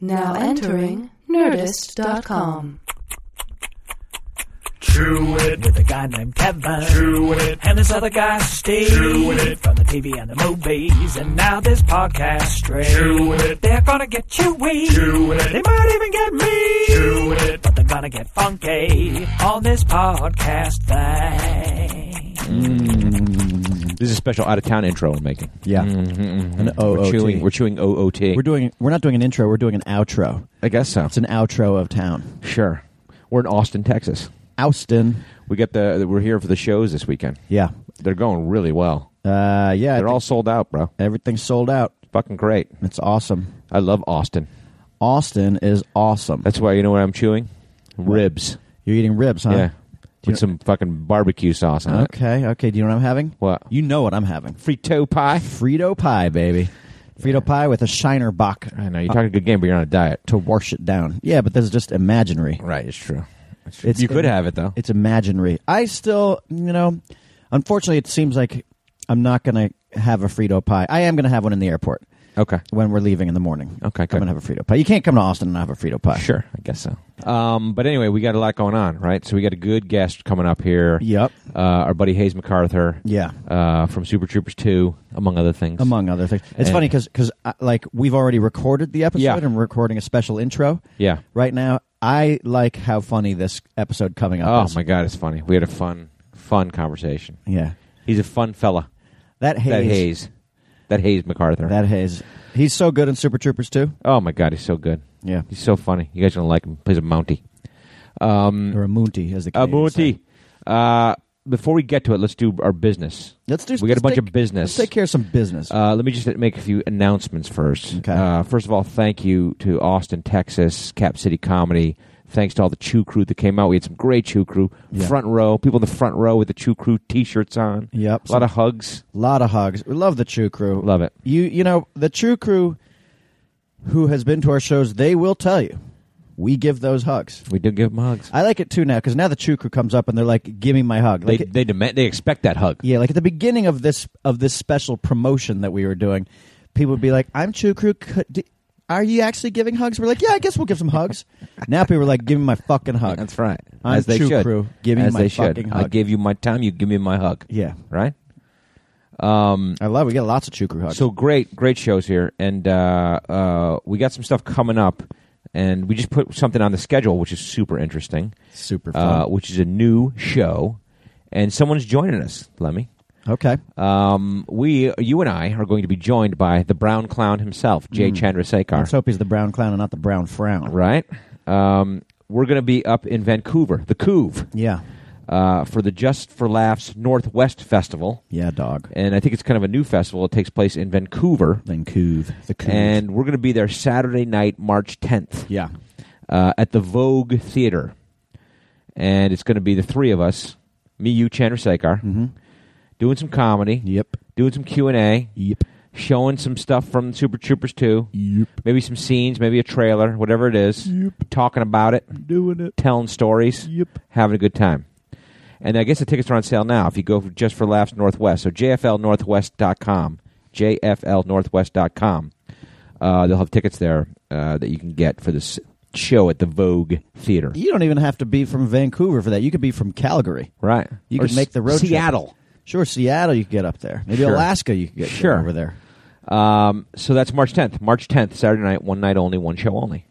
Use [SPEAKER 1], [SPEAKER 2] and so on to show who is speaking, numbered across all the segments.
[SPEAKER 1] Now entering Nerdist.com.
[SPEAKER 2] True it
[SPEAKER 3] with a guy named Kevin.
[SPEAKER 2] True it.
[SPEAKER 3] And this other guy, Steve.
[SPEAKER 2] True it.
[SPEAKER 3] From the TV and the movies. And now this podcast straight.
[SPEAKER 2] True it.
[SPEAKER 3] They're gonna get you weak.
[SPEAKER 2] True it.
[SPEAKER 3] They might even get me.
[SPEAKER 2] True it.
[SPEAKER 3] But they're gonna get funky on this podcast thing.
[SPEAKER 4] This is a special out of town intro I'm making.
[SPEAKER 5] Yeah. An
[SPEAKER 4] Mm-hmm, We're
[SPEAKER 5] OOT.
[SPEAKER 4] chewing. We're chewing OOT.
[SPEAKER 5] We're doing we're not doing an intro, we're doing an outro.
[SPEAKER 4] I guess so.
[SPEAKER 5] It's an outro of town.
[SPEAKER 4] sure. We're in Austin, Texas.
[SPEAKER 5] Austin.
[SPEAKER 4] We get the. We're here for the shows this weekend.
[SPEAKER 5] Yeah.
[SPEAKER 4] They're going really well.
[SPEAKER 5] Uh yeah. I
[SPEAKER 4] They're
[SPEAKER 5] think
[SPEAKER 4] all sold out, bro.
[SPEAKER 5] everything's sold out.
[SPEAKER 4] Fucking great.
[SPEAKER 5] It's awesome.
[SPEAKER 4] I love Austin.
[SPEAKER 5] Austin is awesome.
[SPEAKER 4] That's why you know what I'm chewing? Ribs.
[SPEAKER 5] You're eating ribs, huh?
[SPEAKER 4] Yeah.
[SPEAKER 5] Do you
[SPEAKER 4] With some fucking barbecue sauce on it.
[SPEAKER 5] Okay, okay. Do you know what I'm having?
[SPEAKER 4] What?
[SPEAKER 5] You know what I'm having.
[SPEAKER 4] Frito pie.
[SPEAKER 5] Frito pie, baby. Frito pie with a shiner bock
[SPEAKER 4] I know you're talking a good game, but you're on a diet.
[SPEAKER 5] to wash it down. Yeah, but this is just imaginary.
[SPEAKER 4] Right. It's true. It's
[SPEAKER 5] It's-
[SPEAKER 4] you could have it though.
[SPEAKER 5] It's imaginary. I still, you know, unfortunately, it seems like I'm not going to have a Frito pie. I am going to have one in the airport
[SPEAKER 4] okay.
[SPEAKER 5] when we're leaving in the morning.
[SPEAKER 4] Okay,
[SPEAKER 5] I'm
[SPEAKER 4] good.
[SPEAKER 5] going to have a Frito pie. You can't come to Austin and not have a Frito pie.
[SPEAKER 4] Uh, Sure, I guess so. Um, but anyway, we got a lot going on, right? So we got a good guest coming up here.
[SPEAKER 5] Yep.
[SPEAKER 4] Uh, our buddy Hayes MacArthur.
[SPEAKER 5] Yeah.
[SPEAKER 4] Uh, from Super Troopers 2, among other things.
[SPEAKER 5] Among other things, it's
[SPEAKER 4] And-
[SPEAKER 5] funny because because like we've already recorded the episode
[SPEAKER 4] Yeah.
[SPEAKER 5] and we're recording a special intro.
[SPEAKER 4] Yeah.
[SPEAKER 5] Right now, I like how funny this episode coming up.
[SPEAKER 4] Oh
[SPEAKER 5] is.
[SPEAKER 4] my God, it's funny. We had a fun, fun conversation.
[SPEAKER 5] Yeah.
[SPEAKER 4] He's a fun fella.
[SPEAKER 5] That haze.
[SPEAKER 4] That Hayes. That Hayes MacArthur.
[SPEAKER 5] That haze. He's so good in Super Troopers too.
[SPEAKER 4] oh my God, he's so good.
[SPEAKER 5] Yeah.
[SPEAKER 4] He's so funny. You guys are gonna like him. Plays a Mountie. Mm.
[SPEAKER 5] Or a Moontie, as the
[SPEAKER 4] A
[SPEAKER 5] Canadians say.
[SPEAKER 4] Mountie. Uh, before we get to it, let's do our business.
[SPEAKER 5] Let's do.
[SPEAKER 4] We got
[SPEAKER 5] let's
[SPEAKER 4] a bunch
[SPEAKER 5] take-
[SPEAKER 4] of business.
[SPEAKER 5] Let's take care of some business.
[SPEAKER 4] Uh, let me just make a few announcements first.
[SPEAKER 5] Okay.
[SPEAKER 4] Uh, first of all, thank you to Austin, Texas, Cap City Comedy. Thanks to all the Chew Crew that came out. We had some great Chew Crew.
[SPEAKER 5] Yeah.
[SPEAKER 4] Front row, people in the front row with the Chew Crew T-shirts on.
[SPEAKER 5] Yep.
[SPEAKER 4] A lot of hugs.
[SPEAKER 5] lot of hugs. We love the True Crew.
[SPEAKER 4] Love it.
[SPEAKER 5] You you know the True Crew, who has been to our shows, they will tell you, we give those hugs.
[SPEAKER 4] We do give them hugs.
[SPEAKER 5] I like it too now because now the True Crew comes up and they're like, "Give me my hug."
[SPEAKER 4] they
[SPEAKER 5] Like
[SPEAKER 4] they demand they expect that hug.
[SPEAKER 5] yeah, like at the beginning of this of this special promotion that we were doing, people would be like, "I'm True Crew." Could, d- are you actually giving hugs? We're like, "Yeah, I guess we'll give some hugs." now people are like, "Give me my fucking hug."
[SPEAKER 4] That's right.
[SPEAKER 5] I'm
[SPEAKER 4] As they
[SPEAKER 5] Chew
[SPEAKER 4] should.
[SPEAKER 5] Crew. Give me
[SPEAKER 4] As
[SPEAKER 5] my
[SPEAKER 4] they should.
[SPEAKER 5] fucking
[SPEAKER 4] I
[SPEAKER 5] hug.
[SPEAKER 4] give you my time. You give me my hug.
[SPEAKER 5] Yeah,
[SPEAKER 4] Right. Um,
[SPEAKER 5] I love. It. We get lots of True Crew hugs.
[SPEAKER 4] So great, great shows here, and uh, uh, we got some stuff coming up, and we just put something on the schedule, which is super interesting.
[SPEAKER 5] super
[SPEAKER 4] uh,
[SPEAKER 5] fun.
[SPEAKER 4] which is a new show, and someone's joining us, Lemmy.
[SPEAKER 5] okay.
[SPEAKER 4] Um, we, you and I, are going to be joined by the Brown Clown himself, Jay
[SPEAKER 5] Let's
[SPEAKER 4] Chandrasekhar.
[SPEAKER 5] hope he's the brown clown and not the brown frown.
[SPEAKER 4] right? Um, we're going to be up in Vancouver, the Couve,
[SPEAKER 5] Yeah.
[SPEAKER 4] uh, for the Just for Laughs Northwest Festival,
[SPEAKER 5] Yeah, dog.
[SPEAKER 4] and I think it's kind of a new festival. It takes place in Vancouver,
[SPEAKER 5] Then Coove. The Coove.
[SPEAKER 4] and we're going to be there Saturday night, March tenth.
[SPEAKER 5] yeah.
[SPEAKER 4] uh, at the Vogue Theater, and it's going to be the three of us, me, you, Chandra Sekar,
[SPEAKER 5] Mm-hmm.
[SPEAKER 4] doing some comedy,
[SPEAKER 5] Yep.
[SPEAKER 4] doing some Q and A,
[SPEAKER 5] Yep.
[SPEAKER 4] showing some stuff from Super Troopers two,
[SPEAKER 5] Yep.
[SPEAKER 4] maybe some scenes, maybe a trailer, whatever it is,
[SPEAKER 5] Yep.
[SPEAKER 4] talking about it,
[SPEAKER 5] Doing it.
[SPEAKER 4] telling stories,
[SPEAKER 5] Yep.
[SPEAKER 4] having a good time. And I guess the tickets are on sale now if you go for just for laughs Northwest. So jflnorthwest.com, jflnorthwest.com. Uh, they'll have tickets there uh, that you can get for this show at the Vogue Theater.
[SPEAKER 5] You don't even have to be from Vancouver for that. You could be from Calgary.
[SPEAKER 4] Right.
[SPEAKER 5] You
[SPEAKER 4] Or
[SPEAKER 5] could make the road trip.
[SPEAKER 4] Seattle.
[SPEAKER 5] Sure, Seattle you could get up there. Maybe
[SPEAKER 4] Sure.
[SPEAKER 5] Alaska you could get
[SPEAKER 4] Sure.
[SPEAKER 5] over there.
[SPEAKER 4] Um, so that's March 10th. March 10th, Saturday night, one night only, one show only.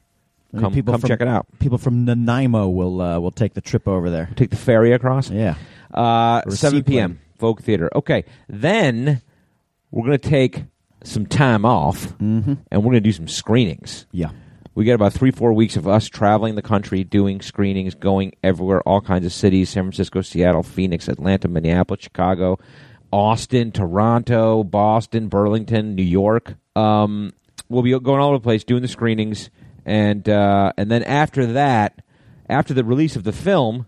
[SPEAKER 5] Maybe
[SPEAKER 4] Come, come
[SPEAKER 5] from,
[SPEAKER 4] check it out.
[SPEAKER 5] People from Nanaimo will uh, will take the trip over there.
[SPEAKER 4] Take the ferry across.
[SPEAKER 5] Yeah.
[SPEAKER 4] Uh,
[SPEAKER 5] Or
[SPEAKER 4] 7
[SPEAKER 5] seaplane.
[SPEAKER 4] p.m. Vogue Theater. Okay. Then we're going to take some time off
[SPEAKER 5] Mm-hmm.
[SPEAKER 4] and we're going to do some screenings.
[SPEAKER 5] Yeah.
[SPEAKER 4] We got about three, four weeks of us traveling the country, doing screenings, going everywhere, all kinds of cities San Francisco, Seattle, Phoenix, Atlanta, Minneapolis, Chicago, Austin, Toronto, Boston, Burlington, New York. Um, we'll be going all over the place, doing the screenings. And, uh, and then after that, after the release of the film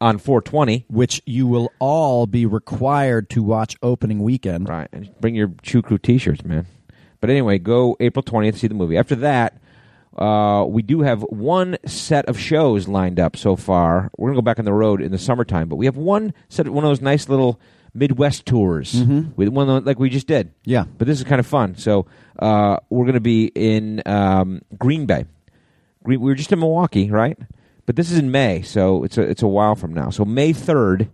[SPEAKER 4] on 420,
[SPEAKER 5] Which you will all be required to watch opening weekend.
[SPEAKER 4] Right. And bring your Chew Crew t shirts, man. But anyway, go April 20th, see the movie. After that, uh, we do have one set of shows lined up so far. We're going to go back on the road in the summertime, but we have one set, one of those nice little Midwest tours with one of the- like we just did.
[SPEAKER 5] Yeah.
[SPEAKER 4] but this is kind of fun. So uh, we're going to be in um, Green Bay. Green, we were just in Milwaukee, right? But this is in May, so it's a, it's a while from now. So May third,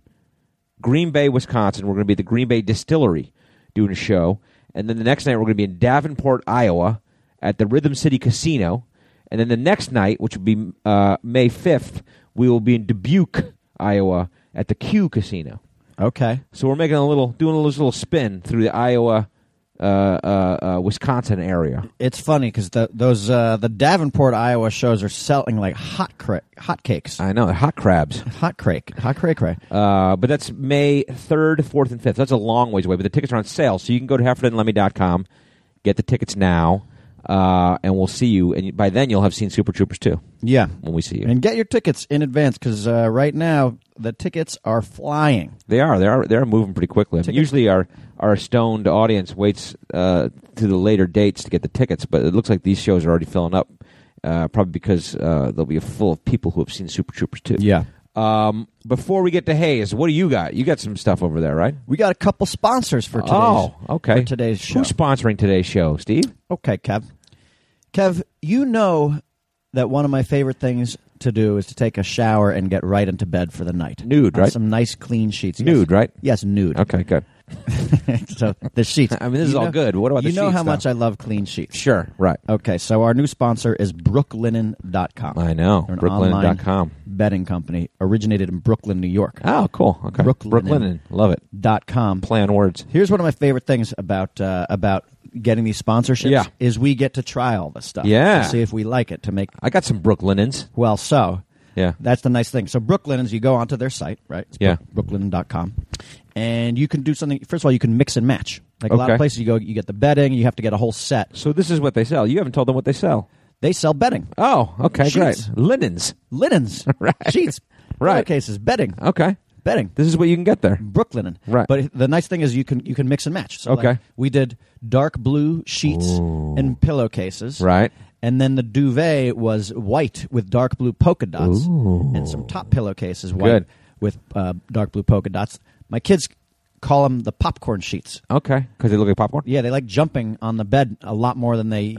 [SPEAKER 4] Green Bay, Wisconsin. We're going to be at the Green Bay Distillery doing a show, and then the next night we're going to be in Davenport, Iowa, at the Rhythm City Casino, and then the next night, which will be uh, May fifth, we will be in Dubuque, Iowa, at the Q Casino.
[SPEAKER 5] Okay.
[SPEAKER 4] So we're making a little, doing a little- little spin through the Iowa, uh, uh, uh, Wisconsin area.
[SPEAKER 5] It's funny because the, those uh, the Davenport, Iowa shows are selling like hot cra- hot cakes,
[SPEAKER 4] I know hot crabs.
[SPEAKER 5] hot crake, hot cray cray.
[SPEAKER 4] Uh, but that's May 3rd, 4th, and 5th. That's a long ways away, but the tickets are on sale. So you can go to heffordandlemmy.com, get the tickets now, uh, and we'll see you. And by then, you'll have seen Super Troopers too
[SPEAKER 5] Yeah,
[SPEAKER 4] when we see you.
[SPEAKER 5] and get your tickets in advance because uh, right now the tickets are flying.
[SPEAKER 4] They are. They are. They are moving pretty quickly. I mean,
[SPEAKER 5] Ticket-
[SPEAKER 4] usually, our our stoned audience waits uh, to the later dates to get the tickets, but it looks like these shows are already filling up. Uh, probably because uh, they'll be full of people who have seen Super Troopers too.
[SPEAKER 5] Yeah.
[SPEAKER 4] Um, before we get to Hayes, what do you got? You got some stuff over there, right?
[SPEAKER 5] We got a couple sponsors for today's
[SPEAKER 4] oh, okay.
[SPEAKER 5] for today's show.
[SPEAKER 4] Who's sponsoring today's show, Steve?
[SPEAKER 5] Okay, Kev. Kev, you know that one of my favorite things to do is to take a shower and get right into bed for the night.
[SPEAKER 4] Nude,
[SPEAKER 5] On
[SPEAKER 4] right?
[SPEAKER 5] Some nice clean sheets. Yes.
[SPEAKER 4] Nude, right?
[SPEAKER 5] Yes, nude.
[SPEAKER 4] Okay, good.
[SPEAKER 5] so the sheets.
[SPEAKER 4] I mean, this is
[SPEAKER 5] You
[SPEAKER 4] all
[SPEAKER 5] know-
[SPEAKER 4] good. What about the
[SPEAKER 5] You know
[SPEAKER 4] sheets,
[SPEAKER 5] how much
[SPEAKER 4] though?
[SPEAKER 5] I love clean sheets.
[SPEAKER 4] Sure, right.
[SPEAKER 5] Okay, so our new sponsor is brooklinen.com.
[SPEAKER 4] I know.
[SPEAKER 5] They're an online
[SPEAKER 4] Brooklinen.com.
[SPEAKER 5] Betting company originated in Brooklyn, New York.
[SPEAKER 4] Oh, cool. Okay.
[SPEAKER 5] Brooklinen.
[SPEAKER 4] Brooklinen. Love it.
[SPEAKER 5] Dot com.
[SPEAKER 4] Play on words.
[SPEAKER 5] Here's one of my favorite things about uh, about getting these sponsorships
[SPEAKER 4] Yeah.
[SPEAKER 5] is we get to try all this stuff.
[SPEAKER 4] Yeah.
[SPEAKER 5] To see if we like it to make
[SPEAKER 4] I got some Brooklinens.
[SPEAKER 5] Well, so
[SPEAKER 4] Yeah.
[SPEAKER 5] that's the nice thing. So Brooklyn is you go onto their site, right? It's
[SPEAKER 4] Yeah.
[SPEAKER 5] Brook- Brooklinen.com. And you can do something first of all, you can mix and match. Like a lot
[SPEAKER 4] Okay.
[SPEAKER 5] of places you go you get the bedding, you have to get a whole set.
[SPEAKER 4] So this is what they sell. You haven't told them what they sell.
[SPEAKER 5] They sell bedding.
[SPEAKER 4] Oh, okay,
[SPEAKER 5] Sheets.
[SPEAKER 4] great. Linens.
[SPEAKER 5] Linens,
[SPEAKER 4] Right.
[SPEAKER 5] sheets,
[SPEAKER 4] Right.
[SPEAKER 5] cases, bedding.
[SPEAKER 4] Okay.
[SPEAKER 5] Bedding.
[SPEAKER 4] This is what you can get there.
[SPEAKER 5] Brooklinen.
[SPEAKER 4] Right.
[SPEAKER 5] But the nice thing is you can you can mix and match. So like,
[SPEAKER 4] Okay.
[SPEAKER 5] we did dark blue sheets and pillowcases.
[SPEAKER 4] Right.
[SPEAKER 5] And then the duvet was white with dark blue polka dots and some top pillowcases white
[SPEAKER 4] Good.
[SPEAKER 5] with uh, dark blue polka dots. My kids call them the popcorn sheets.
[SPEAKER 4] Okay. Because they look like popcorn?
[SPEAKER 5] Yeah, they like jumping on the bed a lot more than they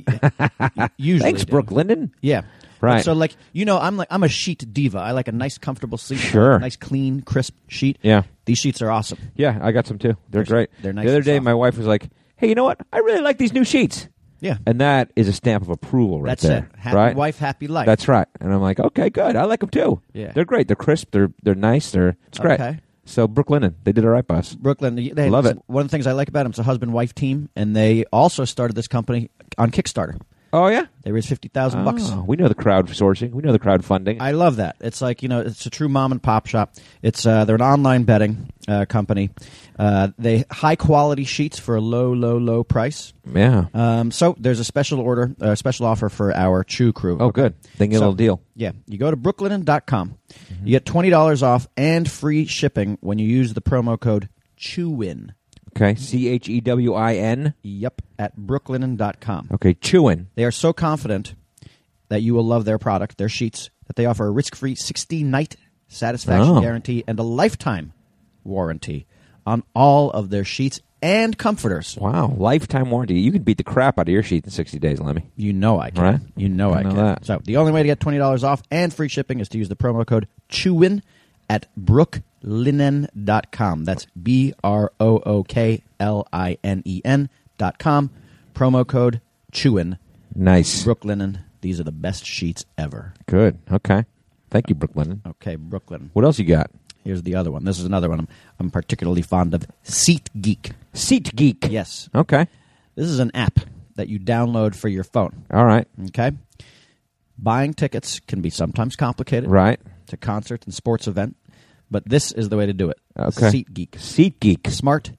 [SPEAKER 5] usually.
[SPEAKER 4] Thanks,
[SPEAKER 5] do.
[SPEAKER 4] Brooklinen.
[SPEAKER 5] Yeah.
[SPEAKER 4] Right.
[SPEAKER 5] And so like you know, I'm like I'm a sheet diva. I like a nice comfortable sleep.
[SPEAKER 4] Sure.
[SPEAKER 5] Nice clean, crisp sheet.
[SPEAKER 4] Yeah.
[SPEAKER 5] These sheets are awesome.
[SPEAKER 4] Yeah, I got some too. They're,
[SPEAKER 5] They're-
[SPEAKER 4] great.
[SPEAKER 5] they're nice
[SPEAKER 4] The other
[SPEAKER 5] and
[SPEAKER 4] day,
[SPEAKER 5] soft.
[SPEAKER 4] my wife was like, hey, you know what? I really like these new sheets.
[SPEAKER 5] Yeah.
[SPEAKER 4] And that is a stamp of approval right
[SPEAKER 5] That's
[SPEAKER 4] there.
[SPEAKER 5] it. Happy
[SPEAKER 4] right?
[SPEAKER 5] wife, happy life.
[SPEAKER 4] That's right. And I'm like, okay, good. I like them too.
[SPEAKER 5] Yeah.
[SPEAKER 4] They're great. They're crisp. They're they're nice. They're it's great.
[SPEAKER 5] Okay.
[SPEAKER 4] So Brooklinen, they did it right by us.
[SPEAKER 5] Brooklyn. They- They
[SPEAKER 4] Love it.
[SPEAKER 5] One of the things I like about them is a husband-wife team, and they also started this company on Kickstarter.
[SPEAKER 4] Oh yeah.
[SPEAKER 5] They raised fifty thousand bucks.
[SPEAKER 4] Oh, we know the crowdsourcing. We know the crowdfunding.
[SPEAKER 5] I love that. It's like you know, it's a true mom and pop shop. It's uh, they're an online betting uh, company. Uh, they high quality sheets for a low, low, low price.
[SPEAKER 4] yeah.
[SPEAKER 5] Um, so there's a special order, a special offer for our Chew crew.
[SPEAKER 4] oh, good. They get a
[SPEAKER 5] So-
[SPEAKER 4] little deal.
[SPEAKER 5] Yeah, you go to brooklinen.com.
[SPEAKER 4] Mm-hmm.
[SPEAKER 5] You get twenty dollars off and free shipping when you use the promo code ChewIn.
[SPEAKER 4] Okay. C H E W I N.
[SPEAKER 5] Yep, at brooklinen.com.
[SPEAKER 4] Okay. Chewing.
[SPEAKER 5] They are so confident that you will love their product, their sheets, that they offer a risk free 60 night satisfaction
[SPEAKER 4] Oh.
[SPEAKER 5] guarantee and a lifetime warranty on all of their sheets and comforters.
[SPEAKER 4] Wow. Lifetime warranty. You can beat the crap out of your sheet in 60 days, Lemmy.
[SPEAKER 5] You know I can.
[SPEAKER 4] Right.
[SPEAKER 5] You know I,
[SPEAKER 4] I know
[SPEAKER 5] can.
[SPEAKER 4] that.
[SPEAKER 5] So the only way to get $20 off and free shipping is to use the promo code CHEWIN at brooklinen.com. That's B R O O K L I N E N dot com. Promo code CHEWIN.
[SPEAKER 4] Nice.
[SPEAKER 5] Brooklinen. These are the best sheets ever.
[SPEAKER 4] good. Okay. Thank you, Brooklinen.
[SPEAKER 5] Okay, Brooklyn.
[SPEAKER 4] What else you got?
[SPEAKER 5] Here's the other one. This is another one I'm, I'm particularly fond of. Seat Geek.
[SPEAKER 4] Seat Geek.
[SPEAKER 5] Yes.
[SPEAKER 4] Okay.
[SPEAKER 5] This is an app that you download for your phone.
[SPEAKER 4] All right.
[SPEAKER 5] Okay? Buying tickets can be sometimes complicated.
[SPEAKER 4] Right.
[SPEAKER 5] To concerts and sports event, but this is the way to do it.
[SPEAKER 4] Okay.
[SPEAKER 5] Seat Geek.
[SPEAKER 4] Seat Geek.
[SPEAKER 5] Smart,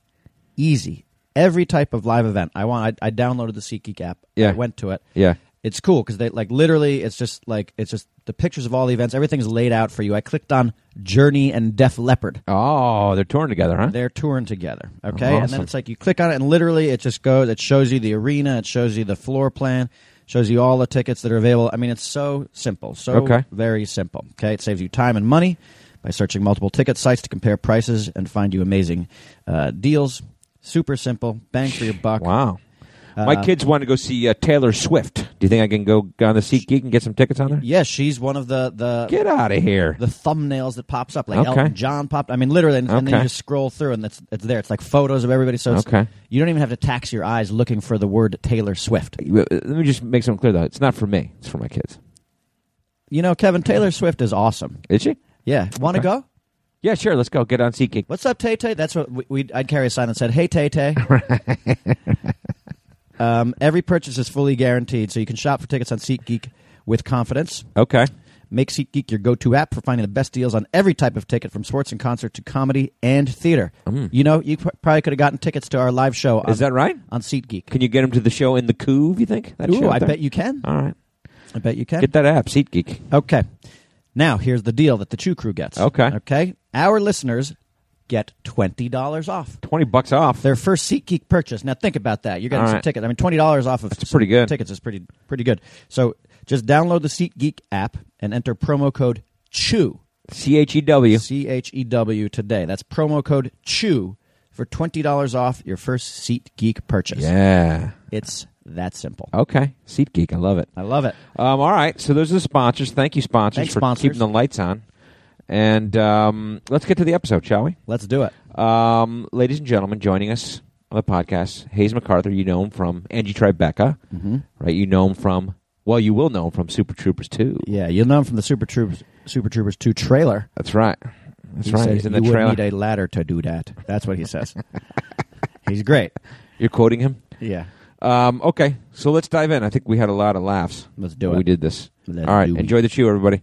[SPEAKER 5] easy. Every type of live event. I want. I, I downloaded the Seat Geek app.
[SPEAKER 4] Yeah.
[SPEAKER 5] I went to it.
[SPEAKER 4] Yeah.
[SPEAKER 5] it's cool because they like literally it's just like it's just the pictures of all the events everything's laid out for you i clicked on journey and def leopard
[SPEAKER 4] Oh, they're torn together, huh?
[SPEAKER 5] they're touring together okay and
[SPEAKER 4] Awesome.
[SPEAKER 5] then it's like you click on it and literally it just goes it shows you the arena it shows you the floor plan shows you all the tickets that are available i mean it's so simple so
[SPEAKER 4] Okay.
[SPEAKER 5] very simple okay it saves you time and money by searching multiple ticket sites to compare prices and find you amazing uh, deals. Super simple, bang for your buck. Uh,
[SPEAKER 6] Wow. My kids want to go see uh, Taylor Swift. Do you think I can go on the Seat Geek and get some tickets on there?
[SPEAKER 5] Yeah, she's one of the the
[SPEAKER 6] Get out of here.
[SPEAKER 5] the thumbnails that pops up, like
[SPEAKER 6] Okay.
[SPEAKER 5] Elton John popped. I mean, literally, and, and then
[SPEAKER 6] Okay.
[SPEAKER 5] you just scroll through, and it's, it's there. It's like photos of everybody. So it's,
[SPEAKER 6] Okay.
[SPEAKER 5] you don't even have to tax your eyes looking for the word Taylor Swift.
[SPEAKER 6] Let me just make something clear, though. It's not for me. It's for my kids.
[SPEAKER 5] You know, Kevin, Taylor Swift is awesome.
[SPEAKER 6] Is she?
[SPEAKER 5] Yeah, want to
[SPEAKER 6] Okay.
[SPEAKER 5] go?
[SPEAKER 6] Yeah, sure. Let's go. Get on SeatGeek.
[SPEAKER 5] What's up, Tay Tay? That's what we, we'd, I'd carry a sign that said, "Hey Tay Tay." um, every purchase is fully guaranteed, so you can shop for tickets on SeatGeek with confidence.
[SPEAKER 6] Okay.
[SPEAKER 5] Make SeatGeek your go-to app for finding the best deals on every type of ticket, from sports and concert to comedy and theater. You know, you pr- probably could have gotten tickets to our live show. On,
[SPEAKER 6] Mm. Is that right?
[SPEAKER 5] on SeatGeek?
[SPEAKER 6] Can you get them to the show in the Couve, you think? That
[SPEAKER 5] Ooh,
[SPEAKER 6] show
[SPEAKER 5] I
[SPEAKER 6] there?
[SPEAKER 5] bet you can.
[SPEAKER 6] All right.
[SPEAKER 5] I bet you can.
[SPEAKER 6] Get that app, SeatGeek.
[SPEAKER 5] Okay. Now here's the deal that the Chew Crew gets.
[SPEAKER 6] Okay.
[SPEAKER 5] Okay. Our listeners get twenty dollars off
[SPEAKER 6] 20 bucks off.
[SPEAKER 5] their first SeatGeek purchase. Now think about that. You're getting
[SPEAKER 6] All
[SPEAKER 5] some
[SPEAKER 6] right.
[SPEAKER 5] tickets. I mean, twenty dollars off of some
[SPEAKER 6] pretty good.
[SPEAKER 5] tickets is pretty pretty good. So just download the SeatGeek app and enter promo code Chew
[SPEAKER 6] C H E W.
[SPEAKER 5] C H E W today. That's promo code Chew for twenty dollars off your first SeatGeek purchase.
[SPEAKER 6] Yeah.
[SPEAKER 5] It's that simple.
[SPEAKER 6] Okay. SeatGeek. I love it.
[SPEAKER 5] I love it.
[SPEAKER 6] Um, all right. So those are the sponsors. Thank you, sponsors,
[SPEAKER 5] Thanks,
[SPEAKER 6] for
[SPEAKER 5] sponsors.
[SPEAKER 6] keeping the lights on. And um, let's get to the episode, shall we?
[SPEAKER 5] Let's do it.
[SPEAKER 6] Um, ladies and gentlemen, joining us on the podcast, Hayes MacArthur. You know him from Angie Tribeca,
[SPEAKER 5] Mm-hmm.
[SPEAKER 6] right? You know him from well, you will know him from Super Troopers Two.
[SPEAKER 5] Yeah, you'll know him from the Super Troopers Super Troopers Two trailer.
[SPEAKER 6] That's right. That's
[SPEAKER 5] He
[SPEAKER 6] right.
[SPEAKER 5] said,
[SPEAKER 6] He's in the
[SPEAKER 5] you would
[SPEAKER 6] trailer.
[SPEAKER 5] need a ladder to do that. That's what he says. He's great.
[SPEAKER 6] You're quoting him.
[SPEAKER 5] Yeah.
[SPEAKER 6] Um, okay, so let's dive in. I think we had a lot of laughs.
[SPEAKER 5] Let's do
[SPEAKER 6] when
[SPEAKER 5] it.
[SPEAKER 6] We did Mm-hmm. this.
[SPEAKER 5] Let's
[SPEAKER 6] all right,
[SPEAKER 5] do it.
[SPEAKER 6] enjoy the chew, everybody.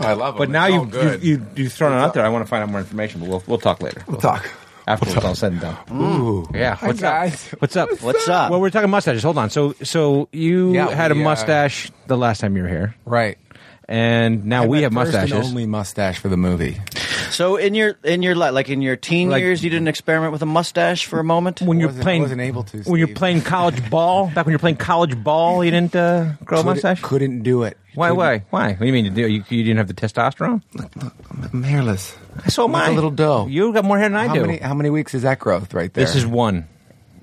[SPEAKER 7] I love it.
[SPEAKER 4] But now
[SPEAKER 7] you
[SPEAKER 4] you've, you've, you you've thrown it out there. I want to find out more information, but we'll, we'll talk later. We'll
[SPEAKER 7] talk.
[SPEAKER 4] After it's all said and done. Mm. Yeah.
[SPEAKER 7] Hi,
[SPEAKER 4] What's
[SPEAKER 7] guys.
[SPEAKER 4] up? What's up?
[SPEAKER 5] What's up?
[SPEAKER 4] Well, we're talking mustaches. Hold on. So, so you
[SPEAKER 7] Yeah,
[SPEAKER 4] had a
[SPEAKER 7] we, uh,
[SPEAKER 4] mustache the last time you were here,
[SPEAKER 7] right.
[SPEAKER 4] and now we
[SPEAKER 7] My
[SPEAKER 4] have
[SPEAKER 7] first and
[SPEAKER 4] mustaches.
[SPEAKER 7] only mustache for the movie.
[SPEAKER 5] So in your in your li- like in your teen
[SPEAKER 4] Like-
[SPEAKER 5] years, you didn't experiment with a mustache for a moment.
[SPEAKER 4] when you're
[SPEAKER 7] Wasn't-
[SPEAKER 4] playing,
[SPEAKER 7] wasn't able to,
[SPEAKER 4] When you're
[SPEAKER 7] Steve.
[SPEAKER 4] playing college ball, back when you're playing college ball, you didn't uh, grow a
[SPEAKER 7] Couldn't-
[SPEAKER 4] mustache.
[SPEAKER 7] Couldn't do it.
[SPEAKER 4] why?
[SPEAKER 7] Couldn't-
[SPEAKER 4] Why? Why? What do you mean you do? You, you didn't have the testosterone?
[SPEAKER 7] I'm hairless.
[SPEAKER 4] So am
[SPEAKER 7] Like
[SPEAKER 4] I.
[SPEAKER 7] a little doe.
[SPEAKER 4] You got more hair than I
[SPEAKER 7] how
[SPEAKER 4] do.
[SPEAKER 7] many? How many weeks is that growth right there?
[SPEAKER 4] this is one.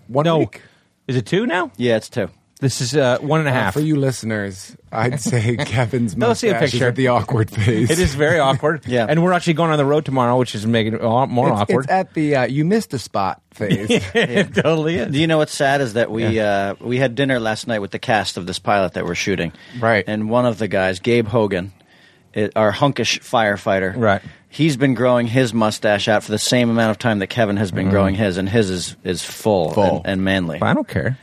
[SPEAKER 7] one
[SPEAKER 4] no,
[SPEAKER 7] week.
[SPEAKER 4] is it two now?
[SPEAKER 5] Yeah, it's two.
[SPEAKER 4] This is uh, one and a half.
[SPEAKER 7] For you listeners, I'd say Kevin's
[SPEAKER 4] No, let's see
[SPEAKER 7] mustache
[SPEAKER 4] a
[SPEAKER 7] is
[SPEAKER 4] picture.
[SPEAKER 7] at the awkward phase.
[SPEAKER 4] It is very awkward.
[SPEAKER 5] Yeah.
[SPEAKER 4] And we're actually going on the road tomorrow, which is making it all- more
[SPEAKER 7] It's-
[SPEAKER 4] awkward.
[SPEAKER 7] It's at the uh, you missed a spot phase.
[SPEAKER 4] it totally
[SPEAKER 8] Do
[SPEAKER 4] is.
[SPEAKER 8] you know what's sad is that we uh, we had dinner last night with the cast of this pilot that we're shooting.
[SPEAKER 7] Right.
[SPEAKER 8] And one of the guys, Gabe Hogan, it, our hunkish firefighter.
[SPEAKER 4] Right.
[SPEAKER 8] He's been growing his mustache out for the same amount of time that Kevin has
[SPEAKER 4] Mm.
[SPEAKER 8] been growing his, and his is, is full,
[SPEAKER 7] Full.
[SPEAKER 8] And, and manly.
[SPEAKER 4] I don't care.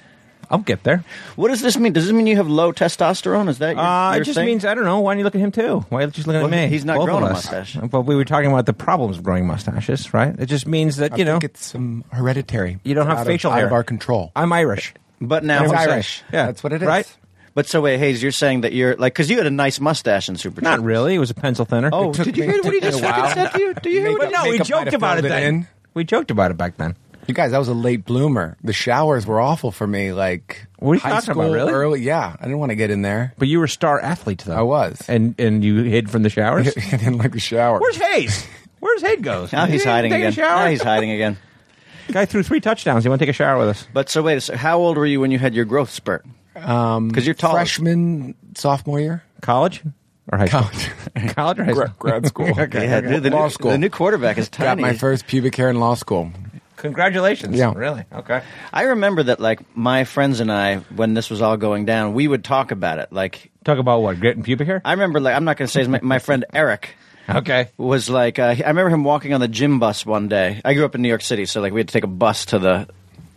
[SPEAKER 4] I'll get there.
[SPEAKER 8] What does this mean? Does this mean you have low testosterone? Is that your,
[SPEAKER 4] Uh,
[SPEAKER 8] your
[SPEAKER 4] it just
[SPEAKER 8] thing?
[SPEAKER 4] means I don't know. Why do you look at him too? Why are you just looking
[SPEAKER 8] Well,
[SPEAKER 4] at me?
[SPEAKER 8] he's not
[SPEAKER 4] Both
[SPEAKER 8] growing
[SPEAKER 4] of
[SPEAKER 8] a
[SPEAKER 4] us.
[SPEAKER 8] mustache.
[SPEAKER 4] But we were talking about the problems of growing mustaches, right? It just means that
[SPEAKER 7] I
[SPEAKER 4] you know
[SPEAKER 7] think it's some hereditary.
[SPEAKER 4] you don't
[SPEAKER 7] It's
[SPEAKER 4] have
[SPEAKER 7] out of-
[SPEAKER 4] facial
[SPEAKER 7] out
[SPEAKER 4] hair.
[SPEAKER 7] of our control.
[SPEAKER 4] I'm Irish.
[SPEAKER 8] But now
[SPEAKER 7] it's
[SPEAKER 4] I'm
[SPEAKER 7] Irish.
[SPEAKER 4] saying- Yeah,
[SPEAKER 7] that's what it is.
[SPEAKER 4] Right?
[SPEAKER 8] But so wait, Hayes, you're saying that you're like because you had a nice mustache in Super.
[SPEAKER 4] Not
[SPEAKER 8] Troopers.
[SPEAKER 4] really. It was a pencil thinner.
[SPEAKER 8] Oh,
[SPEAKER 7] took
[SPEAKER 8] did you
[SPEAKER 7] me-
[SPEAKER 8] hear what he
[SPEAKER 7] took me
[SPEAKER 8] just
[SPEAKER 7] a
[SPEAKER 8] fucking
[SPEAKER 7] while.
[SPEAKER 8] said to you? Do you hear
[SPEAKER 7] Makeup-
[SPEAKER 8] what?
[SPEAKER 4] but no, we
[SPEAKER 7] makeup might
[SPEAKER 4] joked
[SPEAKER 7] have
[SPEAKER 4] about it
[SPEAKER 7] filled
[SPEAKER 4] then.
[SPEAKER 7] in.
[SPEAKER 4] We joked about it back then.
[SPEAKER 7] You guys, I was a late bloomer. The showers were awful for me. Like
[SPEAKER 4] What are you
[SPEAKER 7] high
[SPEAKER 4] talking about,
[SPEAKER 7] school,
[SPEAKER 4] really?
[SPEAKER 7] Early, yeah, I didn't want to get in there.
[SPEAKER 4] But you were a star athlete, though.
[SPEAKER 7] I was.
[SPEAKER 4] and and you hid from the showers.
[SPEAKER 7] I didn't like the shower.
[SPEAKER 4] Where's Hayes? Where's Hayes goes?
[SPEAKER 8] Now he's
[SPEAKER 4] He didn't
[SPEAKER 8] hiding
[SPEAKER 4] take a
[SPEAKER 8] again.
[SPEAKER 4] shower?
[SPEAKER 8] Now he's hiding again.
[SPEAKER 4] Guy threw three touchdowns. He won't take a shower with us.
[SPEAKER 8] But so wait, so how old were you when you had your growth spurt? Because you're tall.
[SPEAKER 7] Um, Freshman, sophomore year,
[SPEAKER 4] College or high school?
[SPEAKER 7] college,
[SPEAKER 4] College or high school?
[SPEAKER 7] grad, grad school.
[SPEAKER 4] Oh, Okay.
[SPEAKER 8] Yeah, dude, the,
[SPEAKER 7] Law
[SPEAKER 8] new,
[SPEAKER 7] school.
[SPEAKER 8] the new quarterback is
[SPEAKER 7] Got
[SPEAKER 8] tiny.
[SPEAKER 7] my first pubic hair in law school.
[SPEAKER 4] Congratulations.
[SPEAKER 7] Yeah.
[SPEAKER 4] Really? Okay.
[SPEAKER 8] I remember that, like my friends and I, when this was all going down, we would talk about it. Like
[SPEAKER 4] Talk about what? Grit and pubic hair?
[SPEAKER 8] I remember, like I'm not going to say his, my, my friend Eric
[SPEAKER 4] Okay.
[SPEAKER 8] was like uh, I remember him walking on the gym bus one day. I grew up in New York City, so like we had to take a bus to the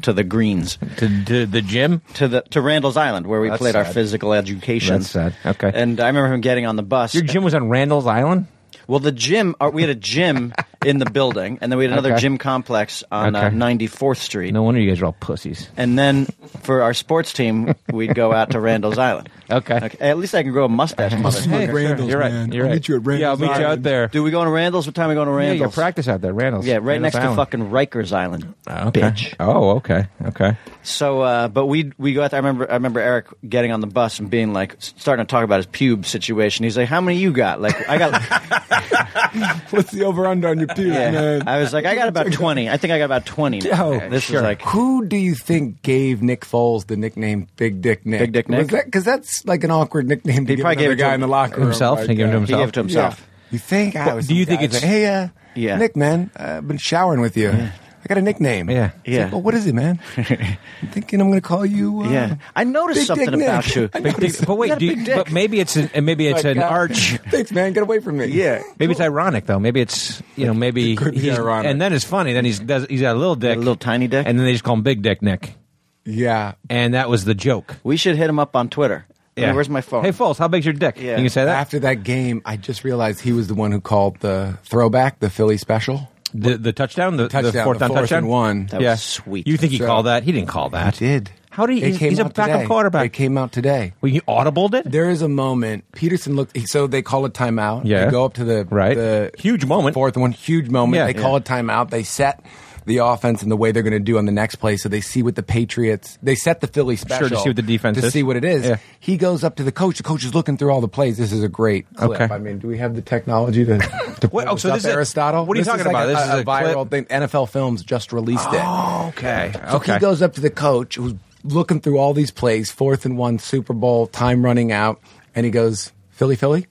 [SPEAKER 8] to the greens
[SPEAKER 4] To, to the gym?
[SPEAKER 8] to the to Randall's Island where we
[SPEAKER 4] That's
[SPEAKER 8] played our
[SPEAKER 4] sad.
[SPEAKER 8] physical education.
[SPEAKER 4] That's sad. Okay.
[SPEAKER 8] And I remember him getting on the bus.
[SPEAKER 4] Your gym was on Randall's Island?
[SPEAKER 8] Well, the gym, uh, we had a gym in the building, and then we had another
[SPEAKER 4] Okay.
[SPEAKER 8] gym complex on uh,
[SPEAKER 4] Okay.
[SPEAKER 8] 94th Street.
[SPEAKER 4] No wonder you guys are all pussies.
[SPEAKER 8] And then for our sports team, we'd go out to Randall's Island.
[SPEAKER 4] Okay.
[SPEAKER 8] At least I can grow a mustache, motherfucker.
[SPEAKER 7] Randall's,
[SPEAKER 4] You're right.
[SPEAKER 7] man.
[SPEAKER 4] You're
[SPEAKER 7] I'll
[SPEAKER 4] right.
[SPEAKER 7] meet you at Randall's
[SPEAKER 4] Yeah, I'll meet you out
[SPEAKER 7] Island.
[SPEAKER 4] there.
[SPEAKER 8] Do we go to Randall's? What time are we going to
[SPEAKER 4] yeah, you
[SPEAKER 8] Randall's?
[SPEAKER 4] practice out there, Randall's.
[SPEAKER 8] Yeah, right
[SPEAKER 4] Randall's
[SPEAKER 8] next to
[SPEAKER 4] Island.
[SPEAKER 8] fucking Rikers Island,
[SPEAKER 4] Okay.
[SPEAKER 8] bitch.
[SPEAKER 4] Oh, okay, okay.
[SPEAKER 8] So, uh, but we we go out there. I remember I remember Eric getting on the bus and being like, starting to talk about his pube situation. He's like, "How many you got?" Like, I got.
[SPEAKER 7] What's the over under on your pubes,
[SPEAKER 8] yeah.
[SPEAKER 7] man?
[SPEAKER 8] I was like, I got about twenty. I think I got about twenty. Now.
[SPEAKER 7] Oh,
[SPEAKER 8] this
[SPEAKER 7] sure.
[SPEAKER 8] is like
[SPEAKER 7] who do you think gave Nick Foles the nickname Big Dick Nick?
[SPEAKER 8] Big Dick Nick?
[SPEAKER 7] because that's like an awkward nickname to
[SPEAKER 8] He
[SPEAKER 7] give
[SPEAKER 8] probably
[SPEAKER 7] another
[SPEAKER 8] gave it to
[SPEAKER 7] guy
[SPEAKER 8] him-
[SPEAKER 7] in the locker room.
[SPEAKER 4] himself?
[SPEAKER 7] Like,
[SPEAKER 4] He gave it to
[SPEAKER 7] uh,
[SPEAKER 8] he gave it to
[SPEAKER 7] Yeah.
[SPEAKER 8] himself.
[SPEAKER 7] You think? I was
[SPEAKER 4] do you think it's-
[SPEAKER 7] hey, uh,
[SPEAKER 8] Yeah.
[SPEAKER 7] Nick, man, uh, I've been showering with you. I got a nickname.
[SPEAKER 4] Yeah.
[SPEAKER 7] It's
[SPEAKER 8] Yeah.
[SPEAKER 7] Like, well, what is it, man? I'm thinking I'm going to call you. Uh,
[SPEAKER 8] Yeah. I noticed
[SPEAKER 7] Big Dick
[SPEAKER 8] something
[SPEAKER 7] Nick.
[SPEAKER 8] about you.
[SPEAKER 7] I
[SPEAKER 4] Big dick.
[SPEAKER 7] noticed-
[SPEAKER 4] But
[SPEAKER 8] You
[SPEAKER 4] wait,
[SPEAKER 8] got
[SPEAKER 4] do
[SPEAKER 8] a
[SPEAKER 4] you,
[SPEAKER 8] big dick.
[SPEAKER 4] but maybe it's an, maybe it's
[SPEAKER 7] Like,
[SPEAKER 4] an
[SPEAKER 7] uh,
[SPEAKER 4] arch.
[SPEAKER 7] Thanks, man. Get away from me. Yeah.
[SPEAKER 4] Maybe it's ironic though. Maybe it's you know maybe
[SPEAKER 7] could be
[SPEAKER 4] he's-
[SPEAKER 7] ironic.
[SPEAKER 4] and then it's funny. Then he's does, he's got a little dick,
[SPEAKER 8] little tiny dick?
[SPEAKER 4] and then they just call him Big Dick Nick,
[SPEAKER 7] Yeah.
[SPEAKER 4] and that was the joke.
[SPEAKER 8] we should hit him up on Twitter. I mean, where's my phone?
[SPEAKER 4] Hey, Foles, how big's your dick?
[SPEAKER 8] Yeah.
[SPEAKER 4] You can say that.
[SPEAKER 7] After that game, I just realized he was the one who called the throwback, the Philly special.
[SPEAKER 4] the, the touchdown, the,
[SPEAKER 7] Touchdown,
[SPEAKER 4] the fourth
[SPEAKER 7] the
[SPEAKER 4] down
[SPEAKER 7] fourth
[SPEAKER 4] touchdown,
[SPEAKER 7] and one. That
[SPEAKER 8] was sweet.
[SPEAKER 4] You think he
[SPEAKER 7] So-
[SPEAKER 4] called that? He didn't call that.
[SPEAKER 7] I did.
[SPEAKER 4] How do you?
[SPEAKER 7] It
[SPEAKER 4] He's,
[SPEAKER 7] came
[SPEAKER 4] he's a
[SPEAKER 7] out
[SPEAKER 4] backup
[SPEAKER 7] today. It
[SPEAKER 4] quarterback.
[SPEAKER 7] came out today.
[SPEAKER 4] Well, you audibled it.
[SPEAKER 7] There is a moment. Peterson looked. So they call a timeout.
[SPEAKER 4] Yeah.
[SPEAKER 7] They go up to the
[SPEAKER 4] Right.
[SPEAKER 7] the
[SPEAKER 4] Huge moment.
[SPEAKER 7] Fourth one, huge moment.
[SPEAKER 4] Yeah.
[SPEAKER 7] they call
[SPEAKER 4] Yeah.
[SPEAKER 7] a timeout. They set the offense and the way they're going to do on the next play. So they see what the Patriots. They set the Philly special
[SPEAKER 4] to see what the defense
[SPEAKER 7] to
[SPEAKER 4] is.
[SPEAKER 7] see what it is.
[SPEAKER 4] Yeah.
[SPEAKER 7] He goes up to the coach. The coach is looking through all the plays. This is a great clip.
[SPEAKER 4] Okay.
[SPEAKER 7] I mean, do we have the technology to? to
[SPEAKER 4] What-
[SPEAKER 7] pull
[SPEAKER 4] oh, so
[SPEAKER 7] up,
[SPEAKER 4] this is-
[SPEAKER 7] Aristotle.
[SPEAKER 4] what are you
[SPEAKER 7] This is
[SPEAKER 4] talking
[SPEAKER 7] like
[SPEAKER 4] about?
[SPEAKER 7] a,
[SPEAKER 4] This is a
[SPEAKER 7] viral
[SPEAKER 4] clip? Oh,
[SPEAKER 7] thing. NFL Films just released it.
[SPEAKER 4] okay.
[SPEAKER 7] So he goes up to the coach who's looking through all these plays, fourth and one, Super Bowl, time running out, and he goes, Philly, Philly?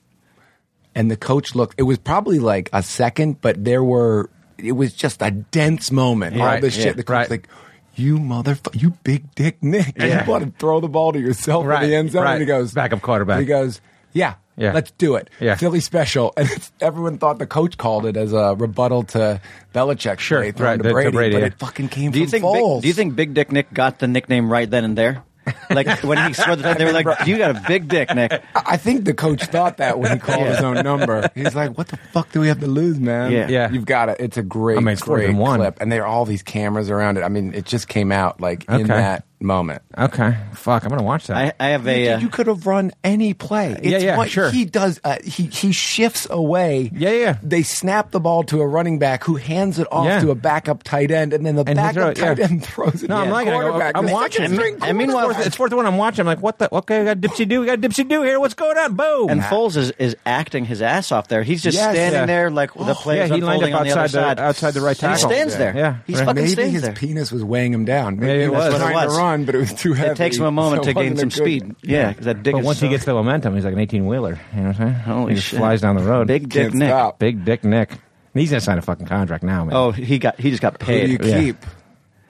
[SPEAKER 7] And the coach looked, it was probably like a second, but there were, it was just a dense moment. all
[SPEAKER 4] Right,
[SPEAKER 7] this
[SPEAKER 4] yeah,
[SPEAKER 7] shit. The coach
[SPEAKER 4] right.
[SPEAKER 7] like, you motherfucker, you big dick Nick. You want to throw the ball to yourself in
[SPEAKER 4] Right,
[SPEAKER 7] the end zone?
[SPEAKER 4] right.
[SPEAKER 7] And he goes,
[SPEAKER 4] Backup quarterback.
[SPEAKER 7] He goes, yeah,
[SPEAKER 4] Yeah.
[SPEAKER 7] let's do it.
[SPEAKER 4] Yeah.
[SPEAKER 7] Philly special. And it's, everyone thought the coach called it as a rebuttal to Belichick.
[SPEAKER 4] Sure,
[SPEAKER 7] play, thrown
[SPEAKER 4] right,
[SPEAKER 7] to
[SPEAKER 4] to
[SPEAKER 7] Brady,
[SPEAKER 4] Brady,
[SPEAKER 7] but
[SPEAKER 4] yeah.
[SPEAKER 7] it fucking came
[SPEAKER 8] do you
[SPEAKER 7] from
[SPEAKER 8] think
[SPEAKER 7] Foles.
[SPEAKER 8] big, Do you think Big Dick Nick got the nickname right then and there? Like when he scored the time, they were like, "You got a big dick, Nick."
[SPEAKER 7] I think the coach thought that when he called his own number. He's like, "What the fuck do we have to lose, man?
[SPEAKER 8] Yeah.
[SPEAKER 4] Yeah.
[SPEAKER 7] you've got it. It's a great,
[SPEAKER 4] I mean, it's more
[SPEAKER 7] great
[SPEAKER 4] than one.
[SPEAKER 7] clip, and there are all these cameras around it. I mean, it just came out like in
[SPEAKER 4] Okay.
[SPEAKER 7] that moment.
[SPEAKER 4] Okay. Fuck. I'm gonna watch that.
[SPEAKER 8] I, I have a. Uh,
[SPEAKER 7] you could have run any play. It's
[SPEAKER 4] yeah,
[SPEAKER 7] what
[SPEAKER 4] sure.
[SPEAKER 7] He does. Uh, he he shifts away.
[SPEAKER 4] Yeah, yeah.
[SPEAKER 7] They snap the ball to a running back who hands it off
[SPEAKER 4] Yeah.
[SPEAKER 7] to a backup tight end, and then the
[SPEAKER 4] And he
[SPEAKER 7] backup
[SPEAKER 4] throw it, yeah.
[SPEAKER 7] tight end throws it.
[SPEAKER 4] no,
[SPEAKER 7] to
[SPEAKER 4] I'm
[SPEAKER 7] the
[SPEAKER 4] liking it.
[SPEAKER 7] quarterback.
[SPEAKER 4] I'm
[SPEAKER 7] The
[SPEAKER 4] watching.
[SPEAKER 7] second string
[SPEAKER 8] And meanwhile-
[SPEAKER 7] quarterback.
[SPEAKER 4] Fourth- it's fourth one. I'm watching. I'm like, what the? Okay, we got dipsy do. We got dipsy do here. What's going on? Boom.
[SPEAKER 8] and Foles is, is acting his ass off there. He's just
[SPEAKER 7] Yes.
[SPEAKER 8] standing
[SPEAKER 7] Yeah.
[SPEAKER 8] there like the
[SPEAKER 4] Oh, yeah,
[SPEAKER 8] players
[SPEAKER 4] he lined
[SPEAKER 8] unfolding
[SPEAKER 4] up
[SPEAKER 8] on the other
[SPEAKER 4] outside the-
[SPEAKER 8] side,
[SPEAKER 4] outside the right
[SPEAKER 8] And he
[SPEAKER 4] tackle.
[SPEAKER 8] stands
[SPEAKER 4] Yeah.
[SPEAKER 8] there.
[SPEAKER 4] Yeah,
[SPEAKER 8] he's
[SPEAKER 4] right.
[SPEAKER 8] fucking
[SPEAKER 7] Maybe
[SPEAKER 8] stands
[SPEAKER 7] his
[SPEAKER 8] there.
[SPEAKER 7] penis was weighing him down. Maybe
[SPEAKER 4] Yeah, it
[SPEAKER 7] he
[SPEAKER 4] was.
[SPEAKER 7] trying
[SPEAKER 8] It was.
[SPEAKER 7] to run, but it was too heavy. Oh,
[SPEAKER 8] it takes him a
[SPEAKER 7] so
[SPEAKER 8] moment to
[SPEAKER 7] it
[SPEAKER 8] gain
[SPEAKER 7] wasn't
[SPEAKER 8] some
[SPEAKER 7] a good-
[SPEAKER 8] speed. Yeah, 'cause that dick.
[SPEAKER 4] But
[SPEAKER 8] is
[SPEAKER 4] once
[SPEAKER 8] so,
[SPEAKER 4] he gets the momentum, he's like an 18 wheeler. You know what I'm saying?
[SPEAKER 8] Holy
[SPEAKER 4] he just
[SPEAKER 8] shit.
[SPEAKER 4] flies down the road.
[SPEAKER 8] big dick
[SPEAKER 7] Can't
[SPEAKER 8] Nick.
[SPEAKER 7] stop.
[SPEAKER 4] Big Dick Nick. And He's gonna sign a fucking contract now, man.
[SPEAKER 8] Oh, he got he just got
[SPEAKER 7] Who do you
[SPEAKER 8] paid.
[SPEAKER 4] Yeah.
[SPEAKER 7] keep?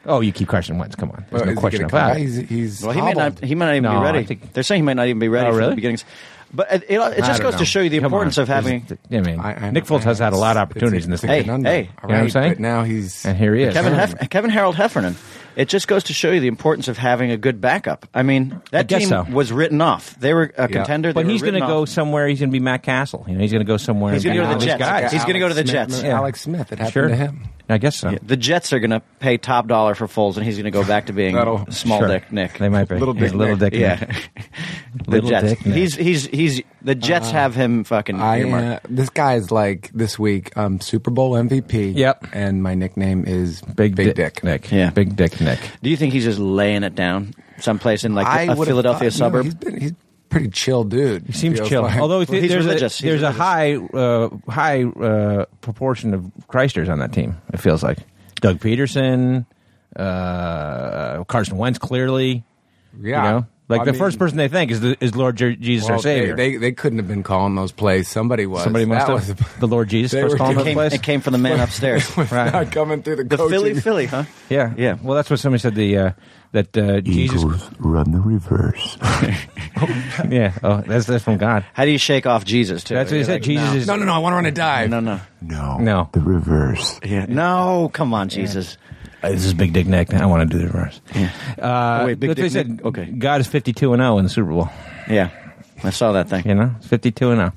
[SPEAKER 4] oh, you keep Carson Wentz. Come on, there's
[SPEAKER 7] Well,
[SPEAKER 4] no
[SPEAKER 7] is he
[SPEAKER 4] question
[SPEAKER 7] gonna
[SPEAKER 4] about
[SPEAKER 7] come
[SPEAKER 4] it.
[SPEAKER 7] back? He's, he's
[SPEAKER 8] Well, he might not.
[SPEAKER 7] hobbled.
[SPEAKER 8] He might not even
[SPEAKER 4] No,
[SPEAKER 8] be
[SPEAKER 4] I
[SPEAKER 8] ready.
[SPEAKER 4] think-
[SPEAKER 8] They're saying he might not even be ready
[SPEAKER 4] Oh,
[SPEAKER 8] for
[SPEAKER 4] really?
[SPEAKER 8] the beginnings. But it, it, it
[SPEAKER 4] I
[SPEAKER 8] just
[SPEAKER 4] don't
[SPEAKER 8] goes
[SPEAKER 4] know.
[SPEAKER 8] to show you the
[SPEAKER 4] Come
[SPEAKER 8] importance
[SPEAKER 4] on.
[SPEAKER 8] of having.
[SPEAKER 4] There's- I mean,
[SPEAKER 7] I- I-
[SPEAKER 4] Nick Foles has had a lot of
[SPEAKER 7] it's-
[SPEAKER 4] opportunities
[SPEAKER 7] it's-
[SPEAKER 4] in this
[SPEAKER 7] it's a
[SPEAKER 4] league.
[SPEAKER 8] Hey,
[SPEAKER 7] conundrum.
[SPEAKER 8] hey.
[SPEAKER 7] All
[SPEAKER 4] You know what I'm
[SPEAKER 7] right,
[SPEAKER 4] saying?
[SPEAKER 7] But now he's
[SPEAKER 4] and here he is.
[SPEAKER 8] Kevin, Hef- Kevin Harold Heffernan. It just goes to show you the importance of having a good backup. I mean, that
[SPEAKER 4] guess
[SPEAKER 8] team
[SPEAKER 4] so.
[SPEAKER 8] was written off. They were a contender.
[SPEAKER 4] but
[SPEAKER 8] they
[SPEAKER 4] he's
[SPEAKER 8] going to
[SPEAKER 4] go somewhere. He's going to be Matt Castle. You know, he's going to go somewhere.
[SPEAKER 8] He's
[SPEAKER 4] and
[SPEAKER 8] gonna
[SPEAKER 4] be
[SPEAKER 8] go to the
[SPEAKER 4] one of these
[SPEAKER 8] Jets.
[SPEAKER 4] Guys.
[SPEAKER 8] He's gonna go to the
[SPEAKER 7] Alex
[SPEAKER 8] Jets.
[SPEAKER 7] Smith-
[SPEAKER 4] Yeah.
[SPEAKER 7] Alex Smith. It happened
[SPEAKER 4] sure.
[SPEAKER 7] to him.
[SPEAKER 4] I guess so.
[SPEAKER 8] The Jets are going to pay top dollar for Foles, and he's going to go back to being
[SPEAKER 7] That'll-
[SPEAKER 8] small
[SPEAKER 4] Sure.
[SPEAKER 8] dick Nick.
[SPEAKER 4] They might be
[SPEAKER 7] Little
[SPEAKER 4] Yeah,
[SPEAKER 7] Dick
[SPEAKER 4] Little
[SPEAKER 7] Nick.
[SPEAKER 4] Dick.
[SPEAKER 8] yeah,
[SPEAKER 4] Nick.
[SPEAKER 8] the
[SPEAKER 4] Little
[SPEAKER 8] Jets.
[SPEAKER 4] Dick Nick.
[SPEAKER 8] He's he's he's the Jets have him fucking
[SPEAKER 7] I
[SPEAKER 8] earmarked.
[SPEAKER 7] uh, this guy is like this week um, Super Bowl MVP.
[SPEAKER 4] Yep.
[SPEAKER 7] and my nickname is
[SPEAKER 4] big,
[SPEAKER 7] Big
[SPEAKER 4] Di-
[SPEAKER 7] Dick.
[SPEAKER 4] Nick.
[SPEAKER 8] Yeah.
[SPEAKER 4] Big Dick Nick.
[SPEAKER 8] Do you think he's just laying it down someplace in like
[SPEAKER 7] I
[SPEAKER 8] a
[SPEAKER 7] would've
[SPEAKER 8] Philadelphia
[SPEAKER 7] thought- no,
[SPEAKER 8] suburb?
[SPEAKER 7] he's been he's pretty chill dude.
[SPEAKER 4] He seems
[SPEAKER 7] feels
[SPEAKER 4] chill.
[SPEAKER 7] like.
[SPEAKER 4] Although if
[SPEAKER 8] Well, he's
[SPEAKER 4] there's,
[SPEAKER 8] religious.
[SPEAKER 4] a,
[SPEAKER 8] He's
[SPEAKER 4] there's a
[SPEAKER 8] religious.
[SPEAKER 4] high uh, high uh, proportion of Christers on that team. It feels like Doug Peterson, uh, Carson Wentz. Clearly,
[SPEAKER 7] yeah,
[SPEAKER 4] you know, like
[SPEAKER 7] I
[SPEAKER 4] the
[SPEAKER 7] mean,
[SPEAKER 4] first person they think is the, is Lord Je- Jesus
[SPEAKER 7] well,
[SPEAKER 4] our Savior.
[SPEAKER 7] They, they they couldn't have been calling those plays. Somebody was.
[SPEAKER 4] Somebody must
[SPEAKER 7] That
[SPEAKER 4] have
[SPEAKER 7] was-
[SPEAKER 4] the Lord Jesus
[SPEAKER 7] They
[SPEAKER 4] was
[SPEAKER 7] were
[SPEAKER 4] calling
[SPEAKER 8] it,
[SPEAKER 4] that
[SPEAKER 8] came,
[SPEAKER 4] place.
[SPEAKER 8] it came from the man upstairs.
[SPEAKER 4] Right.
[SPEAKER 7] not coming through the,
[SPEAKER 8] The
[SPEAKER 7] coaching.
[SPEAKER 8] Philly, Philly, huh?
[SPEAKER 4] Yeah,
[SPEAKER 8] Yeah.
[SPEAKER 4] Well, that's what somebody said. The uh, that uh, Jesus,
[SPEAKER 9] run the reverse.
[SPEAKER 4] yeah. Oh, that's that's from God.
[SPEAKER 8] How do you shake off Jesus? Too?
[SPEAKER 4] That's what he
[SPEAKER 8] You're
[SPEAKER 4] said.
[SPEAKER 8] like,
[SPEAKER 4] Jesus is
[SPEAKER 7] No, no, no! I want to run a dive.
[SPEAKER 8] No, no,
[SPEAKER 9] No.
[SPEAKER 4] No.
[SPEAKER 9] The reverse.
[SPEAKER 8] yeah. no. Come on, Jesus.
[SPEAKER 4] Uh, this is Big Dick Nick. I want to do the reverse. Uh,
[SPEAKER 8] Oh, wait,
[SPEAKER 4] that's
[SPEAKER 8] Big
[SPEAKER 4] what
[SPEAKER 8] Dick
[SPEAKER 4] he said.
[SPEAKER 8] Nick? Okay.
[SPEAKER 4] God is fifty two and zero in the oh Super Bowl.
[SPEAKER 8] Yeah, I saw that thing.
[SPEAKER 4] You know, fifty two and zero.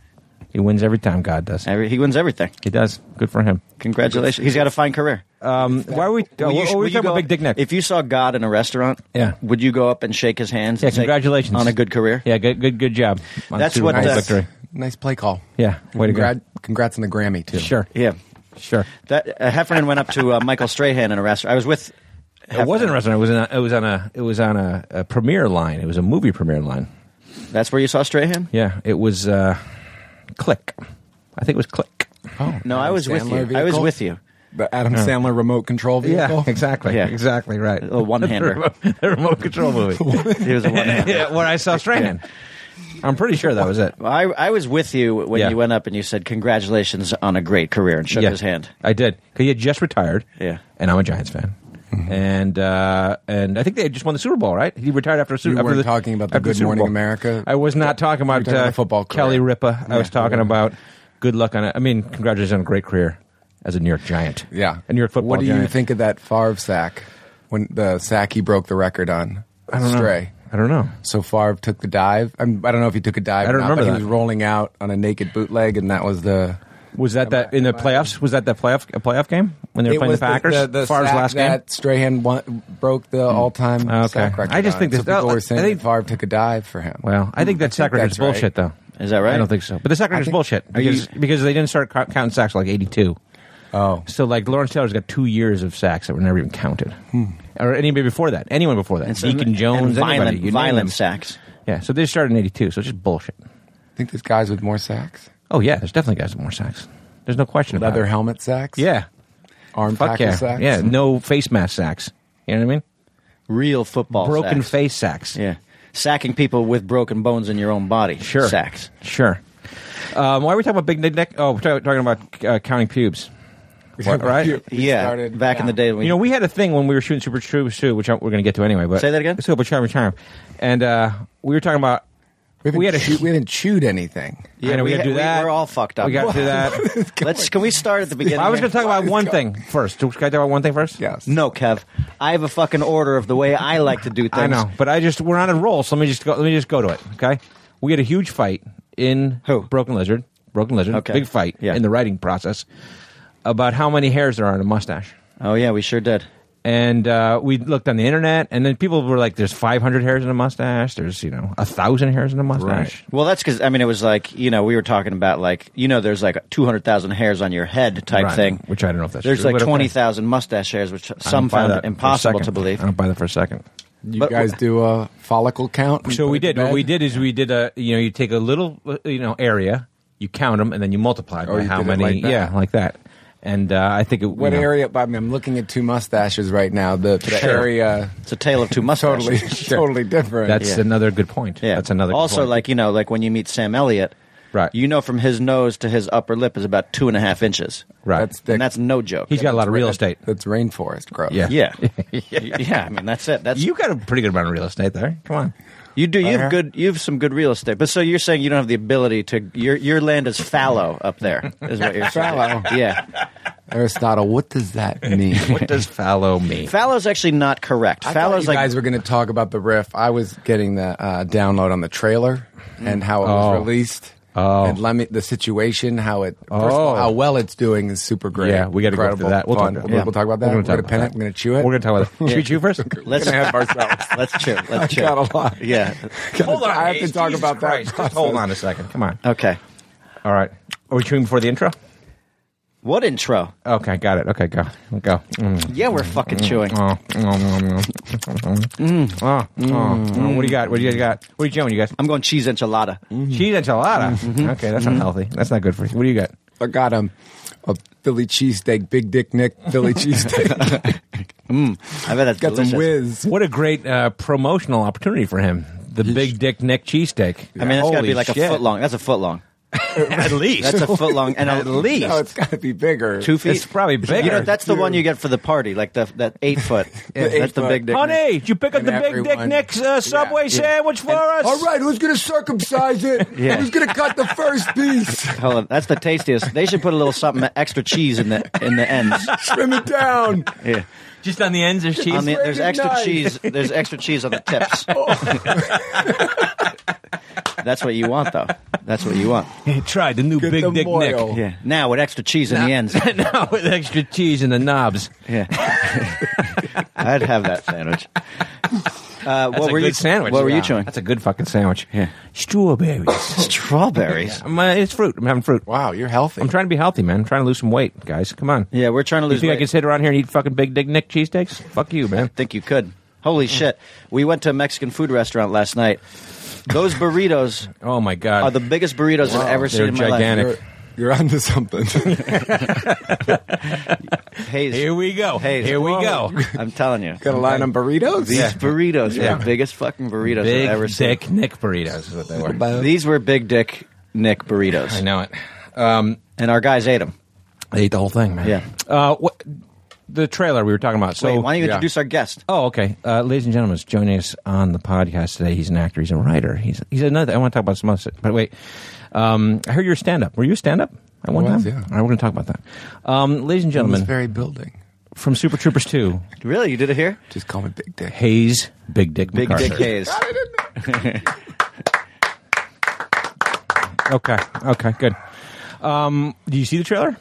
[SPEAKER 4] He wins every time. God does.
[SPEAKER 8] Every, he wins everything.
[SPEAKER 4] He does. Good for him.
[SPEAKER 8] Congratulations. He's got a fine career.
[SPEAKER 4] Um, why are we? Uh,
[SPEAKER 8] Will you-
[SPEAKER 4] what- what
[SPEAKER 8] will
[SPEAKER 4] were we talking
[SPEAKER 8] you go
[SPEAKER 4] about
[SPEAKER 8] up-
[SPEAKER 4] Big Dick Nick?
[SPEAKER 8] If you saw God in a restaurant,
[SPEAKER 4] Yeah.
[SPEAKER 8] would you go up and shake his hands?
[SPEAKER 4] yeah,
[SPEAKER 8] and say,
[SPEAKER 4] congratulations
[SPEAKER 8] on a good career.
[SPEAKER 4] Yeah, good, good, good job. on
[SPEAKER 8] That's
[SPEAKER 4] Super
[SPEAKER 8] what uh,
[SPEAKER 4] Bowl
[SPEAKER 8] the-
[SPEAKER 4] victory.
[SPEAKER 7] Nice play call.
[SPEAKER 4] Yeah, way to go.
[SPEAKER 7] Congrat- Congrats on the Grammy too.
[SPEAKER 4] Sure,
[SPEAKER 8] Yeah.
[SPEAKER 4] sure.
[SPEAKER 8] That uh, Heffernan went up to uh, Michael Strahan in a restaurant. I was with.
[SPEAKER 4] It wasn't a restaurant. It was on a. It was on a. It was on a, a premiere line. It was a movie premiere line.
[SPEAKER 8] That's where you saw Strahan.
[SPEAKER 4] Yeah, it was uh, Click. I think it was Click.
[SPEAKER 7] Oh,
[SPEAKER 8] No, I was with you.
[SPEAKER 7] Sandler
[SPEAKER 8] I was
[SPEAKER 7] vehicle?
[SPEAKER 8] with you.
[SPEAKER 7] The Adam Sandler remote control vehicle.
[SPEAKER 4] Yeah, exactly.
[SPEAKER 8] Yeah.
[SPEAKER 4] exactly right.
[SPEAKER 8] A
[SPEAKER 4] the,
[SPEAKER 8] one-hander.
[SPEAKER 4] remote, the remote control movie.
[SPEAKER 8] He was a one
[SPEAKER 4] yeah, where I saw Strahan. I'm pretty sure that was it.
[SPEAKER 8] Well, I, I was with you when
[SPEAKER 4] Yeah.
[SPEAKER 8] you went up and you said congratulations on a great career and shook
[SPEAKER 4] yeah,
[SPEAKER 8] his hand.
[SPEAKER 4] I did because he had just retired.
[SPEAKER 8] Yeah.
[SPEAKER 4] and I'm a Giants fan.
[SPEAKER 7] Mm-hmm.
[SPEAKER 4] And uh, and I think they had just won the Super Bowl, right? He retired after a Super.
[SPEAKER 7] You
[SPEAKER 4] after
[SPEAKER 7] weren't
[SPEAKER 4] the-
[SPEAKER 7] talking about the
[SPEAKER 4] after
[SPEAKER 7] Good
[SPEAKER 4] Super
[SPEAKER 7] Morning
[SPEAKER 4] Bowl.
[SPEAKER 7] America?
[SPEAKER 4] I was not talking about,
[SPEAKER 7] talking
[SPEAKER 4] uh,
[SPEAKER 7] about the football career.
[SPEAKER 4] Kelly Ripa. I was
[SPEAKER 7] Yeah. Mm-hmm.
[SPEAKER 4] talking about good luck on it. I mean, congratulations on a great career as a New York Giant.
[SPEAKER 7] Yeah.
[SPEAKER 4] a New York football.
[SPEAKER 7] What do you
[SPEAKER 4] Giant.
[SPEAKER 7] think of that Favre sack when the sack he broke the record on?
[SPEAKER 4] I don't know.
[SPEAKER 7] Stray.
[SPEAKER 4] I don't know.
[SPEAKER 7] So Favre took the dive. I, mean, I don't know if he took a dive.
[SPEAKER 4] I don't
[SPEAKER 7] or not,
[SPEAKER 4] remember
[SPEAKER 7] but
[SPEAKER 4] that.
[SPEAKER 7] He was rolling out on a naked bootleg, and that was the.
[SPEAKER 4] Was that that in the playoffs? Was that that playoff a playoff game when they were
[SPEAKER 7] It
[SPEAKER 4] playing the
[SPEAKER 7] was
[SPEAKER 4] Packers?
[SPEAKER 7] The, the
[SPEAKER 4] Favre's
[SPEAKER 7] sack
[SPEAKER 4] last game. Hmm.
[SPEAKER 7] that Strahan won, broke the all-time
[SPEAKER 4] Okay.
[SPEAKER 7] sack record.
[SPEAKER 4] I just
[SPEAKER 7] on.
[SPEAKER 4] think
[SPEAKER 7] so
[SPEAKER 4] this-
[SPEAKER 7] people
[SPEAKER 4] I- I
[SPEAKER 7] were saying
[SPEAKER 4] think-
[SPEAKER 7] that Favre took a dive for him.
[SPEAKER 4] Well, I think that sack
[SPEAKER 7] think
[SPEAKER 4] record's
[SPEAKER 7] that's
[SPEAKER 4] bullshit,
[SPEAKER 7] right.
[SPEAKER 4] though.
[SPEAKER 8] Is that right?
[SPEAKER 4] I don't think so. But the sack record's
[SPEAKER 7] think-
[SPEAKER 4] bullshit
[SPEAKER 7] Are you-
[SPEAKER 4] because, because they didn't start co- counting sacks till like 82.
[SPEAKER 7] oh,
[SPEAKER 4] So, like, Lawrence Taylor's got two years of sacks that were never even counted. Or anybody before that. Anyone before that.
[SPEAKER 8] And so-
[SPEAKER 4] Deacon Jones,
[SPEAKER 8] and
[SPEAKER 4] anybody.
[SPEAKER 8] violent,
[SPEAKER 4] You name
[SPEAKER 8] violent
[SPEAKER 4] them.
[SPEAKER 8] sacks.
[SPEAKER 4] Yeah, so they started in 82, so it's just bullshit.
[SPEAKER 7] think there's guys with more sacks,
[SPEAKER 4] Oh, yeah, there's definitely guys with more sacks. There's no question about
[SPEAKER 7] leather
[SPEAKER 4] it.
[SPEAKER 7] helmet sacks,
[SPEAKER 4] Yeah.
[SPEAKER 7] arm
[SPEAKER 4] Fuck
[SPEAKER 7] tackle
[SPEAKER 4] yeah.
[SPEAKER 7] sacks,
[SPEAKER 4] Yeah, no face mask sacks. You know what I mean?
[SPEAKER 8] Real football
[SPEAKER 4] Broken
[SPEAKER 8] sacks.
[SPEAKER 4] face sacks.
[SPEAKER 8] Yeah. Sacking people with broken bones in your own body.
[SPEAKER 4] Sure.
[SPEAKER 8] Sacks.
[SPEAKER 4] Sure. Um, why are we talking about big neck? neck? Oh, we're ta- talking about uh, counting pubes. What, right?
[SPEAKER 7] We
[SPEAKER 8] yeah.
[SPEAKER 7] started-
[SPEAKER 8] back in
[SPEAKER 7] yeah.
[SPEAKER 8] the day when
[SPEAKER 4] You know, we had a thing when we were shooting Super Troops too, which I, we're going to get to anyway. But
[SPEAKER 8] Say that again?
[SPEAKER 4] Super Troops, Troops, and uh, we were talking about
[SPEAKER 7] We,
[SPEAKER 4] we had a
[SPEAKER 7] haven't chewed- we haven't chewed anything.
[SPEAKER 4] I know we,
[SPEAKER 8] we
[SPEAKER 4] got to
[SPEAKER 8] ha-
[SPEAKER 4] do
[SPEAKER 8] we-
[SPEAKER 4] that.
[SPEAKER 8] we're all fucked up.
[SPEAKER 4] We got to do that.
[SPEAKER 8] Let's can we start at the beginning?
[SPEAKER 4] I was
[SPEAKER 8] here?
[SPEAKER 4] going to talk about one thing first. Can I talk about one thing first?
[SPEAKER 7] Yes.
[SPEAKER 8] No, Kev. I have a fucking order of the way I like to do things.
[SPEAKER 4] I know, but I just we're on a roll, so let me just go. Let me just go to it. Okay, we had a huge fight in
[SPEAKER 8] Who?
[SPEAKER 4] Broken Lizard, Broken Lizard,
[SPEAKER 8] Okay.
[SPEAKER 4] big fight
[SPEAKER 8] Yeah.
[SPEAKER 4] in the writing process about how many hairs there are in a mustache.
[SPEAKER 8] Oh yeah, we sure did.
[SPEAKER 4] and uh, we looked on the internet, and then people were like, "There's 500 hairs in a mustache. There's you know a thousand hairs in a mustache."
[SPEAKER 8] Well, that's because I mean it was like you know we were talking about like you know there's like two hundred thousand hairs on your head type
[SPEAKER 4] Right.
[SPEAKER 8] thing,
[SPEAKER 4] Which I don't know if that's
[SPEAKER 8] there's
[SPEAKER 4] true, but
[SPEAKER 8] like
[SPEAKER 4] okay.
[SPEAKER 8] twenty thousand mustache hairs, which
[SPEAKER 4] I don't
[SPEAKER 8] some
[SPEAKER 4] buy
[SPEAKER 8] found
[SPEAKER 4] that for a
[SPEAKER 8] impossible
[SPEAKER 4] second.
[SPEAKER 8] to believe.
[SPEAKER 4] I don't buy that for a second.
[SPEAKER 7] You
[SPEAKER 8] But-
[SPEAKER 7] guys do a follicle count. and
[SPEAKER 4] So
[SPEAKER 7] put
[SPEAKER 4] we
[SPEAKER 7] it to
[SPEAKER 4] did. What we
[SPEAKER 7] bed?
[SPEAKER 4] did is we did a you know you take a little uh, you know area, you count them, and then you multiply
[SPEAKER 7] Oh,
[SPEAKER 4] by
[SPEAKER 7] you
[SPEAKER 4] how
[SPEAKER 7] did it
[SPEAKER 4] many.
[SPEAKER 7] like that.
[SPEAKER 4] yeah, like that. And uh, I think it.
[SPEAKER 7] What
[SPEAKER 4] you know,
[SPEAKER 7] area? I mean, I'm looking at two mustaches right now. The, the
[SPEAKER 4] Sure.
[SPEAKER 7] area
[SPEAKER 8] It's a tale of two mustaches.
[SPEAKER 7] totally, totally different.
[SPEAKER 4] That's
[SPEAKER 8] Yeah.
[SPEAKER 4] another good point.
[SPEAKER 8] Yeah,
[SPEAKER 4] That's another. good
[SPEAKER 8] Also,
[SPEAKER 4] point.
[SPEAKER 8] like you know, like when you meet Sam Elliott,
[SPEAKER 4] Right.
[SPEAKER 8] You know, from his nose to his upper lip is about two and a half inches,
[SPEAKER 4] right.
[SPEAKER 7] that's thick.
[SPEAKER 8] and that's no joke.
[SPEAKER 4] He's got a lot of real estate.
[SPEAKER 7] That's rainforest growth.
[SPEAKER 4] Yeah.
[SPEAKER 8] yeah, yeah. I mean, that's it. That's
[SPEAKER 4] You got a pretty good amount of real estate there. Come on.
[SPEAKER 8] You do. You
[SPEAKER 7] Uh-huh.
[SPEAKER 8] have good. You have some good real estate. But so you're saying you don't have the ability to. Your your land is fallow up there. Is what you're saying.
[SPEAKER 7] Fallow.
[SPEAKER 8] Yeah.
[SPEAKER 7] Aristotle, what does that mean?
[SPEAKER 4] What does fallow mean?
[SPEAKER 8] Fallow's actually not correct.
[SPEAKER 7] I thought
[SPEAKER 8] fallow's
[SPEAKER 7] you
[SPEAKER 8] like
[SPEAKER 7] guys were going to talk about the riff. I was getting the uh, download on the trailer and how it was
[SPEAKER 4] Oh.
[SPEAKER 7] released.
[SPEAKER 4] Oh.
[SPEAKER 7] And Lemmy, the situation, how it, first of
[SPEAKER 4] Oh.
[SPEAKER 7] all, how well it's doing is super great.
[SPEAKER 4] Yeah, we got to go
[SPEAKER 7] Incredible,
[SPEAKER 4] through that. We'll
[SPEAKER 7] fun.
[SPEAKER 4] talk about
[SPEAKER 7] we'll,
[SPEAKER 4] that.
[SPEAKER 7] we'll talk about that. We're
[SPEAKER 4] We're
[SPEAKER 7] going
[SPEAKER 4] gonna
[SPEAKER 7] to
[SPEAKER 4] talk
[SPEAKER 7] pen
[SPEAKER 4] about
[SPEAKER 7] it.
[SPEAKER 4] that.
[SPEAKER 7] We're going to chew it.
[SPEAKER 4] We're going to talk about that. Should we chew first?
[SPEAKER 8] let's
[SPEAKER 7] have ourselves.
[SPEAKER 8] let's chew. Let's chew.
[SPEAKER 7] got a lot.
[SPEAKER 8] Yeah.
[SPEAKER 4] hold on.
[SPEAKER 7] I have to
[SPEAKER 4] Ace.
[SPEAKER 7] talk
[SPEAKER 4] Jesus
[SPEAKER 7] about that
[SPEAKER 4] Christ. Just
[SPEAKER 7] process.
[SPEAKER 4] hold on a second. Come on.
[SPEAKER 8] Okay.
[SPEAKER 4] All right. Are we chewing before the intro?
[SPEAKER 8] What intro?
[SPEAKER 4] Okay, got it. Okay, go. Go. Mm.
[SPEAKER 8] Yeah, we're fucking
[SPEAKER 7] Mm-hmm.
[SPEAKER 8] chewing.
[SPEAKER 4] Oh, mm, mm, mm. Oh, oh,
[SPEAKER 7] Mm.
[SPEAKER 4] oh. What do you got? What do you got? What are you chewing, you guys?
[SPEAKER 8] I'm going cheese enchilada.
[SPEAKER 7] Mm-hmm.
[SPEAKER 4] Cheese enchilada. Okay, that's not healthy. That's not good for you. What do you got?
[SPEAKER 7] I got um, a Philly cheesesteak, Big Dick Nick Philly cheesesteak.
[SPEAKER 8] I bet that's
[SPEAKER 7] got
[SPEAKER 8] delicious.
[SPEAKER 7] some whiz.
[SPEAKER 4] What a great uh, promotional opportunity for him. The Big Dick Nick cheesesteak.
[SPEAKER 8] I mean, that's got to be like a foot
[SPEAKER 4] long.
[SPEAKER 8] long. That's a foot long.
[SPEAKER 4] At least.
[SPEAKER 8] That's a foot long and at least
[SPEAKER 7] No, it's got to be bigger.
[SPEAKER 8] two feet.
[SPEAKER 4] It's probably
[SPEAKER 8] You know,
[SPEAKER 4] bigger.
[SPEAKER 8] that's the one you get for the party, like the that eight foot. that's
[SPEAKER 7] eight
[SPEAKER 8] the
[SPEAKER 7] foot.
[SPEAKER 8] big dick.
[SPEAKER 4] Honey, did you pick up
[SPEAKER 7] And
[SPEAKER 4] the Big Dick
[SPEAKER 7] everyone-
[SPEAKER 4] Nick's uh, Subway
[SPEAKER 7] Yeah.
[SPEAKER 4] sandwich for us?
[SPEAKER 7] All right, who's going to circumcise it?
[SPEAKER 8] Yeah.
[SPEAKER 7] Who's going to cut the first piece?
[SPEAKER 8] Hold on, that's the tastiest. They should put a little something extra cheese in the in the ends.
[SPEAKER 7] Trim it down.
[SPEAKER 8] Yeah.
[SPEAKER 4] Just on the ends, there's cheese.
[SPEAKER 8] On the, there's
[SPEAKER 7] Where
[SPEAKER 8] extra
[SPEAKER 7] did I-
[SPEAKER 4] Oh.
[SPEAKER 8] cheese. There's extra cheese on the tips. That's what you want, though. That's what you want.
[SPEAKER 4] Try the new
[SPEAKER 7] Get
[SPEAKER 4] Big
[SPEAKER 7] the
[SPEAKER 4] Dick
[SPEAKER 7] moil.
[SPEAKER 8] Yeah. Now with extra cheese in the ends.
[SPEAKER 4] Nick. no, with extra cheese and the knobs.
[SPEAKER 8] Yeah. I'd have that sandwich. Uh,
[SPEAKER 4] That's
[SPEAKER 8] what
[SPEAKER 4] a
[SPEAKER 8] were
[SPEAKER 4] good
[SPEAKER 8] you
[SPEAKER 4] sandwich.
[SPEAKER 8] What were you
[SPEAKER 4] Yeah.
[SPEAKER 8] chewing?
[SPEAKER 4] That's a good fucking sandwich.
[SPEAKER 8] Yeah.
[SPEAKER 4] Strawberries.
[SPEAKER 8] Strawberries.
[SPEAKER 4] I'm, uh, it's fruit. I'm having fruit.
[SPEAKER 7] Wow, you're healthy.
[SPEAKER 4] I'm trying to be healthy, man. I'm trying to lose some weight, guys. Come on.
[SPEAKER 8] Yeah, we're trying to
[SPEAKER 4] You
[SPEAKER 8] lose
[SPEAKER 4] think I
[SPEAKER 8] weight.
[SPEAKER 4] can sit around here and eat fucking Big Dick Nick cheesesteaks? Fuck you, man.
[SPEAKER 8] think you could. Holy shit. We went to a Mexican food restaurant last night. Those burritos
[SPEAKER 4] Oh my god.
[SPEAKER 8] are the biggest burritos I've ever seen
[SPEAKER 4] they're
[SPEAKER 8] in my
[SPEAKER 4] gigantic.
[SPEAKER 7] You're, you're onto something.
[SPEAKER 8] life. Hayes.
[SPEAKER 4] Here we go.
[SPEAKER 8] Hayes.
[SPEAKER 4] Here we go.
[SPEAKER 8] I'm telling you.
[SPEAKER 7] Got a line on burritos?
[SPEAKER 8] These burritos
[SPEAKER 4] Yeah.
[SPEAKER 8] were the biggest fucking burritos
[SPEAKER 4] Big
[SPEAKER 8] I've ever
[SPEAKER 4] Dick Nick burritos is what they were.
[SPEAKER 8] seen. These were big dick Nick burritos.
[SPEAKER 4] I know it. Um,
[SPEAKER 8] And our guys ate them.
[SPEAKER 4] I ate the whole thing, man.
[SPEAKER 8] Yeah.
[SPEAKER 4] Uh, what, the trailer we were talking about. So
[SPEAKER 8] Wait, why don't you
[SPEAKER 4] yeah.
[SPEAKER 8] introduce our guest?
[SPEAKER 4] Oh, okay. Uh, ladies and gentlemen, joining us on the podcast today. He's an actor. He's a writer. He's he's another. I want to talk about some other shit, But wait, um, I heard you're a stand up. Were you a stand up at one
[SPEAKER 7] was,
[SPEAKER 4] time?
[SPEAKER 7] yeah.
[SPEAKER 4] All right, we're going to talk about that. Um, ladies and
[SPEAKER 7] In this
[SPEAKER 4] gentlemen,
[SPEAKER 7] very building.
[SPEAKER 4] from Super Troopers 2,
[SPEAKER 8] Really? You did it here?
[SPEAKER 7] Just call me Big Dick.
[SPEAKER 4] Hayes Big Dick
[SPEAKER 8] Big
[SPEAKER 4] MacArthur.
[SPEAKER 8] Dick Hayes.
[SPEAKER 4] Okay. Okay. Good. Um, do you see the trailer?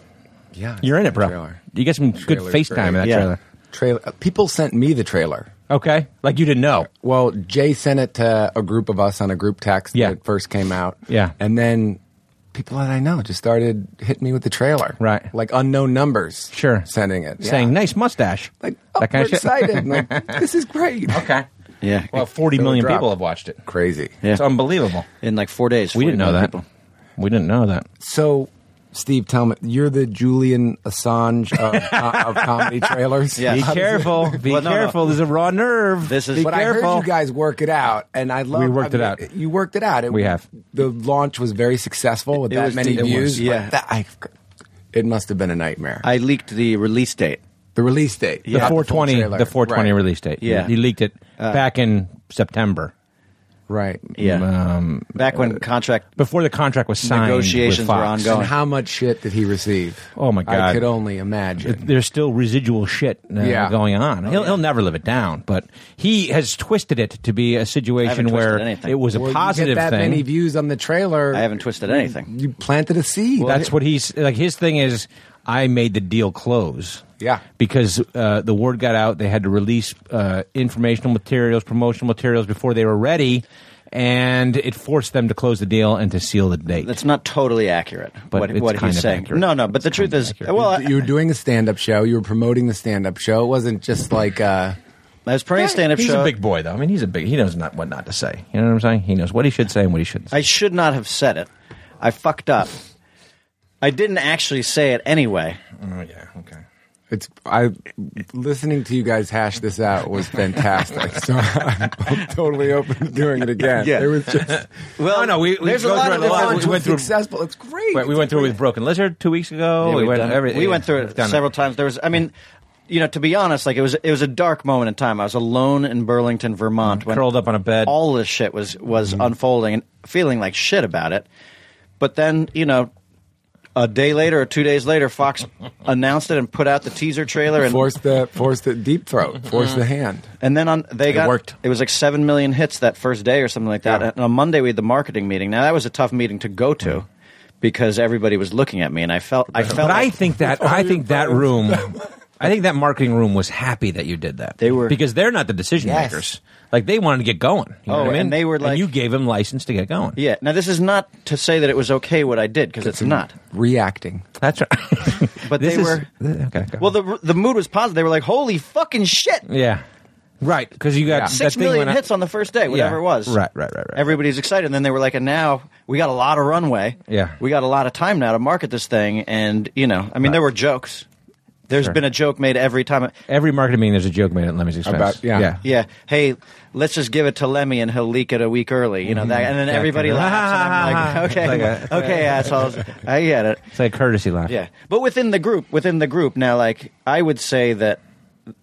[SPEAKER 7] Yeah.
[SPEAKER 4] You're in it, bro.
[SPEAKER 7] Trailer.
[SPEAKER 4] You get some good
[SPEAKER 7] Trailer's
[SPEAKER 4] FaceTime in
[SPEAKER 7] great.
[SPEAKER 4] that
[SPEAKER 8] Yeah.
[SPEAKER 4] trailer.
[SPEAKER 7] Trailer. uh, People sent me the trailer.
[SPEAKER 4] Okay. Like you didn't know.
[SPEAKER 7] Well, Jay sent it to a group of us on a group text
[SPEAKER 4] Yeah.
[SPEAKER 7] when it first came out.
[SPEAKER 4] Yeah.
[SPEAKER 7] And then people that I know just started hitting me with the trailer.
[SPEAKER 4] Right.
[SPEAKER 7] Like unknown numbers.
[SPEAKER 4] Sure.
[SPEAKER 7] Sending it. Yeah.
[SPEAKER 4] Saying nice mustache.
[SPEAKER 7] Like, oh,
[SPEAKER 4] that kind
[SPEAKER 7] we're
[SPEAKER 4] of shit.
[SPEAKER 7] excited. I'm like, this is great.
[SPEAKER 4] Okay.
[SPEAKER 8] Yeah.
[SPEAKER 4] Well, 40
[SPEAKER 7] It'll
[SPEAKER 4] million
[SPEAKER 7] drop.
[SPEAKER 4] people have watched it.
[SPEAKER 7] Crazy.
[SPEAKER 8] Yeah.
[SPEAKER 4] It's unbelievable.
[SPEAKER 8] In like four days.
[SPEAKER 4] We
[SPEAKER 8] 40
[SPEAKER 4] didn't know
[SPEAKER 8] million
[SPEAKER 4] that.
[SPEAKER 8] people.
[SPEAKER 4] We didn't know that.
[SPEAKER 7] So, Steve, tell me, you're the Julian Assange of, uh, of comedy trailers.
[SPEAKER 8] Yeah.
[SPEAKER 4] Be
[SPEAKER 8] How does
[SPEAKER 4] careful. Be
[SPEAKER 8] Well, no, no.
[SPEAKER 4] careful. There's a raw nerve.
[SPEAKER 8] This is-
[SPEAKER 4] Be
[SPEAKER 7] But
[SPEAKER 4] careful.
[SPEAKER 7] I heard you guys work it out, and I love.
[SPEAKER 4] We worked
[SPEAKER 7] I
[SPEAKER 4] it
[SPEAKER 7] mean,
[SPEAKER 4] out.
[SPEAKER 7] You worked it out. It,
[SPEAKER 4] We have.
[SPEAKER 7] The launch was very successful with
[SPEAKER 8] It
[SPEAKER 7] that
[SPEAKER 8] was-
[SPEAKER 7] many
[SPEAKER 8] it was,
[SPEAKER 7] views. but
[SPEAKER 8] yeah.
[SPEAKER 7] that- I- it must have been a nightmare.
[SPEAKER 8] I leaked the release date.
[SPEAKER 7] the release date.
[SPEAKER 4] the
[SPEAKER 7] not full
[SPEAKER 4] 420,
[SPEAKER 7] trailer.
[SPEAKER 4] the 420
[SPEAKER 7] Right.
[SPEAKER 4] release date.
[SPEAKER 8] Yeah.
[SPEAKER 4] He leaked it back in September.
[SPEAKER 7] Right.
[SPEAKER 8] Yeah.
[SPEAKER 4] Um,
[SPEAKER 8] Back when contract
[SPEAKER 4] before the contract was signed. with
[SPEAKER 8] Negotiations were
[SPEAKER 4] Fox.
[SPEAKER 8] ongoing.
[SPEAKER 7] And how much shit did he receive?
[SPEAKER 4] Oh, my
[SPEAKER 7] I
[SPEAKER 4] God.
[SPEAKER 7] could only imagine.
[SPEAKER 4] there's still residual shit uh,
[SPEAKER 7] Yeah.
[SPEAKER 4] going on. He'll, he'll never live it down, but he has twisted it to be a situation
[SPEAKER 8] twisted
[SPEAKER 4] where
[SPEAKER 8] anything.
[SPEAKER 4] it was a
[SPEAKER 7] Well, you
[SPEAKER 4] positive
[SPEAKER 7] get that
[SPEAKER 4] thing.
[SPEAKER 7] many views on the trailer.
[SPEAKER 8] I haven't twisted anything.
[SPEAKER 7] You planted a seed.
[SPEAKER 4] That's what he's like. His thing is, I made the deal close.
[SPEAKER 7] Yeah.
[SPEAKER 4] because uh, the word got out, they had to release uh, informational materials, promotional materials before they were ready, and it forced them to close the deal and to seal the date.
[SPEAKER 8] That's not totally accurate.
[SPEAKER 4] But
[SPEAKER 8] what
[SPEAKER 4] it's
[SPEAKER 8] what
[SPEAKER 4] kind
[SPEAKER 8] he's
[SPEAKER 4] of
[SPEAKER 8] saying.
[SPEAKER 4] accurate.
[SPEAKER 8] No, no. But the truth is, well, I,
[SPEAKER 7] you were doing a stand-up show. You were promoting the stand-up show. It wasn't just like. Uh,
[SPEAKER 8] I was playing a stand-up
[SPEAKER 4] he's
[SPEAKER 8] show.
[SPEAKER 4] a big boy, though. I mean, he's a big. He knows not what not to say. You know what I'm saying? He knows what he should say and what he shouldn't. say.
[SPEAKER 8] I should not have said it. I fucked up. I didn't actually say it anyway.
[SPEAKER 4] Oh yeah, okay.
[SPEAKER 7] It's I listening to you guys hash this out was fantastic. so I'm, totally open to doing it again.
[SPEAKER 8] Yeah.
[SPEAKER 7] It was just
[SPEAKER 8] Well,
[SPEAKER 4] No, no, we- we
[SPEAKER 8] there's a
[SPEAKER 4] go
[SPEAKER 8] lot
[SPEAKER 4] through
[SPEAKER 8] of
[SPEAKER 4] it a lot.
[SPEAKER 8] different.
[SPEAKER 7] we went
[SPEAKER 4] through-
[SPEAKER 7] through successful. It's great.
[SPEAKER 4] Wait, we went through it with Broken Lizard two weeks ago.
[SPEAKER 8] Yeah,
[SPEAKER 4] we
[SPEAKER 8] we've
[SPEAKER 4] went
[SPEAKER 8] done it.
[SPEAKER 4] every-
[SPEAKER 8] We went through it
[SPEAKER 4] we've done
[SPEAKER 8] several times. There was, I mean, you know, to be honest, like it was, it was a dark moment in time. I was alone in Burlington, Vermont, when
[SPEAKER 4] Curled up Mm-hmm. on a bed.
[SPEAKER 8] All this shit was was unfolding and feeling like shit about it. But then, you know, a day later or two days later, Fox announced it and put out the teaser trailer, and
[SPEAKER 7] Force the force the deep throat. Force the hand.
[SPEAKER 8] and then on they got
[SPEAKER 4] worked.
[SPEAKER 8] It was like seven million hits that first day or something like that. And on Monday we had the marketing meeting. Now that was a tough meeting to go to. Because everybody was looking at me, and I felt I felt
[SPEAKER 4] Mm. But I
[SPEAKER 8] like-
[SPEAKER 4] think that I think that room, I think that marketing room was happy that you did that.
[SPEAKER 8] They were-
[SPEAKER 4] because they're not the decision
[SPEAKER 7] Yes.
[SPEAKER 4] makers. Like they wanted to get going. You know
[SPEAKER 8] Oh,
[SPEAKER 4] what I mean?
[SPEAKER 8] and they were like-
[SPEAKER 4] you gave them license to get going.
[SPEAKER 8] Yeah. Now this is not to say that it was okay what I did because it's not.
[SPEAKER 7] Reacting.
[SPEAKER 4] that's right. Mm-hmm.
[SPEAKER 8] But
[SPEAKER 4] This
[SPEAKER 8] they
[SPEAKER 4] is-
[SPEAKER 8] were-
[SPEAKER 4] okay. go.
[SPEAKER 8] Well, the the mood was positive. They were like, "Holy fucking shit!"
[SPEAKER 4] yeah, right. Because you got
[SPEAKER 8] Six
[SPEAKER 4] that thing
[SPEAKER 8] million
[SPEAKER 4] went out-
[SPEAKER 8] hits on the first day, whatever
[SPEAKER 4] Yeah.
[SPEAKER 8] it was.
[SPEAKER 4] Right, right, right, right.
[SPEAKER 8] Everybody's excited, and then they were like, "And now we got a lot of runway.
[SPEAKER 4] Yeah.
[SPEAKER 8] we got a lot of time now to market this thing." And you know, I mean, there were jokes. There's
[SPEAKER 4] Sure.
[SPEAKER 8] been a joke made every time.
[SPEAKER 4] Every marketing meeting, there's a joke made at Lemmy's expense.
[SPEAKER 7] About- yeah.
[SPEAKER 4] yeah.
[SPEAKER 8] Yeah, hey, let's just give it to Lemmy and he'll leak it a week early. You know that,
[SPEAKER 4] Mm-hmm.
[SPEAKER 8] and then everybody laughs. And I'm like,
[SPEAKER 4] It's
[SPEAKER 8] okay, okay, assholes, I get it.
[SPEAKER 4] It's like courtesy laugh.
[SPEAKER 8] Yeah, but within the group, within the group now, like I would say that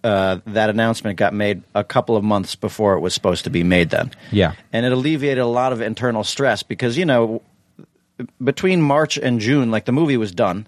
[SPEAKER 8] uh, that announcement got made a couple of months before it was supposed to be made. Then,
[SPEAKER 4] Yeah.
[SPEAKER 8] and it alleviated a lot of internal stress because you know between March and June, like the movie was done,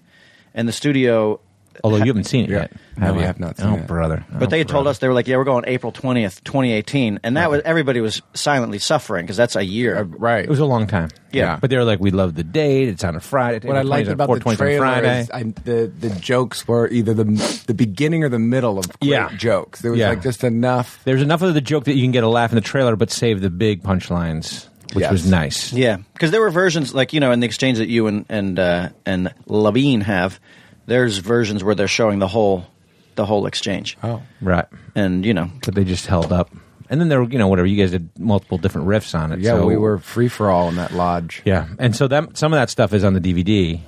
[SPEAKER 8] and the studio
[SPEAKER 4] Although you haven't seen it yet.
[SPEAKER 7] No,
[SPEAKER 4] have
[SPEAKER 7] I
[SPEAKER 4] you?
[SPEAKER 7] have not seen
[SPEAKER 4] oh,
[SPEAKER 7] it.
[SPEAKER 4] brother.
[SPEAKER 8] But they had told us they were like, "Yeah, we're going April twentieth, twenty eighteen, and that was everybody was silently suffering because that's a year.
[SPEAKER 7] right.
[SPEAKER 4] It was a long time.
[SPEAKER 8] Yeah.
[SPEAKER 4] But they were like, we love the date. It's on a Friday.
[SPEAKER 7] what I liked
[SPEAKER 4] April
[SPEAKER 7] about
[SPEAKER 4] 20th, 420th
[SPEAKER 7] the
[SPEAKER 4] on
[SPEAKER 7] trailer
[SPEAKER 4] Friday.
[SPEAKER 7] is I, the the jokes were either the the beginning or the middle of great
[SPEAKER 4] Yeah.
[SPEAKER 7] jokes. There was
[SPEAKER 4] Yeah.
[SPEAKER 7] like just enough.
[SPEAKER 4] There's enough of the joke that you can get a laugh in the trailer, but save the big punchlines, which
[SPEAKER 7] Yes.
[SPEAKER 4] was nice.
[SPEAKER 8] Yeah, because there were versions like you know in the exchange that you and and uh, and Levine have. There's versions where they're showing the whole the whole exchange.
[SPEAKER 7] Oh,
[SPEAKER 4] Right.
[SPEAKER 8] and you know
[SPEAKER 4] But they just held up. And then there were, you know, whatever. You guys did multiple different riffs on it.
[SPEAKER 7] yeah,
[SPEAKER 4] so-
[SPEAKER 7] we were free for all in that lodge.
[SPEAKER 4] Yeah. And so that some of that stuff is on the DVD.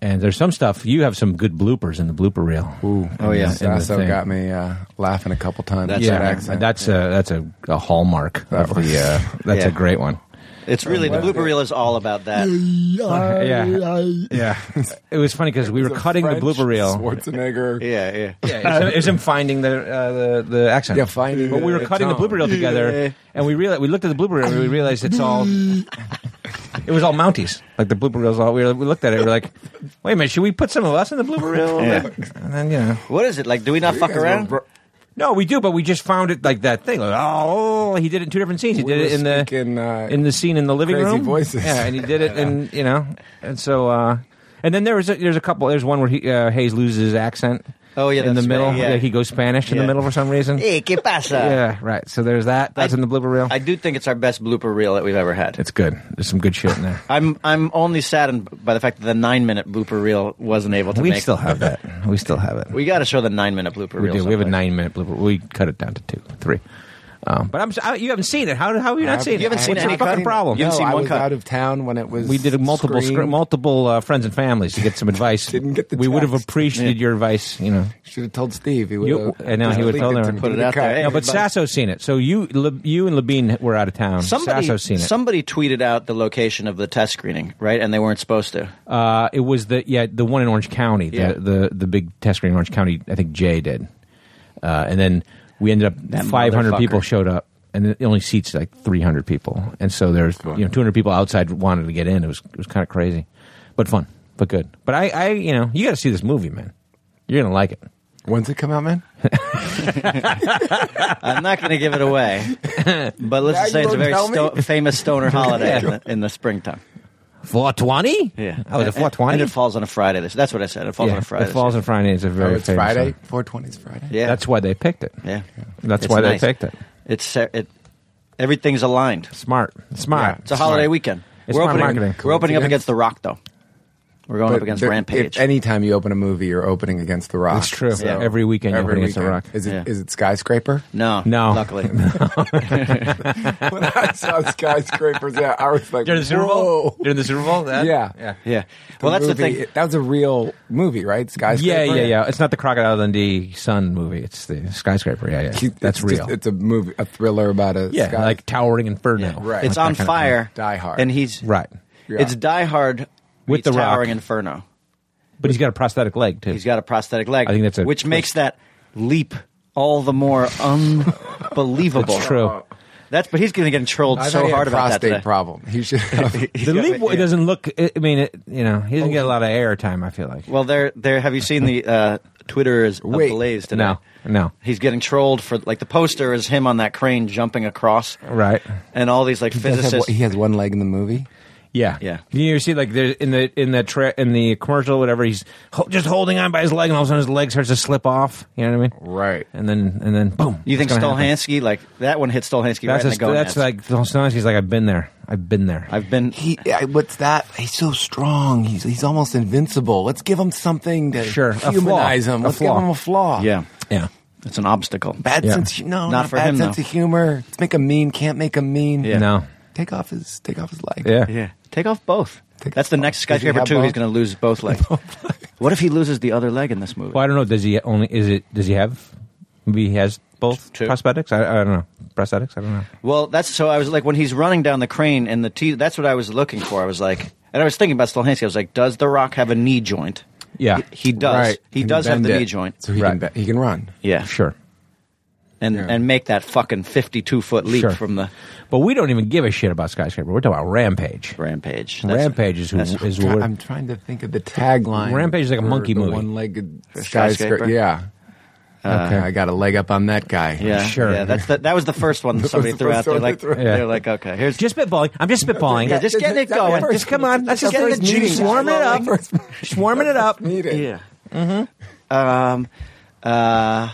[SPEAKER 4] And there's some stuff, you have some good bloopers in the blooper reel.
[SPEAKER 7] Ooh,
[SPEAKER 8] Oh, yeah.
[SPEAKER 7] And Sasso
[SPEAKER 4] thing.
[SPEAKER 7] got me uh, laughing a couple times.
[SPEAKER 8] That's
[SPEAKER 7] with
[SPEAKER 8] Yeah,
[SPEAKER 7] that
[SPEAKER 8] an
[SPEAKER 7] accent.
[SPEAKER 4] that's a that's a, a hallmark
[SPEAKER 7] That
[SPEAKER 4] of the. Uh, that's
[SPEAKER 8] Yeah.
[SPEAKER 4] a great one.
[SPEAKER 8] it's
[SPEAKER 4] Oh,
[SPEAKER 8] really the blooper reel is all about that.
[SPEAKER 4] Yeah, yeah. It was funny because we were
[SPEAKER 7] It's a
[SPEAKER 4] cutting
[SPEAKER 7] French
[SPEAKER 4] the blooper reel.
[SPEAKER 7] Schwarzenegger.
[SPEAKER 8] Yeah, yeah.
[SPEAKER 4] Yeah, it was- it was him finding the uh, the the accent.
[SPEAKER 7] Yeah, finding
[SPEAKER 4] But we were
[SPEAKER 7] the
[SPEAKER 4] cutting the
[SPEAKER 7] tongue.
[SPEAKER 4] blooper reel together,
[SPEAKER 8] Yeah.
[SPEAKER 4] and we realized we looked at the blooper reel and we realized it's all. It was all Mounties. Like the blooper reels, all we, were, we looked at it. We were like, "Wait a minute, should we put some of us in the blooper reel?"
[SPEAKER 8] Yeah.
[SPEAKER 4] And then you know,
[SPEAKER 8] What is it like? Do we not fuck around?
[SPEAKER 4] no, we do, but we just found it like that thing. Like, oh, he did it in two different scenes. He
[SPEAKER 7] We
[SPEAKER 4] did
[SPEAKER 7] were
[SPEAKER 4] it in the
[SPEAKER 7] speaking, uh,
[SPEAKER 4] in the scene in the living
[SPEAKER 7] crazy
[SPEAKER 4] room.
[SPEAKER 7] voices.
[SPEAKER 4] Yeah, and he did it, and you know, and so. uh and then there was a, there's a couple. There's one where he, uh, Hayes loses his accent.
[SPEAKER 8] Oh, yeah,
[SPEAKER 4] in the
[SPEAKER 8] that's
[SPEAKER 4] middle,
[SPEAKER 8] right, yeah.
[SPEAKER 4] he goes Spanish in
[SPEAKER 8] Yeah.
[SPEAKER 4] the middle for some reason.
[SPEAKER 8] Hey, qué pasa?
[SPEAKER 4] Yeah, right. So there's that. That's
[SPEAKER 8] I-
[SPEAKER 4] in the blooper reel.
[SPEAKER 8] I do think it's our best blooper reel that we've ever had.
[SPEAKER 4] it's good. There's some good shit in there.
[SPEAKER 8] I'm I'm only saddened by the fact that the nine minute blooper reel wasn't able to
[SPEAKER 4] we
[SPEAKER 8] make.
[SPEAKER 4] still have that. We still have it.
[SPEAKER 8] we got to show the nine minute blooper
[SPEAKER 4] We
[SPEAKER 8] reel.
[SPEAKER 4] do. We have a
[SPEAKER 8] someplace.
[SPEAKER 4] nine minute blooper. We cut it down to two, three. Um, but I'm s- I, you haven't seen it. How how have you not seen it?
[SPEAKER 8] you haven't seen
[SPEAKER 4] What's
[SPEAKER 8] any
[SPEAKER 4] your fucking
[SPEAKER 8] cut?
[SPEAKER 4] problem?
[SPEAKER 8] You haven't
[SPEAKER 7] No,
[SPEAKER 8] seen
[SPEAKER 7] I
[SPEAKER 8] one
[SPEAKER 7] was
[SPEAKER 8] cut.
[SPEAKER 7] out of town when it was.
[SPEAKER 4] We did multiple
[SPEAKER 7] screened.
[SPEAKER 4] scr- multiple uh, friends and families to get some advice.
[SPEAKER 7] Didn't get the
[SPEAKER 4] we would have
[SPEAKER 7] text.
[SPEAKER 4] appreciated your advice, you know.
[SPEAKER 7] Should have told Steve. He would.
[SPEAKER 4] You- and now he would've told everyone.
[SPEAKER 8] Put it out there.
[SPEAKER 4] No, but
[SPEAKER 8] Everybody-
[SPEAKER 4] Sasso's seen it. So you, Le- you and Labine were out of town.
[SPEAKER 8] Somebody
[SPEAKER 4] Sasso's seen it.
[SPEAKER 8] somebody tweeted out the location of the test screening, right? And they weren't supposed to.
[SPEAKER 4] uh, it was the yeah the one in Orange County. The,
[SPEAKER 8] Yeah.
[SPEAKER 4] the the big test screen in Orange County. I think Jay did, uh, and then we ended up
[SPEAKER 8] That
[SPEAKER 4] five hundred people
[SPEAKER 8] motherfucker.
[SPEAKER 4] showed up, and it only seats like three hundred people, and so there's you know two hundred people outside wanted to get in. It was it was kind of crazy, but fun, but good. But I I you know you got to see this movie, man. You're gonna like it.
[SPEAKER 7] When's it come out, man?
[SPEAKER 8] I'm not going to give it away, but let's just say it's a very sto- famous stoner holiday in, the, in the springtime.
[SPEAKER 4] 420? Oh, is it
[SPEAKER 8] And- And it
[SPEAKER 4] 420?
[SPEAKER 8] falls on a Friday. This That's what I said. It falls on a Friday.
[SPEAKER 4] It falls on Friday. It's a very
[SPEAKER 7] Oh, it's
[SPEAKER 4] famous
[SPEAKER 7] Friday.
[SPEAKER 4] song.
[SPEAKER 7] Four twenty is Friday.
[SPEAKER 8] Yeah.
[SPEAKER 4] That's why they picked it.
[SPEAKER 8] Yeah.
[SPEAKER 4] That's
[SPEAKER 8] It's
[SPEAKER 4] why
[SPEAKER 8] nice.
[SPEAKER 4] they picked it.
[SPEAKER 8] It's se- it. Everything's aligned.
[SPEAKER 4] Smart. Smart.
[SPEAKER 8] It's a holiday
[SPEAKER 4] Smart.
[SPEAKER 8] weekend.
[SPEAKER 4] It's
[SPEAKER 8] we're
[SPEAKER 4] smart
[SPEAKER 8] opening,
[SPEAKER 4] marketing.
[SPEAKER 8] We're opening up
[SPEAKER 7] Coincidence?
[SPEAKER 8] against The Rock, though. We're going up
[SPEAKER 7] But
[SPEAKER 8] against
[SPEAKER 7] there-
[SPEAKER 8] Rampage.
[SPEAKER 7] If anytime you open a movie, you're opening against the rock.
[SPEAKER 4] It's true.
[SPEAKER 7] So
[SPEAKER 4] Yeah. Every weekend you're opening against The Rock.
[SPEAKER 7] Is it? Is
[SPEAKER 8] Yeah.
[SPEAKER 7] it skyscraper?
[SPEAKER 8] no,
[SPEAKER 4] No.
[SPEAKER 8] Luckily,
[SPEAKER 7] when I saw skyscrapers, yeah, I was like,
[SPEAKER 4] During the Super Bowl?
[SPEAKER 7] "Whoa."
[SPEAKER 4] During the Super Bowl? That?
[SPEAKER 7] Yeah.
[SPEAKER 4] Yeah.
[SPEAKER 8] yeah. Well, that's
[SPEAKER 7] movie-
[SPEAKER 8] the thing.
[SPEAKER 7] That was a real movie, right?
[SPEAKER 4] Yeah,
[SPEAKER 7] Skyscraper.
[SPEAKER 4] yeah, yeah. It's not the Crocodile Dundee Sun movie. It's the skyscraper. Yeah, yeah.
[SPEAKER 7] It's
[SPEAKER 4] That's
[SPEAKER 7] just-
[SPEAKER 4] real.
[SPEAKER 7] it's a movie, a thriller about a
[SPEAKER 4] yeah,
[SPEAKER 7] sky-
[SPEAKER 4] like towering inferno.
[SPEAKER 7] Yeah, right.
[SPEAKER 8] It's
[SPEAKER 7] Like
[SPEAKER 8] on
[SPEAKER 4] that kind of-
[SPEAKER 8] fire.
[SPEAKER 7] Die Hard.
[SPEAKER 8] and he's
[SPEAKER 4] Right.
[SPEAKER 7] Yeah.
[SPEAKER 8] It's Die Hard
[SPEAKER 4] With
[SPEAKER 8] meets
[SPEAKER 4] The Rock.
[SPEAKER 8] Towering Inferno.
[SPEAKER 4] But he's got a prosthetic leg too.
[SPEAKER 8] He's got a prosthetic leg.
[SPEAKER 4] I think that's a
[SPEAKER 8] which
[SPEAKER 4] twist.
[SPEAKER 8] makes that leap all the more unbelievable.
[SPEAKER 4] It's true.
[SPEAKER 8] That's but he's going to get trolled
[SPEAKER 7] I thought
[SPEAKER 8] so
[SPEAKER 7] he had
[SPEAKER 8] hard
[SPEAKER 7] a
[SPEAKER 8] about that.
[SPEAKER 7] prostate
[SPEAKER 8] Today.
[SPEAKER 7] problem. He should. Have,
[SPEAKER 4] The
[SPEAKER 8] Yeah,
[SPEAKER 4] leap
[SPEAKER 8] yeah.
[SPEAKER 4] it doesn't look. I I mean, it, you know, he doesn't get a lot of airtime. I feel like.
[SPEAKER 8] Well, there, there. Have you seen the uh, Twitter is
[SPEAKER 7] Wait.
[SPEAKER 8] ablaze today?
[SPEAKER 4] no, no,
[SPEAKER 8] He's getting trolled for like the poster is him on that crane jumping across,
[SPEAKER 4] right?
[SPEAKER 8] and all these like
[SPEAKER 7] He does have-
[SPEAKER 8] physicists.
[SPEAKER 7] he has one leg in the movie.
[SPEAKER 4] Yeah,
[SPEAKER 8] Yeah.
[SPEAKER 4] You ever see like there in the in the tra- in the commercial, whatever? He's ho- just holding on by his leg, and all of a sudden his leg starts to slip off. You know what I mean?
[SPEAKER 7] Right.
[SPEAKER 4] And then and then boom.
[SPEAKER 8] you think
[SPEAKER 4] it's gonna happen.
[SPEAKER 8] Stolhansky like that one hit Stolhansky
[SPEAKER 4] That's
[SPEAKER 8] right
[SPEAKER 4] a,
[SPEAKER 8] in the gonads.
[SPEAKER 4] that's like Stolhansky's like I've been there. I've been there.
[SPEAKER 8] I've been.
[SPEAKER 7] He, I- what's that? He's so strong. He's he's almost invincible. Let's give him something to
[SPEAKER 4] Sure, a flaw.
[SPEAKER 7] humanize him.
[SPEAKER 4] A
[SPEAKER 7] Let's
[SPEAKER 4] flaw.
[SPEAKER 7] give him a flaw.
[SPEAKER 8] yeah,
[SPEAKER 4] yeah.
[SPEAKER 8] it's an obstacle.
[SPEAKER 7] bad
[SPEAKER 4] Yeah.
[SPEAKER 7] sense. No,
[SPEAKER 8] Not
[SPEAKER 7] not,
[SPEAKER 8] for
[SPEAKER 7] bad
[SPEAKER 8] him,
[SPEAKER 7] sense
[SPEAKER 8] though.
[SPEAKER 7] of humor. Let's make him mean. Can't make him mean.
[SPEAKER 8] Yeah.
[SPEAKER 4] No.
[SPEAKER 7] Take off his take off his leg.
[SPEAKER 4] Yeah.
[SPEAKER 8] Yeah, take off both.
[SPEAKER 7] Take
[SPEAKER 8] that's
[SPEAKER 7] off
[SPEAKER 8] the
[SPEAKER 7] both.
[SPEAKER 8] next
[SPEAKER 7] Does he
[SPEAKER 8] skyscraper
[SPEAKER 7] have
[SPEAKER 8] two. He's
[SPEAKER 7] both?
[SPEAKER 8] going to lose both legs. what if he loses the other leg in this movie?
[SPEAKER 4] Well, I don't know. Does he only? Is it? Does he have? Maybe he has both
[SPEAKER 8] Two.
[SPEAKER 4] prosthetics. I, I don't know. Prosthetics. I don't know.
[SPEAKER 8] Well, that's so. I was like, when he's running down the crane and the T, that's what I was looking for. I was like, and I was thinking about Stolhansky. I was like, does The Rock have a knee joint?
[SPEAKER 4] Yeah.
[SPEAKER 8] he, he does.
[SPEAKER 7] Right.
[SPEAKER 8] He
[SPEAKER 7] Can
[SPEAKER 8] does have
[SPEAKER 7] bend
[SPEAKER 8] the
[SPEAKER 7] it
[SPEAKER 8] knee joint.
[SPEAKER 7] so he
[SPEAKER 4] Right.
[SPEAKER 7] can be- he can run.
[SPEAKER 8] Yeah,
[SPEAKER 4] Sure.
[SPEAKER 8] and and make that fucking fifty two foot leap
[SPEAKER 4] Sure.
[SPEAKER 8] from the
[SPEAKER 4] But we don't even give a shit about skyscraper. We're talking about Rampage.
[SPEAKER 8] rampage.
[SPEAKER 4] Rampage is who
[SPEAKER 8] that's-
[SPEAKER 4] is
[SPEAKER 7] Try-
[SPEAKER 4] what
[SPEAKER 7] I'm trying to think of the tagline.
[SPEAKER 4] Rampage is like a
[SPEAKER 7] for
[SPEAKER 4] monkey
[SPEAKER 7] the
[SPEAKER 4] movie.
[SPEAKER 7] One-legged
[SPEAKER 8] skyscraper?
[SPEAKER 7] skyscraper. Yeah. okay, I got a leg up on that guy.
[SPEAKER 8] Yeah,
[SPEAKER 4] Sure.
[SPEAKER 8] Yeah, that's the, that was the first one somebody
[SPEAKER 7] the
[SPEAKER 8] threw out
[SPEAKER 7] first
[SPEAKER 8] there.
[SPEAKER 7] one they
[SPEAKER 8] Like
[SPEAKER 7] threw out.
[SPEAKER 8] they're like, okay, here's
[SPEAKER 4] just spitballing. I'm just spitballing.
[SPEAKER 8] Yeah, just getting
[SPEAKER 7] that-
[SPEAKER 8] it
[SPEAKER 7] that
[SPEAKER 8] going.
[SPEAKER 7] first-
[SPEAKER 4] Just come on. Let's just
[SPEAKER 7] that
[SPEAKER 4] get the
[SPEAKER 7] first meeting.
[SPEAKER 4] juice warming it up.
[SPEAKER 7] First-
[SPEAKER 4] Just warming it up.
[SPEAKER 7] meeting.
[SPEAKER 8] yeah. Um, uh,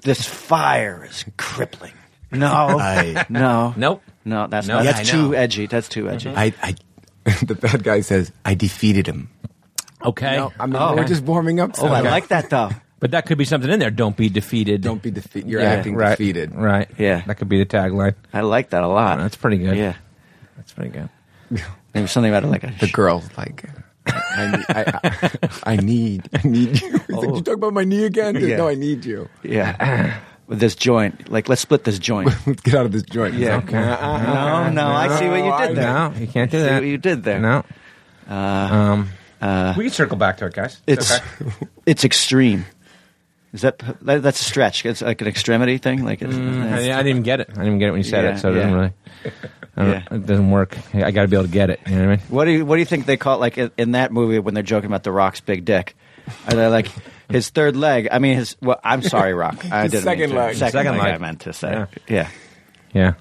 [SPEAKER 8] this fire is crippling. No,
[SPEAKER 7] I-
[SPEAKER 8] no,
[SPEAKER 4] Nope.
[SPEAKER 8] no. That's
[SPEAKER 4] No,
[SPEAKER 8] not,
[SPEAKER 4] I
[SPEAKER 8] that's too
[SPEAKER 4] know. Mm-hmm.
[SPEAKER 8] edgy. That's too edgy.
[SPEAKER 7] I, I, the bad guy says, "I defeated him."
[SPEAKER 4] Okay.
[SPEAKER 7] No, I mean, we're just warming up.
[SPEAKER 8] oh, I
[SPEAKER 7] something.
[SPEAKER 8] like that though.
[SPEAKER 4] but that could be something in there. Don't be defeated.
[SPEAKER 7] Don't be defeated. You're
[SPEAKER 4] Yeah,
[SPEAKER 7] acting
[SPEAKER 4] right,
[SPEAKER 7] defeated.
[SPEAKER 4] Right.
[SPEAKER 8] Yeah.
[SPEAKER 4] That could be the tagline.
[SPEAKER 8] I like that a lot.
[SPEAKER 4] That's pretty good.
[SPEAKER 8] Yeah,
[SPEAKER 4] That's pretty good.
[SPEAKER 8] there was something about it like a
[SPEAKER 7] The girl, like, I, need- I, I, I need, I need you. He's
[SPEAKER 4] Oh.
[SPEAKER 7] like, you talk about my knee again?
[SPEAKER 8] Yeah.
[SPEAKER 7] No, I need you.
[SPEAKER 8] yeah. With this joint, like let's split this joint.
[SPEAKER 7] Let's get out of this joint. He's
[SPEAKER 8] Yeah.
[SPEAKER 7] like, "Nuh-uh."
[SPEAKER 8] no, Uh, no, I see what you did there.
[SPEAKER 4] No, you can't do
[SPEAKER 8] See
[SPEAKER 4] that.
[SPEAKER 8] what you did there. Uh,
[SPEAKER 4] No. um, we can circle back to it, guys.
[SPEAKER 8] It's it's extreme. Is that, that that's a stretch? It's like an extremity thing. Like it's,
[SPEAKER 4] I, I didn't even get it. I didn't even get it when you said
[SPEAKER 8] Yeah,
[SPEAKER 4] it, so it doesn't
[SPEAKER 8] yeah.
[SPEAKER 4] really. I don't-
[SPEAKER 8] Yeah.
[SPEAKER 4] It doesn't work. I got to be able to get it. You know what I mean?
[SPEAKER 8] What do you what do you think they call it, like in, in that movie when they're joking about the Rock's big dick? Are they like his third leg? I mean, his. Well, I'm sorry, Rock. I
[SPEAKER 7] His
[SPEAKER 8] didn't mean
[SPEAKER 7] second
[SPEAKER 8] to-
[SPEAKER 7] leg.
[SPEAKER 8] Second,
[SPEAKER 4] Second
[SPEAKER 8] leg,
[SPEAKER 4] leg.
[SPEAKER 8] I meant to say.
[SPEAKER 4] Yeah.
[SPEAKER 8] Yeah.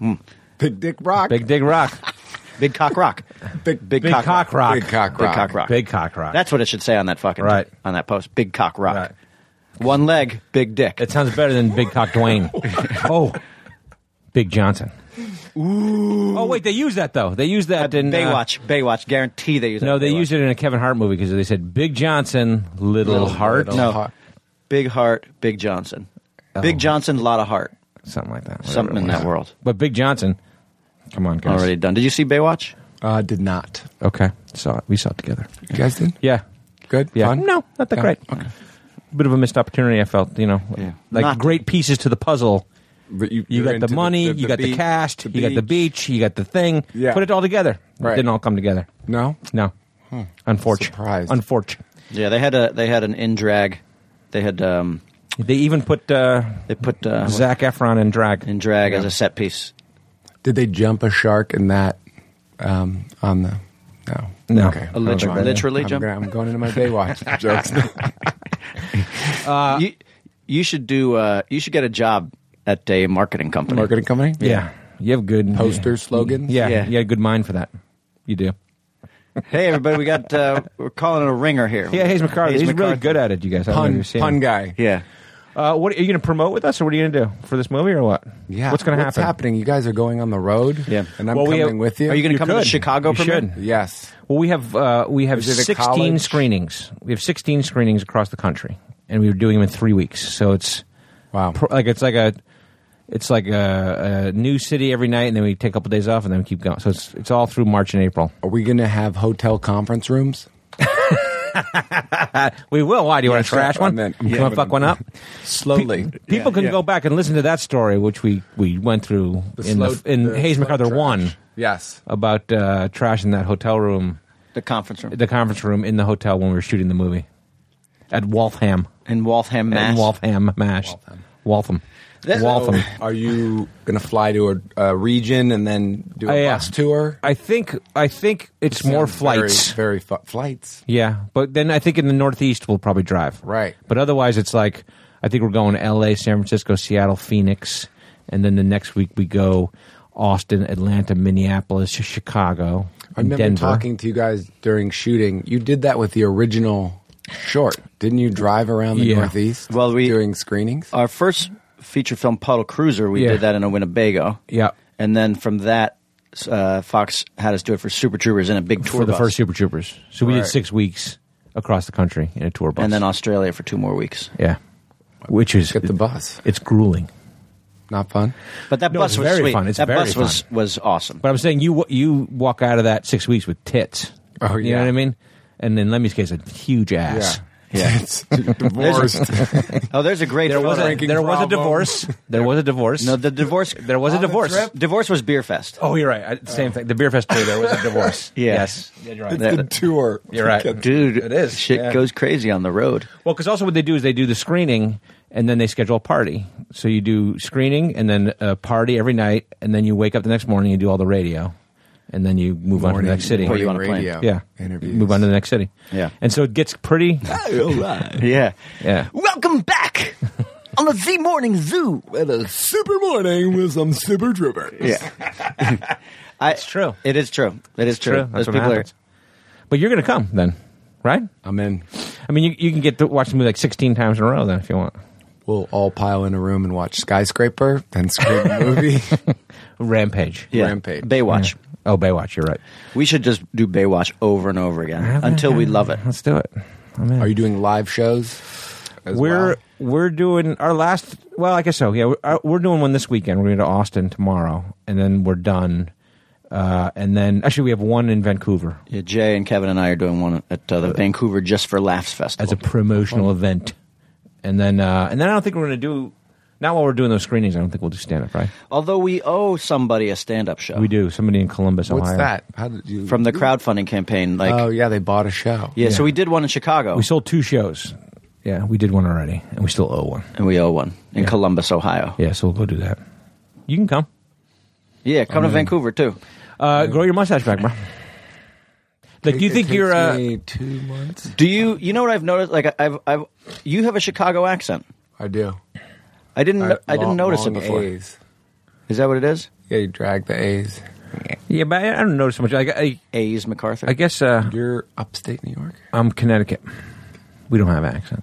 [SPEAKER 4] Yeah.
[SPEAKER 7] Big Dick Rock.
[SPEAKER 4] Big Dig Rock.
[SPEAKER 8] Big cock rock.
[SPEAKER 7] big,
[SPEAKER 8] Big,
[SPEAKER 4] Big
[SPEAKER 8] cock,
[SPEAKER 4] Cock Rock.
[SPEAKER 7] Big Cock
[SPEAKER 8] Big
[SPEAKER 7] Rock.
[SPEAKER 8] cock rock.
[SPEAKER 4] Big Cock Rock.
[SPEAKER 8] That's what it should say on that fucking
[SPEAKER 4] Right.
[SPEAKER 8] on that post. Big cock rock.
[SPEAKER 4] Right.
[SPEAKER 8] One leg, big dick.
[SPEAKER 4] That sounds better than Big Cock Dwayne. oh, Big Johnson. Ooh. Oh wait, they use that though. They use that in uh,
[SPEAKER 8] Baywatch. Baywatch. Guarantee they use it.
[SPEAKER 4] no, they
[SPEAKER 8] Baywatch.
[SPEAKER 4] used it in a Kevin Hart movie because they said Big Johnson, Little, Heart, Oh.
[SPEAKER 8] No.
[SPEAKER 7] Heart.
[SPEAKER 8] Big heart. Big Johnson. Big Johnson. Lot of heart.
[SPEAKER 4] something like that. whatever
[SPEAKER 8] Something
[SPEAKER 4] it
[SPEAKER 8] in
[SPEAKER 4] was.
[SPEAKER 8] that world.
[SPEAKER 4] But Big Johnson, come on, guys.
[SPEAKER 8] Already done. Did you see Baywatch?
[SPEAKER 7] Uh, did not.
[SPEAKER 4] Okay, saw it. We saw it together.
[SPEAKER 7] You guys did?
[SPEAKER 4] Yeah,
[SPEAKER 7] Good?
[SPEAKER 4] yeah.
[SPEAKER 7] Fun?
[SPEAKER 4] No, not that
[SPEAKER 7] Yeah.
[SPEAKER 4] great. Bit of a missed opportunity. I felt, you know,
[SPEAKER 8] Yeah.
[SPEAKER 4] like
[SPEAKER 8] Not-
[SPEAKER 4] great pieces to the puzzle.
[SPEAKER 7] But
[SPEAKER 4] You
[SPEAKER 7] you're
[SPEAKER 4] got
[SPEAKER 7] into
[SPEAKER 4] the money, you got the
[SPEAKER 7] beach,
[SPEAKER 4] cast,
[SPEAKER 7] the
[SPEAKER 4] you got the beach, you got the thing.
[SPEAKER 7] Yeah.
[SPEAKER 4] Put it all together. It
[SPEAKER 7] Right.
[SPEAKER 4] didn't all come together.
[SPEAKER 7] No?
[SPEAKER 4] No. Unfortunate.
[SPEAKER 7] Surprised.
[SPEAKER 4] Unfortunate.
[SPEAKER 8] Yeah, they had a they had an in drag. They had um
[SPEAKER 4] They even put uh,
[SPEAKER 8] they put uh,
[SPEAKER 4] Zach Efron in drag.
[SPEAKER 8] in drag as a set piece.
[SPEAKER 7] Did they jump a shark in that um, on the. No.
[SPEAKER 4] No.
[SPEAKER 7] Okay.
[SPEAKER 8] A lit-
[SPEAKER 7] I'm gonna-
[SPEAKER 8] literally
[SPEAKER 7] I'm
[SPEAKER 8] jump?
[SPEAKER 7] gonna- I'm going into my Baywatch jokes.
[SPEAKER 4] Uh,
[SPEAKER 8] you you should do uh, you should get a job at a marketing company.
[SPEAKER 7] Marketing company?
[SPEAKER 4] yeah. You have good
[SPEAKER 7] Poster slogans?
[SPEAKER 4] Yeah.
[SPEAKER 8] Yeah.
[SPEAKER 4] You got a good mind for that. You do.
[SPEAKER 8] Hey everybody, we got uh, we're calling it a ringer here.
[SPEAKER 4] Yeah, Hayes McCarthy. He's really good at it, you guys. I don't know if
[SPEAKER 7] Pun,
[SPEAKER 4] you've seen
[SPEAKER 7] pun
[SPEAKER 4] him.
[SPEAKER 7] guy.
[SPEAKER 8] Yeah.
[SPEAKER 4] Uh, what, are you going to promote with us or what are you going to do for this movie or what?
[SPEAKER 7] Yeah.
[SPEAKER 4] What's going to
[SPEAKER 7] What's
[SPEAKER 4] happen?
[SPEAKER 7] happening? You guys are going on the road.
[SPEAKER 8] Yeah.
[SPEAKER 7] And I'm
[SPEAKER 4] Well, we
[SPEAKER 7] coming
[SPEAKER 4] have-
[SPEAKER 7] with you.
[SPEAKER 8] Are you going to
[SPEAKER 4] You
[SPEAKER 8] come to the
[SPEAKER 4] could.
[SPEAKER 8] Chicago
[SPEAKER 4] You
[SPEAKER 8] premiere?
[SPEAKER 4] should.
[SPEAKER 7] Yes.
[SPEAKER 4] Well, we have uh, we have
[SPEAKER 7] Is it a
[SPEAKER 4] sixteen
[SPEAKER 7] college?
[SPEAKER 4] screenings. We have sixteen screenings across the country, and we were doing them in three weeks. So it's
[SPEAKER 7] Wow.
[SPEAKER 4] pr- like it's like a it's like a, a new city every night, and then we take a couple days off, and then we keep going. So it's it's all through March and April.
[SPEAKER 7] Are we going to have hotel conference rooms?
[SPEAKER 4] We will. Why do you want to
[SPEAKER 7] sure.
[SPEAKER 4] trash one?
[SPEAKER 7] I'm in. I'm
[SPEAKER 4] you want
[SPEAKER 7] coming.
[SPEAKER 4] to fuck one up?
[SPEAKER 7] Slowly.
[SPEAKER 4] People can
[SPEAKER 8] yeah.
[SPEAKER 4] go back and listen to that story, which we, we went through
[SPEAKER 7] The
[SPEAKER 4] in
[SPEAKER 7] slow-
[SPEAKER 4] the, in
[SPEAKER 7] the
[SPEAKER 4] Hayes
[SPEAKER 7] slow
[SPEAKER 4] MacArthur
[SPEAKER 7] trash.
[SPEAKER 4] one
[SPEAKER 7] Yes.
[SPEAKER 4] about uh, trashing that hotel room,
[SPEAKER 8] The conference room
[SPEAKER 4] the conference room in the hotel when we were shooting the movie at Waltham.
[SPEAKER 8] in Waltham, Mass.
[SPEAKER 4] And Waltham, Mash. Waltham. Waltham.
[SPEAKER 8] That's-
[SPEAKER 7] Are you going to fly to a, a region and then do a
[SPEAKER 4] Yeah.
[SPEAKER 7] bus tour?
[SPEAKER 4] I think I think it's more
[SPEAKER 7] Sounds very-
[SPEAKER 4] flights.
[SPEAKER 7] Very, fu- flights.
[SPEAKER 4] yeah, but then I think in the Northeast we'll probably drive.
[SPEAKER 7] Right.
[SPEAKER 4] But otherwise, it's like I think we're going to L.A., San Francisco, Seattle, Phoenix, and then the next week we go Austin, Atlanta, Minneapolis, Chicago,
[SPEAKER 7] I remember
[SPEAKER 4] Denver.
[SPEAKER 7] talking to you guys during shooting. You did that with the original short, didn't you? Drive around the
[SPEAKER 4] Yeah.
[SPEAKER 7] Northeast.
[SPEAKER 8] Well, we-
[SPEAKER 7] during screenings.
[SPEAKER 8] Our first feature film, Puddle Cruiser, we
[SPEAKER 4] Yeah.
[SPEAKER 8] did that in a Winnebago.
[SPEAKER 4] Yeah.
[SPEAKER 8] And then from that, uh, Fox had us do it for Super Troopers in a big tour
[SPEAKER 4] for the
[SPEAKER 8] bus.
[SPEAKER 4] first Super Troopers. So we did
[SPEAKER 7] Right.
[SPEAKER 4] six weeks across the country in a tour bus,
[SPEAKER 8] and then Australia for two more weeks.
[SPEAKER 4] yeah, which is
[SPEAKER 7] Get the bus.
[SPEAKER 4] It's grueling.
[SPEAKER 7] Not fun.
[SPEAKER 8] But that
[SPEAKER 4] No,
[SPEAKER 8] bus
[SPEAKER 4] it's
[SPEAKER 8] was
[SPEAKER 4] very
[SPEAKER 8] sweet.
[SPEAKER 4] fun. It's
[SPEAKER 8] that
[SPEAKER 4] very
[SPEAKER 8] bus was was awesome.
[SPEAKER 4] But I'm saying you you walk out of that six weeks with tits.
[SPEAKER 7] Oh,
[SPEAKER 4] you know
[SPEAKER 7] yeah.
[SPEAKER 4] what I mean. And in Lemmy's case, a huge ass.
[SPEAKER 8] Yeah.
[SPEAKER 7] It's divorced.
[SPEAKER 8] Oh, there's a great.
[SPEAKER 4] There was a,
[SPEAKER 7] Drinking
[SPEAKER 4] there was a
[SPEAKER 7] problem.
[SPEAKER 4] divorce. There was a divorce.
[SPEAKER 8] no the divorce.
[SPEAKER 4] there was a
[SPEAKER 7] On the
[SPEAKER 4] divorce.
[SPEAKER 7] trip?
[SPEAKER 8] Divorce was beer fest.
[SPEAKER 4] Oh, you're right. I, same thing. The beer fest tour. There was a divorce.
[SPEAKER 8] Yeah.
[SPEAKER 4] Yes. Yeah, you're right.
[SPEAKER 8] That-
[SPEAKER 7] the tour.
[SPEAKER 4] You're right.
[SPEAKER 7] Get-
[SPEAKER 8] dude,
[SPEAKER 4] It is,
[SPEAKER 8] Shit
[SPEAKER 4] yeah.
[SPEAKER 8] goes crazy on the road.
[SPEAKER 4] Well, because also what they do is they do the screening, and then they schedule a party. So you do screening and then a party every night, and then you wake up the next morning and do all the radio, and then you move on to the next city.
[SPEAKER 8] Put you on a plane.
[SPEAKER 7] radio.
[SPEAKER 4] yeah,
[SPEAKER 7] Interviews.
[SPEAKER 4] move on to the next city.
[SPEAKER 8] Yeah.
[SPEAKER 4] and so it gets pretty.
[SPEAKER 8] Yeah.
[SPEAKER 4] yeah,
[SPEAKER 8] Welcome back on the Z Morning Zoo.
[SPEAKER 7] With a super morning with some super troopers.
[SPEAKER 8] Yeah. I, it's
[SPEAKER 4] true.
[SPEAKER 8] It is true. It is true.
[SPEAKER 4] true. That's
[SPEAKER 8] Those
[SPEAKER 4] what
[SPEAKER 8] people
[SPEAKER 4] happens. But you're going to come then, right?
[SPEAKER 7] I'm in.
[SPEAKER 4] I mean, you, you can get to watch the movie like 16 times in a row then if you want.
[SPEAKER 7] We'll all pile in a room and watch Skyscraper, then screen the movie.
[SPEAKER 4] Rampage.
[SPEAKER 8] are, yeah.
[SPEAKER 7] Rampage.
[SPEAKER 8] Baywatch.
[SPEAKER 4] Oh, Baywatch. You're right.
[SPEAKER 8] We should just do Baywatch over and over again until we love it.
[SPEAKER 4] Let's do it. I'm in.
[SPEAKER 7] Are you doing live shows? as
[SPEAKER 4] we're
[SPEAKER 7] well?
[SPEAKER 4] we're doing our last. Well, I guess so. Yeah, we're, uh, we're doing one this weekend. We're going to Austin tomorrow, and then we're done. Uh, and then actually, we have one in Vancouver
[SPEAKER 8] Yeah, Jay and Kevin and I are doing one at uh, the Vancouver Just for Laughs
[SPEAKER 4] as a
[SPEAKER 8] Festival.
[SPEAKER 4] promotional event, and then uh, and then I don't think we're going to do. Not while we're doing those screenings, I don't think we'll do stand up. Right?
[SPEAKER 8] Although we owe somebody a stand-up show
[SPEAKER 4] We do. Somebody in Columbus,
[SPEAKER 7] What's
[SPEAKER 4] Ohio.
[SPEAKER 7] that? How did you
[SPEAKER 8] from the crowdfunding campaign. Like,
[SPEAKER 7] Oh yeah, they bought a show.
[SPEAKER 8] yeah, so we did one in Chicago
[SPEAKER 4] We sold two shows. Yeah, we did one already, and we still owe one.
[SPEAKER 8] and we owe one in Columbus, Ohio. Yeah,
[SPEAKER 4] Yeah, so we'll go do that. You can come.
[SPEAKER 8] come to Vancouver too.
[SPEAKER 4] Uh, grow your mustache back, bro. Like, do you
[SPEAKER 7] It
[SPEAKER 4] think
[SPEAKER 7] takes
[SPEAKER 4] you're? Uh,
[SPEAKER 7] me two months?
[SPEAKER 8] Do you? You know what I've noticed? Like, I- I've, I've, you have a Chicago accent.
[SPEAKER 7] I do.
[SPEAKER 8] I didn't, I, didn't
[SPEAKER 7] Long-
[SPEAKER 8] notice it
[SPEAKER 7] long
[SPEAKER 8] before.
[SPEAKER 7] A's.
[SPEAKER 8] Is that what it is?
[SPEAKER 7] Yeah, you drag the A's.
[SPEAKER 4] yeah, but I I don't notice so much. Like, I,
[SPEAKER 8] A's E MacArthur.
[SPEAKER 4] I guess uh,
[SPEAKER 7] You're upstate New York.
[SPEAKER 4] I'm Connecticut. We don't have accent.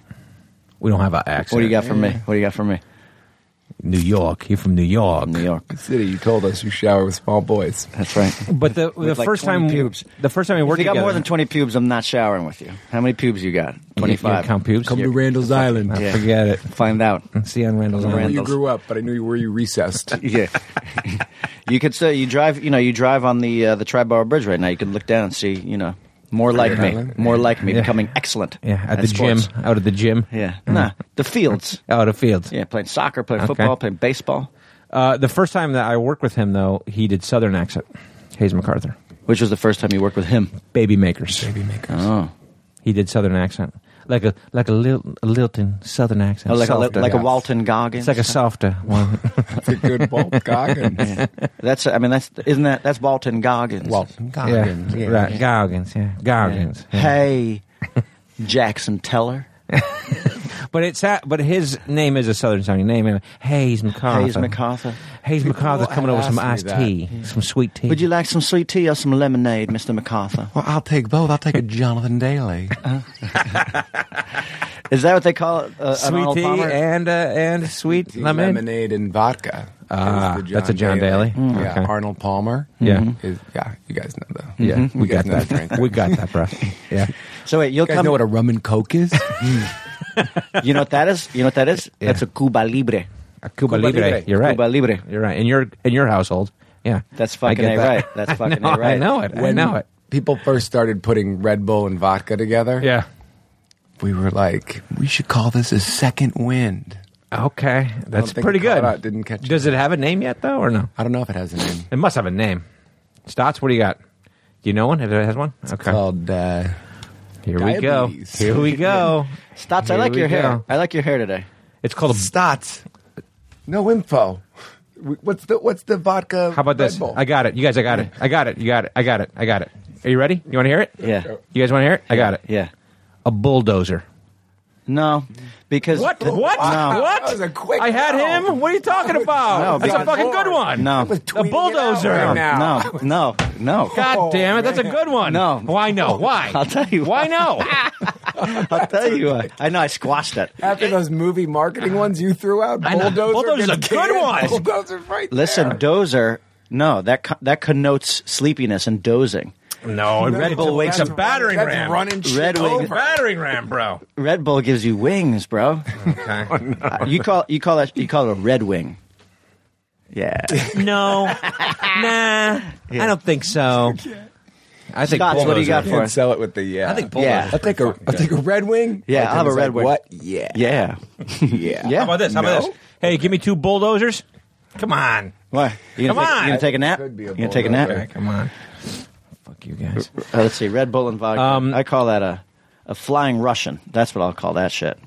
[SPEAKER 4] We don't have an accent.
[SPEAKER 8] what do you got for me? What do you got for me?
[SPEAKER 4] New York. You're from New York.
[SPEAKER 8] New York.
[SPEAKER 7] City, you told us you shower with small boys.
[SPEAKER 8] That's right.
[SPEAKER 4] But the the
[SPEAKER 8] like,
[SPEAKER 4] first
[SPEAKER 8] 20
[SPEAKER 4] time
[SPEAKER 8] pubes.
[SPEAKER 4] the first time we
[SPEAKER 8] If
[SPEAKER 4] worked
[SPEAKER 8] you got
[SPEAKER 4] together,
[SPEAKER 8] more than 20 pubes, I'm not showering with you. How many pubes you got?
[SPEAKER 4] You- you
[SPEAKER 8] 25.
[SPEAKER 4] count pubes. Mm.
[SPEAKER 7] Come to Randall's Island.
[SPEAKER 8] Yeah.
[SPEAKER 4] Forget it.
[SPEAKER 8] Find out.
[SPEAKER 4] See you on Randall's
[SPEAKER 7] I
[SPEAKER 4] Island.
[SPEAKER 7] knew you
[SPEAKER 8] Randall's.
[SPEAKER 7] grew up, but I knew you where you recessed.
[SPEAKER 8] Yeah. you could say you drive, you know, you drive on the uh, the Triborough Bridge right now. You can look down and see, you know, more like me.
[SPEAKER 7] Island.
[SPEAKER 8] More like me becoming excellent.
[SPEAKER 4] Yeah, at the
[SPEAKER 8] sports.
[SPEAKER 4] gym. Out of the gym.
[SPEAKER 8] Yeah. Nah, the fields.
[SPEAKER 4] Out of fields.
[SPEAKER 8] Yeah, playing soccer, playing
[SPEAKER 4] Okay.
[SPEAKER 8] football, playing baseball,
[SPEAKER 4] Uh, the first time that I worked with him, though, he did Southern accent. Hayes MacArthur.
[SPEAKER 8] which was the first time you worked with him.
[SPEAKER 4] Baby makers. Baby makers.
[SPEAKER 8] Oh.
[SPEAKER 4] He did Southern accent, like a like a, Lil, a Lilton Southern accent.
[SPEAKER 8] Oh, like a,
[SPEAKER 4] Softer.
[SPEAKER 8] like a Walton Goggins.
[SPEAKER 4] It's like a softer one.
[SPEAKER 7] It's a good Walt Goggins.
[SPEAKER 8] That's I mean that's isn't that that's Walton Goggins.
[SPEAKER 7] Walton
[SPEAKER 4] yeah,
[SPEAKER 7] Goggins. Yeah.
[SPEAKER 4] right. Goggins. Yeah, Goggins. Yeah.
[SPEAKER 8] Hey, Jackson Teller,
[SPEAKER 4] But it's at, but his name is a Southern sounding name. and Hayes MacArthur.
[SPEAKER 8] Hayes MacArthur.
[SPEAKER 4] Hayes MacArthur's coming over with some
[SPEAKER 7] asked
[SPEAKER 4] iced
[SPEAKER 7] me
[SPEAKER 4] tea, some sweet tea.
[SPEAKER 8] Would you like some sweet tea or some lemonade, Mister MacArthur?
[SPEAKER 7] Well, I'll take both. I'll take a Jonathan Daly.
[SPEAKER 8] Is that what they call it? Uh, an
[SPEAKER 4] sweet
[SPEAKER 8] Arnold
[SPEAKER 4] tea
[SPEAKER 8] Palmer?
[SPEAKER 4] and uh, and sweet lemon?
[SPEAKER 7] lemonade and vodka. uh,
[SPEAKER 4] Ah,
[SPEAKER 7] Is the
[SPEAKER 4] that's a John Daly. Mm.
[SPEAKER 7] Yeah,
[SPEAKER 4] Okay.
[SPEAKER 7] Arnold Palmer. Mm-hmm.
[SPEAKER 4] Yeah.
[SPEAKER 7] is, yeah, you guys know that.
[SPEAKER 4] Yeah, we
[SPEAKER 7] You guys
[SPEAKER 4] got
[SPEAKER 7] know the drink.
[SPEAKER 4] that. Hmm? we got that, bro. Yeah,
[SPEAKER 8] So wait, you'll
[SPEAKER 7] You guys
[SPEAKER 8] come.
[SPEAKER 7] know what a rum and coke is?
[SPEAKER 8] you know what that is? You know what that is? That's a Cuba Libre.
[SPEAKER 4] a Uh, Cuba,
[SPEAKER 7] Cuba
[SPEAKER 4] Libre.
[SPEAKER 7] Libre.
[SPEAKER 4] You're right.
[SPEAKER 8] Cuba Libre.
[SPEAKER 4] You're right. In your in your household. Yeah,
[SPEAKER 8] That's
[SPEAKER 4] I
[SPEAKER 8] fucking
[SPEAKER 4] get
[SPEAKER 8] A
[SPEAKER 4] that.
[SPEAKER 8] right. That's fucking
[SPEAKER 4] no,
[SPEAKER 8] A right.
[SPEAKER 4] I know it. I
[SPEAKER 7] When
[SPEAKER 4] know it.
[SPEAKER 7] People first started putting Red Bull and vodka together.
[SPEAKER 4] Yeah.
[SPEAKER 7] we were like, we should call this a second wind.
[SPEAKER 4] Okay, that's
[SPEAKER 7] think
[SPEAKER 4] pretty
[SPEAKER 7] it
[SPEAKER 4] good.
[SPEAKER 7] caught out, didn't catch
[SPEAKER 4] Does it have a name yet, though, or no?
[SPEAKER 7] I don't know if it has a name.
[SPEAKER 4] It must have a name. Stotts, what do you got? Do you know one? It has one. Okay,
[SPEAKER 7] Called uh,
[SPEAKER 4] here
[SPEAKER 7] Diabetes.
[SPEAKER 4] we go. Here we go.
[SPEAKER 8] Stotts, I
[SPEAKER 4] Here
[SPEAKER 8] like
[SPEAKER 4] we
[SPEAKER 8] your hair.
[SPEAKER 4] go.
[SPEAKER 8] I like your hair today.
[SPEAKER 4] It's called a.
[SPEAKER 7] Stotts. No info. What's the what's the vodka?
[SPEAKER 4] How about
[SPEAKER 7] Red
[SPEAKER 4] this?
[SPEAKER 7] Bull?
[SPEAKER 4] I got it. You guys, I got it. I got it. You got it. I got it. I got it. Are you ready? You want to hear it?
[SPEAKER 8] Yeah.
[SPEAKER 4] You guys want to hear it? I got it.
[SPEAKER 8] Yeah.
[SPEAKER 4] A bulldozer.
[SPEAKER 8] No, because
[SPEAKER 4] What? What?
[SPEAKER 8] No.
[SPEAKER 4] What?
[SPEAKER 7] That was a quick
[SPEAKER 4] I had
[SPEAKER 7] no.
[SPEAKER 4] him. What are you talking
[SPEAKER 8] No,
[SPEAKER 4] about? That's a
[SPEAKER 8] because-
[SPEAKER 4] fucking good one.
[SPEAKER 8] No.
[SPEAKER 7] was
[SPEAKER 4] A
[SPEAKER 7] tweeting it out
[SPEAKER 4] bulldozer.
[SPEAKER 7] right now.
[SPEAKER 8] No, no, no.
[SPEAKER 4] God
[SPEAKER 7] Oh,
[SPEAKER 4] damn it. That's a good one.
[SPEAKER 8] No.
[SPEAKER 4] Why no? Why?
[SPEAKER 8] I'll tell you
[SPEAKER 4] Why
[SPEAKER 8] what.
[SPEAKER 4] no?
[SPEAKER 8] I'll tell you what. I know I squashed it.
[SPEAKER 7] After those movie marketing ones you threw out,
[SPEAKER 4] I know.
[SPEAKER 7] bulldozer.
[SPEAKER 4] Bulldozer's
[SPEAKER 7] gets
[SPEAKER 4] a good
[SPEAKER 7] canned.
[SPEAKER 4] one.
[SPEAKER 7] Bulldozer's right.
[SPEAKER 8] Listen,
[SPEAKER 7] there.
[SPEAKER 8] dozer. No, that co- that connotes sleepiness and dozing.
[SPEAKER 4] No, Red Bull wakes
[SPEAKER 7] That's
[SPEAKER 4] a battering
[SPEAKER 7] run-
[SPEAKER 4] ram. Oh,
[SPEAKER 7] That's running shit
[SPEAKER 8] Red Wing-
[SPEAKER 7] over.
[SPEAKER 4] battering ram, bro.
[SPEAKER 8] Red Bull gives you wings, bro.
[SPEAKER 7] Oh,
[SPEAKER 8] Uh, you call you call that you call it a red wing. Yeah.
[SPEAKER 4] No. nah. I don't think so. I think
[SPEAKER 8] Scots, what do you
[SPEAKER 4] bulldozer-
[SPEAKER 8] got for
[SPEAKER 7] Can't
[SPEAKER 8] us?
[SPEAKER 7] sell it with the yeah.
[SPEAKER 4] I think bulldozer.
[SPEAKER 8] Yeah.
[SPEAKER 7] I'll take a I'll take a Red Wing.
[SPEAKER 8] Yeah,
[SPEAKER 7] Like,
[SPEAKER 8] I'll have
[SPEAKER 7] it's
[SPEAKER 8] a Red
[SPEAKER 7] like,
[SPEAKER 8] Wing.
[SPEAKER 7] What? Yeah,
[SPEAKER 8] Yeah.
[SPEAKER 7] yeah.
[SPEAKER 8] Yeah.
[SPEAKER 4] How about this? How about
[SPEAKER 7] No.
[SPEAKER 4] this? Hey, give me two bulldozers. Come on.
[SPEAKER 8] Why? You gonna
[SPEAKER 4] Come
[SPEAKER 8] take,
[SPEAKER 4] on.
[SPEAKER 8] You gonna take a nap? You
[SPEAKER 7] Could be a
[SPEAKER 8] gonna take a nap? Oh,
[SPEAKER 7] bulldozer.
[SPEAKER 4] come on. Fuck you guys.
[SPEAKER 7] Um,
[SPEAKER 8] Uh, let's see. Red Bull and vodka. I call that a a flying Russian. That's what I'll call that shit.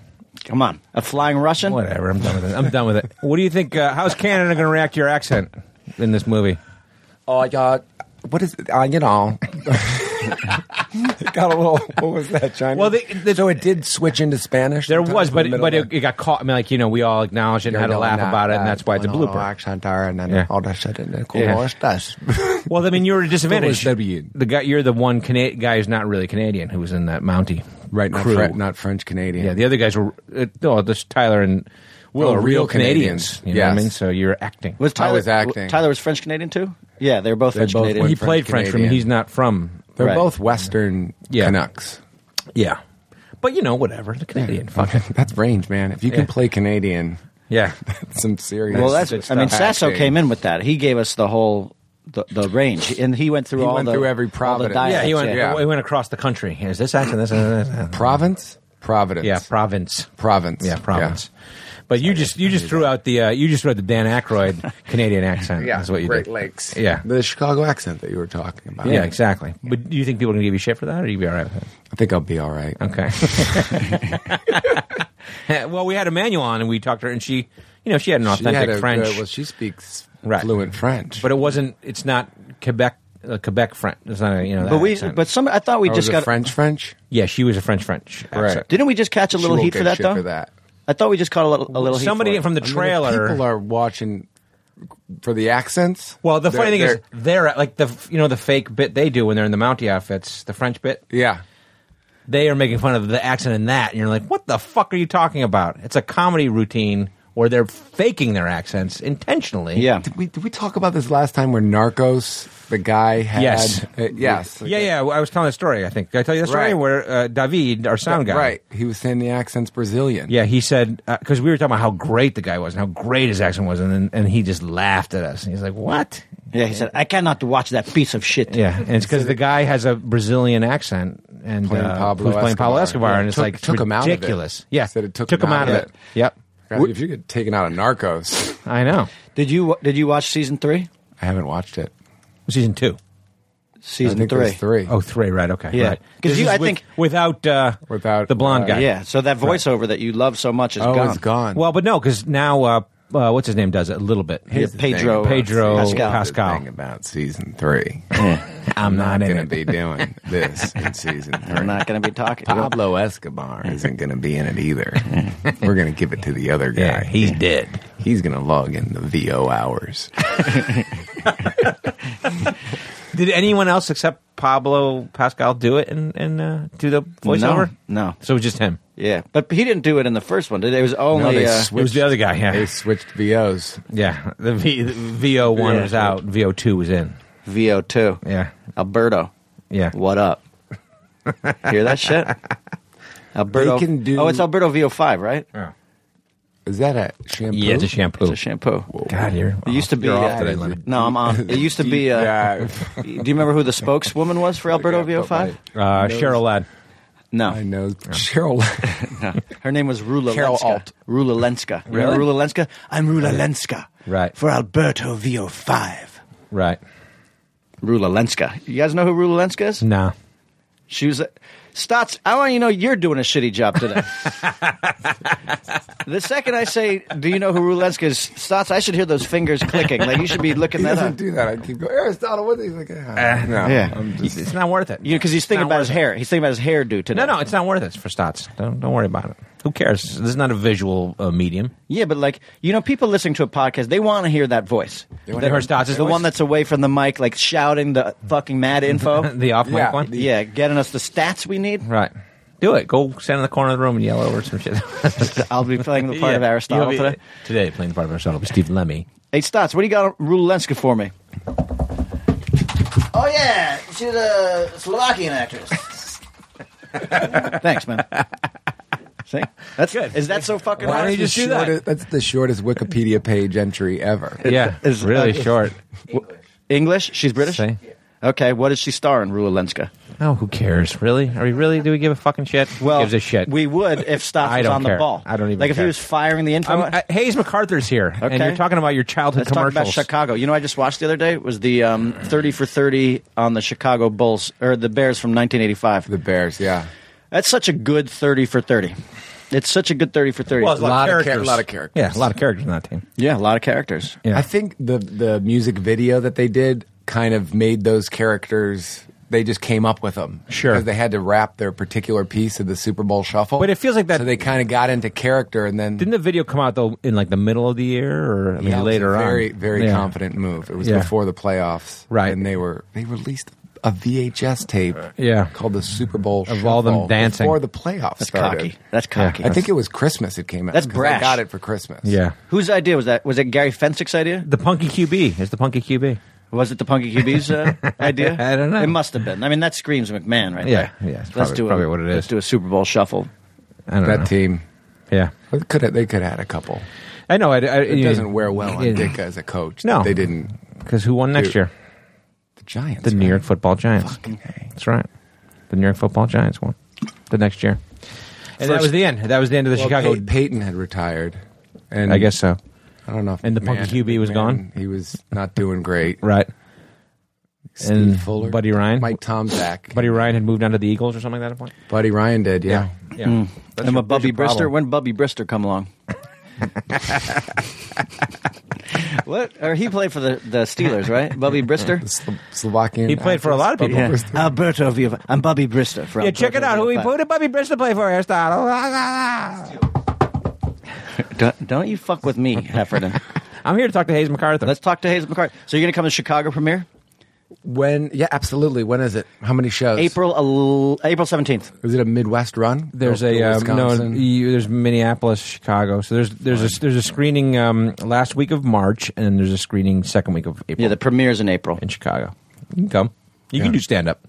[SPEAKER 8] Come on, a flying Russian.
[SPEAKER 4] Whatever. I'm done with it. I'm done with it. What do you think? Uh, how's Canada going to react to your accent in this movie?
[SPEAKER 7] Oh, I got what is it? Uh, you know. It got a little. What was that, China?
[SPEAKER 4] Well, they- they-
[SPEAKER 7] so it did switch into Spanish.
[SPEAKER 4] There
[SPEAKER 7] sometimes
[SPEAKER 4] was,
[SPEAKER 7] in
[SPEAKER 4] but
[SPEAKER 7] the middle
[SPEAKER 4] but
[SPEAKER 7] of
[SPEAKER 4] it, it got caught. I mean, like you know, we all acknowledged it and had to
[SPEAKER 7] You're
[SPEAKER 4] laugh
[SPEAKER 7] doing
[SPEAKER 4] about it,
[SPEAKER 7] that,
[SPEAKER 4] and that's why it's a
[SPEAKER 7] one little
[SPEAKER 4] blooper.
[SPEAKER 7] Accent there, and then
[SPEAKER 4] Yeah.
[SPEAKER 7] all that shit. And then,
[SPEAKER 4] Yeah.
[SPEAKER 7] "Cómo estás?"
[SPEAKER 4] Well, I mean, you were at a disadvantage.
[SPEAKER 7] What was W?
[SPEAKER 4] The guy, you're the one Cana- guy who's not really Canadian who was in that Mountie
[SPEAKER 7] Right, not,
[SPEAKER 4] crew.
[SPEAKER 7] Fre- not French Canadian.
[SPEAKER 4] yeah, the other guys were. Uh, no, this Tyler and Will
[SPEAKER 7] Oh,
[SPEAKER 4] are
[SPEAKER 7] real
[SPEAKER 4] real Canadians.
[SPEAKER 7] Canadians.
[SPEAKER 4] You know what I
[SPEAKER 7] Yes.
[SPEAKER 4] mean? So you're acting.
[SPEAKER 8] Was
[SPEAKER 7] I
[SPEAKER 8] Tyler
[SPEAKER 7] was acting.
[SPEAKER 8] Tyler was French Canadian too. Yeah, they were both French
[SPEAKER 7] both
[SPEAKER 8] Canadian.
[SPEAKER 7] were
[SPEAKER 4] he
[SPEAKER 7] French
[SPEAKER 4] played French for me.
[SPEAKER 7] Canadian.
[SPEAKER 4] He's not from.
[SPEAKER 7] They're
[SPEAKER 8] Right.
[SPEAKER 7] both Western
[SPEAKER 4] Yeah.
[SPEAKER 7] Canucks.
[SPEAKER 4] Yeah, but you know, whatever. The Canadian, fuck it.
[SPEAKER 7] That's range, man. If you can
[SPEAKER 4] Yeah.
[SPEAKER 7] play Canadian,
[SPEAKER 4] Yeah,
[SPEAKER 7] some serious.
[SPEAKER 8] well, that's.
[SPEAKER 4] good
[SPEAKER 8] I mean,
[SPEAKER 7] stuff.
[SPEAKER 8] Sasso
[SPEAKER 7] Acting.
[SPEAKER 8] came in with that. He gave us the whole the, the range, and he went through
[SPEAKER 7] He
[SPEAKER 8] all
[SPEAKER 7] went
[SPEAKER 8] the
[SPEAKER 7] through every
[SPEAKER 8] all the
[SPEAKER 7] province. Yeah,
[SPEAKER 4] yeah.
[SPEAKER 8] dialects,
[SPEAKER 4] He went.
[SPEAKER 7] yeah.
[SPEAKER 4] He went across the country. Here's this accent. This. this, this.
[SPEAKER 7] province, Providence.
[SPEAKER 4] Yeah, province.
[SPEAKER 7] province.
[SPEAKER 4] Yeah, province. But you just you just threw out the uh, you just threw out the Dan Aykroyd Canadian accent.
[SPEAKER 7] Yeah,
[SPEAKER 4] that's what you
[SPEAKER 7] Great
[SPEAKER 4] did.
[SPEAKER 7] Lakes.
[SPEAKER 4] Yeah.
[SPEAKER 7] the Chicago accent that you were talking about.
[SPEAKER 4] Yeah, exactly. But do you think people are going to give you shit for that, or you be all right with it?
[SPEAKER 7] I think I'll be all right.
[SPEAKER 4] Okay. well, we had Emmanuel on, and we talked to her, and she, you know, she had an
[SPEAKER 7] She had
[SPEAKER 4] authentic
[SPEAKER 7] a-
[SPEAKER 4] French,
[SPEAKER 7] uh, well, she speaks
[SPEAKER 4] Right.
[SPEAKER 7] fluent French.
[SPEAKER 4] but it wasn't. It's not Quebec. Uh, Quebec French. It's not a, you know. that
[SPEAKER 8] But we,
[SPEAKER 4] accent.
[SPEAKER 8] but some. I thought we
[SPEAKER 7] Or was
[SPEAKER 8] just
[SPEAKER 7] it
[SPEAKER 8] got.
[SPEAKER 7] Oh, French French.
[SPEAKER 4] yeah, she was a French French.
[SPEAKER 7] Right.
[SPEAKER 4] accent.
[SPEAKER 8] Didn't we just catch a
[SPEAKER 7] She
[SPEAKER 8] little
[SPEAKER 7] won't
[SPEAKER 8] heat
[SPEAKER 7] get
[SPEAKER 8] for that
[SPEAKER 7] shit
[SPEAKER 8] though?
[SPEAKER 7] For that.
[SPEAKER 8] I thought we just caught a little, a little heat.
[SPEAKER 4] Somebody
[SPEAKER 8] for it.
[SPEAKER 4] from the
[SPEAKER 7] I mean, if
[SPEAKER 4] trailer.
[SPEAKER 7] people are watching for the accents.
[SPEAKER 4] well, the funny
[SPEAKER 7] they're-
[SPEAKER 4] thing is,
[SPEAKER 7] they're-
[SPEAKER 4] they're like the f- you know the fake bit they do when they're in the Mountie outfits, the French bit.
[SPEAKER 7] yeah,
[SPEAKER 4] they are making fun of the accent in that, and you're like, what the fuck are you talking about? It's a comedy routine where they're faking their accents intentionally.
[SPEAKER 8] Yeah.
[SPEAKER 7] Did we, did we talk about this last time where Narcos, the guy had.
[SPEAKER 4] Yes.
[SPEAKER 7] uh, yes.
[SPEAKER 4] Yeah, yeah. well, I was telling a story, I think. Did I tell you the story
[SPEAKER 7] Right.
[SPEAKER 4] where uh, David, our sound guy.
[SPEAKER 7] Right. He was saying the accent's Brazilian.
[SPEAKER 4] Yeah, he said, because we were talking about how great the guy was and how great his accent was, and then, and he just laughed at us. And he's like, what?
[SPEAKER 8] Yeah, he said, "I cannot watch that piece of shit."
[SPEAKER 4] Yeah, and it's because the guy has a Brazilian accent and
[SPEAKER 7] Playing
[SPEAKER 4] uh,
[SPEAKER 7] Pablo
[SPEAKER 4] who's playing Pablo
[SPEAKER 7] Escobar.
[SPEAKER 4] Escobar,
[SPEAKER 7] Yeah,
[SPEAKER 4] and it's
[SPEAKER 7] took-
[SPEAKER 4] like
[SPEAKER 7] took him out of it.
[SPEAKER 4] ridiculous. Yeah,
[SPEAKER 7] Said it took
[SPEAKER 4] him out of it. Yep,
[SPEAKER 7] God, if you get taken out of Narcos,
[SPEAKER 4] I know.
[SPEAKER 8] Did you Did you watch season three?
[SPEAKER 7] I haven't watched it.
[SPEAKER 4] Season two.
[SPEAKER 7] I
[SPEAKER 8] Season
[SPEAKER 7] think
[SPEAKER 8] three.
[SPEAKER 7] there's three.
[SPEAKER 4] Oh, three, right? Okay,
[SPEAKER 8] Yeah.
[SPEAKER 4] right.
[SPEAKER 8] 'Cause
[SPEAKER 4] This
[SPEAKER 8] you-
[SPEAKER 4] is
[SPEAKER 8] I
[SPEAKER 4] with-
[SPEAKER 8] think-
[SPEAKER 4] without uh,
[SPEAKER 7] Without,
[SPEAKER 4] the blonde
[SPEAKER 7] uh,
[SPEAKER 4] guy.
[SPEAKER 8] Yeah. So that voiceover that you love so much is
[SPEAKER 7] Oh,
[SPEAKER 8] gone.
[SPEAKER 7] it's gone.
[SPEAKER 4] Well, but no, because now uh, uh, what's his name does it a little bit.
[SPEAKER 8] Yeah,
[SPEAKER 7] the
[SPEAKER 8] Pedro.
[SPEAKER 7] thing.
[SPEAKER 4] Pedro
[SPEAKER 8] Pascal.
[SPEAKER 7] Here's the
[SPEAKER 4] Pascal.
[SPEAKER 7] thing about season three.
[SPEAKER 4] I'm not in
[SPEAKER 7] going to
[SPEAKER 4] it.
[SPEAKER 7] be doing this in season three.
[SPEAKER 8] I'm not going to be talking.
[SPEAKER 7] Pablo Escobar isn't going to be in it either. We're going to give it to the other guy.
[SPEAKER 4] Yeah, he's dead.
[SPEAKER 7] He's going to log in the VO hours.
[SPEAKER 4] Did anyone else except Pablo Pascal do it and and uh, do the voiceover?
[SPEAKER 8] No, no.
[SPEAKER 4] So it was just him.
[SPEAKER 8] Yeah, but he didn't do it in the first one. Did he? It was only.
[SPEAKER 7] No, they
[SPEAKER 8] uh,
[SPEAKER 7] switched.
[SPEAKER 4] It was the other guy. Yeah,
[SPEAKER 7] They switched VOs.
[SPEAKER 4] yeah. The, v, the VO one
[SPEAKER 8] Yeah.
[SPEAKER 4] was out. VO two was in.
[SPEAKER 8] VO2.
[SPEAKER 4] Yeah,
[SPEAKER 8] Alberto.
[SPEAKER 4] yeah.
[SPEAKER 8] What up? Hear that shit? Alberto.
[SPEAKER 7] They can do-
[SPEAKER 8] oh, it's Alberto VO5, right?
[SPEAKER 4] Yeah,
[SPEAKER 7] Is that a shampoo?
[SPEAKER 4] yeah. It's a shampoo.
[SPEAKER 8] It's a shampoo.
[SPEAKER 4] God, you're.
[SPEAKER 8] It used to be.
[SPEAKER 4] You're
[SPEAKER 8] uh,
[SPEAKER 4] off today, Leonard.
[SPEAKER 8] no, I'm on. It used to be. Uh,
[SPEAKER 7] yeah.
[SPEAKER 8] Do you remember who the spokeswoman was for Alberto
[SPEAKER 7] Yeah, but
[SPEAKER 8] VO5?
[SPEAKER 4] Uh, Cheryl Ladd.
[SPEAKER 8] No.
[SPEAKER 7] I know. Cheryl.
[SPEAKER 8] Her name was Rula
[SPEAKER 7] Carol
[SPEAKER 8] Lenska.
[SPEAKER 7] Alt.
[SPEAKER 8] Rula Lenska. You
[SPEAKER 4] Really?
[SPEAKER 8] know Rula Lenska? I'm Rula Lenska.
[SPEAKER 4] Right.
[SPEAKER 8] For Alberto VO5.
[SPEAKER 4] Right.
[SPEAKER 8] Rula Lenska. You guys know who Rula Lenska is?
[SPEAKER 4] No.
[SPEAKER 8] She was. A, Stotts, I want you to know you're doing a shitty job today. the second I say, do you know who Rulenska is? Stotts, I should hear those fingers clicking. Like, you should be looking
[SPEAKER 7] he
[SPEAKER 8] that
[SPEAKER 7] doesn't
[SPEAKER 8] up.
[SPEAKER 7] do that. I keep going, Aristotle, what is like, ah, no.
[SPEAKER 8] yeah.
[SPEAKER 7] I'm just,
[SPEAKER 4] It's not worth it.
[SPEAKER 8] You know, because he's
[SPEAKER 4] It's
[SPEAKER 8] thinking
[SPEAKER 4] not
[SPEAKER 8] about his
[SPEAKER 4] worth it.
[SPEAKER 8] hair. He's thinking about his hairdo today.
[SPEAKER 4] No, no, it's not worth it for Stotts. Don't don't worry about it. Who cares? This is not a visual uh, medium.
[SPEAKER 8] Yeah, but like, you know, people listening to a podcast, they want to hear that voice.
[SPEAKER 7] wanna
[SPEAKER 4] They
[SPEAKER 7] hear
[SPEAKER 4] heard Stotts'
[SPEAKER 8] The
[SPEAKER 4] voice?
[SPEAKER 8] one that's away from the mic, like shouting the fucking mad info.
[SPEAKER 4] the off mic
[SPEAKER 7] Yeah.
[SPEAKER 4] one.
[SPEAKER 8] yeah, getting us the stats we need.
[SPEAKER 4] Right. Do it. Go stand in the corner of the room and yell over some shit.
[SPEAKER 8] I'll be playing the part
[SPEAKER 4] Yeah.
[SPEAKER 8] of Aristotle
[SPEAKER 4] You'll be-
[SPEAKER 8] today.
[SPEAKER 4] Today, playing the part of Aristotle with Steve Lemmy.
[SPEAKER 8] Hey, Stotts, what do you got on Rulenska for me? Oh, yeah. She's a Slovakian actress. Thanks, man. See? That's good. Is that so fucking
[SPEAKER 4] Why
[SPEAKER 8] hard?
[SPEAKER 4] don't you just do that?
[SPEAKER 7] shortest- That's the shortest Wikipedia page entry ever.
[SPEAKER 4] yeah,
[SPEAKER 8] it's-
[SPEAKER 4] it's really
[SPEAKER 8] uh,
[SPEAKER 4] short.
[SPEAKER 8] English? She's British?
[SPEAKER 4] Say.
[SPEAKER 8] Okay, what does she star in, Rulenska?
[SPEAKER 4] Oh, who cares? Really? Are we really? Do we give a fucking shit? Who
[SPEAKER 8] Well,
[SPEAKER 4] gives a shit?
[SPEAKER 8] we would if Stotts
[SPEAKER 4] I
[SPEAKER 8] was
[SPEAKER 4] don't
[SPEAKER 8] on
[SPEAKER 4] care.
[SPEAKER 8] the ball.
[SPEAKER 4] I don't even
[SPEAKER 8] Like if
[SPEAKER 4] care.
[SPEAKER 8] he was firing the info.
[SPEAKER 4] I'm, I, Hayes MacArthur's here, and
[SPEAKER 8] Okay.
[SPEAKER 4] you're talking about your childhood
[SPEAKER 8] Let's talk
[SPEAKER 4] commercials.
[SPEAKER 8] about Chicago. You know, I just watched the other day was the um, thirty for thirty on the Chicago Bulls or the Bears from nineteen eighty five.
[SPEAKER 7] The Bears, yeah.
[SPEAKER 8] That's such a good thirty for thirty. It's such a good thirty for thirty.
[SPEAKER 7] a lot of characters. lot of characters.
[SPEAKER 4] Yeah, a lot of characters in that team.
[SPEAKER 8] yeah, a lot of characters.
[SPEAKER 4] Yeah.
[SPEAKER 7] I think the the music video that they did kind of made those characters. They just came up with them,
[SPEAKER 4] Sure.
[SPEAKER 7] because they had to wrap their particular piece of the Super Bowl shuffle.
[SPEAKER 4] But it feels like that-
[SPEAKER 7] So they kind of got into character, and then
[SPEAKER 4] Didn't the video come out though in like the middle of the year or I mean
[SPEAKER 7] Yeah, it was a
[SPEAKER 4] later
[SPEAKER 7] very,
[SPEAKER 4] on?
[SPEAKER 7] very
[SPEAKER 4] Yeah.
[SPEAKER 7] confident move. It was
[SPEAKER 4] Yeah.
[SPEAKER 7] before the playoffs,
[SPEAKER 4] Right.
[SPEAKER 7] And they were they released a VHS tape,
[SPEAKER 4] Yeah.
[SPEAKER 7] called the Super Bowl
[SPEAKER 4] Of all them
[SPEAKER 7] Shuffle
[SPEAKER 4] dancing.
[SPEAKER 7] before the playoffs
[SPEAKER 8] That's
[SPEAKER 7] started.
[SPEAKER 8] cocky. That's cocky.
[SPEAKER 7] I think it was Christmas. It came out.
[SPEAKER 8] That's
[SPEAKER 7] 'cause I
[SPEAKER 8] brash.
[SPEAKER 7] got it for Christmas.
[SPEAKER 4] Yeah.
[SPEAKER 8] Whose idea was that? Was it Gary Fensick's idea?
[SPEAKER 4] The Punky QB is the Punky QB.
[SPEAKER 8] Was it the Punky QB's uh, idea?
[SPEAKER 4] I don't know.
[SPEAKER 8] It must have been. I mean, that screams McMahon right
[SPEAKER 4] Yeah,
[SPEAKER 8] there.
[SPEAKER 4] yeah, it's
[SPEAKER 8] Let's
[SPEAKER 4] probably-
[SPEAKER 8] do a,
[SPEAKER 4] probably what it is.
[SPEAKER 8] Let's do a Super Bowl shuffle.
[SPEAKER 4] I don't
[SPEAKER 7] that
[SPEAKER 4] know.
[SPEAKER 7] team.
[SPEAKER 4] Yeah,
[SPEAKER 7] But Could have, they could have had a couple.
[SPEAKER 4] I know. I, I,
[SPEAKER 7] It doesn't wear well on Dick as a coach.
[SPEAKER 4] No.
[SPEAKER 7] they didn't.
[SPEAKER 4] because who won next
[SPEAKER 7] Dude.
[SPEAKER 4] year?
[SPEAKER 7] The Giants,
[SPEAKER 4] The New
[SPEAKER 7] right?
[SPEAKER 4] York Football Giants.
[SPEAKER 7] Fucking A.
[SPEAKER 4] That's right. The New York Football Giants won the next year, and that was the end. That was the end of the
[SPEAKER 7] Well,
[SPEAKER 4] Chicago.
[SPEAKER 7] Pey- Peyton had retired, and
[SPEAKER 4] I guess so.
[SPEAKER 7] I don't know. If
[SPEAKER 4] And the
[SPEAKER 7] McMahon-
[SPEAKER 4] Punky QB was
[SPEAKER 7] McMahon,
[SPEAKER 4] gone?
[SPEAKER 7] He was not doing great.
[SPEAKER 4] Right.
[SPEAKER 7] Steve
[SPEAKER 4] And
[SPEAKER 7] Fuller,
[SPEAKER 4] Buddy Ryan?
[SPEAKER 7] Mike Tomzak,
[SPEAKER 4] Buddy Ryan had moved on to the Eagles or something at that point.
[SPEAKER 7] Buddy Ryan did. yeah.
[SPEAKER 4] Yeah.
[SPEAKER 8] and
[SPEAKER 4] your-
[SPEAKER 8] with Bubby
[SPEAKER 4] that's your
[SPEAKER 8] Brister,
[SPEAKER 4] problem.
[SPEAKER 8] when Bubby Brister come along? what? Or he played for the, the Steelers, right? Bubby Brister.
[SPEAKER 7] Slo- Slovakian.
[SPEAKER 4] He played for a lot of people.
[SPEAKER 8] Yeah. Alberto Viva. I'm Bobby Brister from.
[SPEAKER 4] Yeah, check it out. Who we put it? Bubby Brister play for Aristotle.
[SPEAKER 8] Don't, don't you fuck with me, Heffernan.
[SPEAKER 4] I'm here to talk to Hayes MacArthur.
[SPEAKER 8] Let's talk to Hayes McCarthy. So you're going to come to Chicago premiere
[SPEAKER 7] When? Yeah, absolutely. When is it? How many shows?
[SPEAKER 8] April el- April 17th.
[SPEAKER 7] Is it a Midwest run?
[SPEAKER 4] There's
[SPEAKER 7] Go-
[SPEAKER 4] a
[SPEAKER 7] go
[SPEAKER 4] um, no.
[SPEAKER 7] Wisconsin?
[SPEAKER 4] You, there's Minneapolis, Chicago. So there's there's a, there's a screening um, last week of March, and then there's a screening second week of April
[SPEAKER 8] Yeah, the premiere's in April.
[SPEAKER 4] in Chicago. You can come. You can do stand up.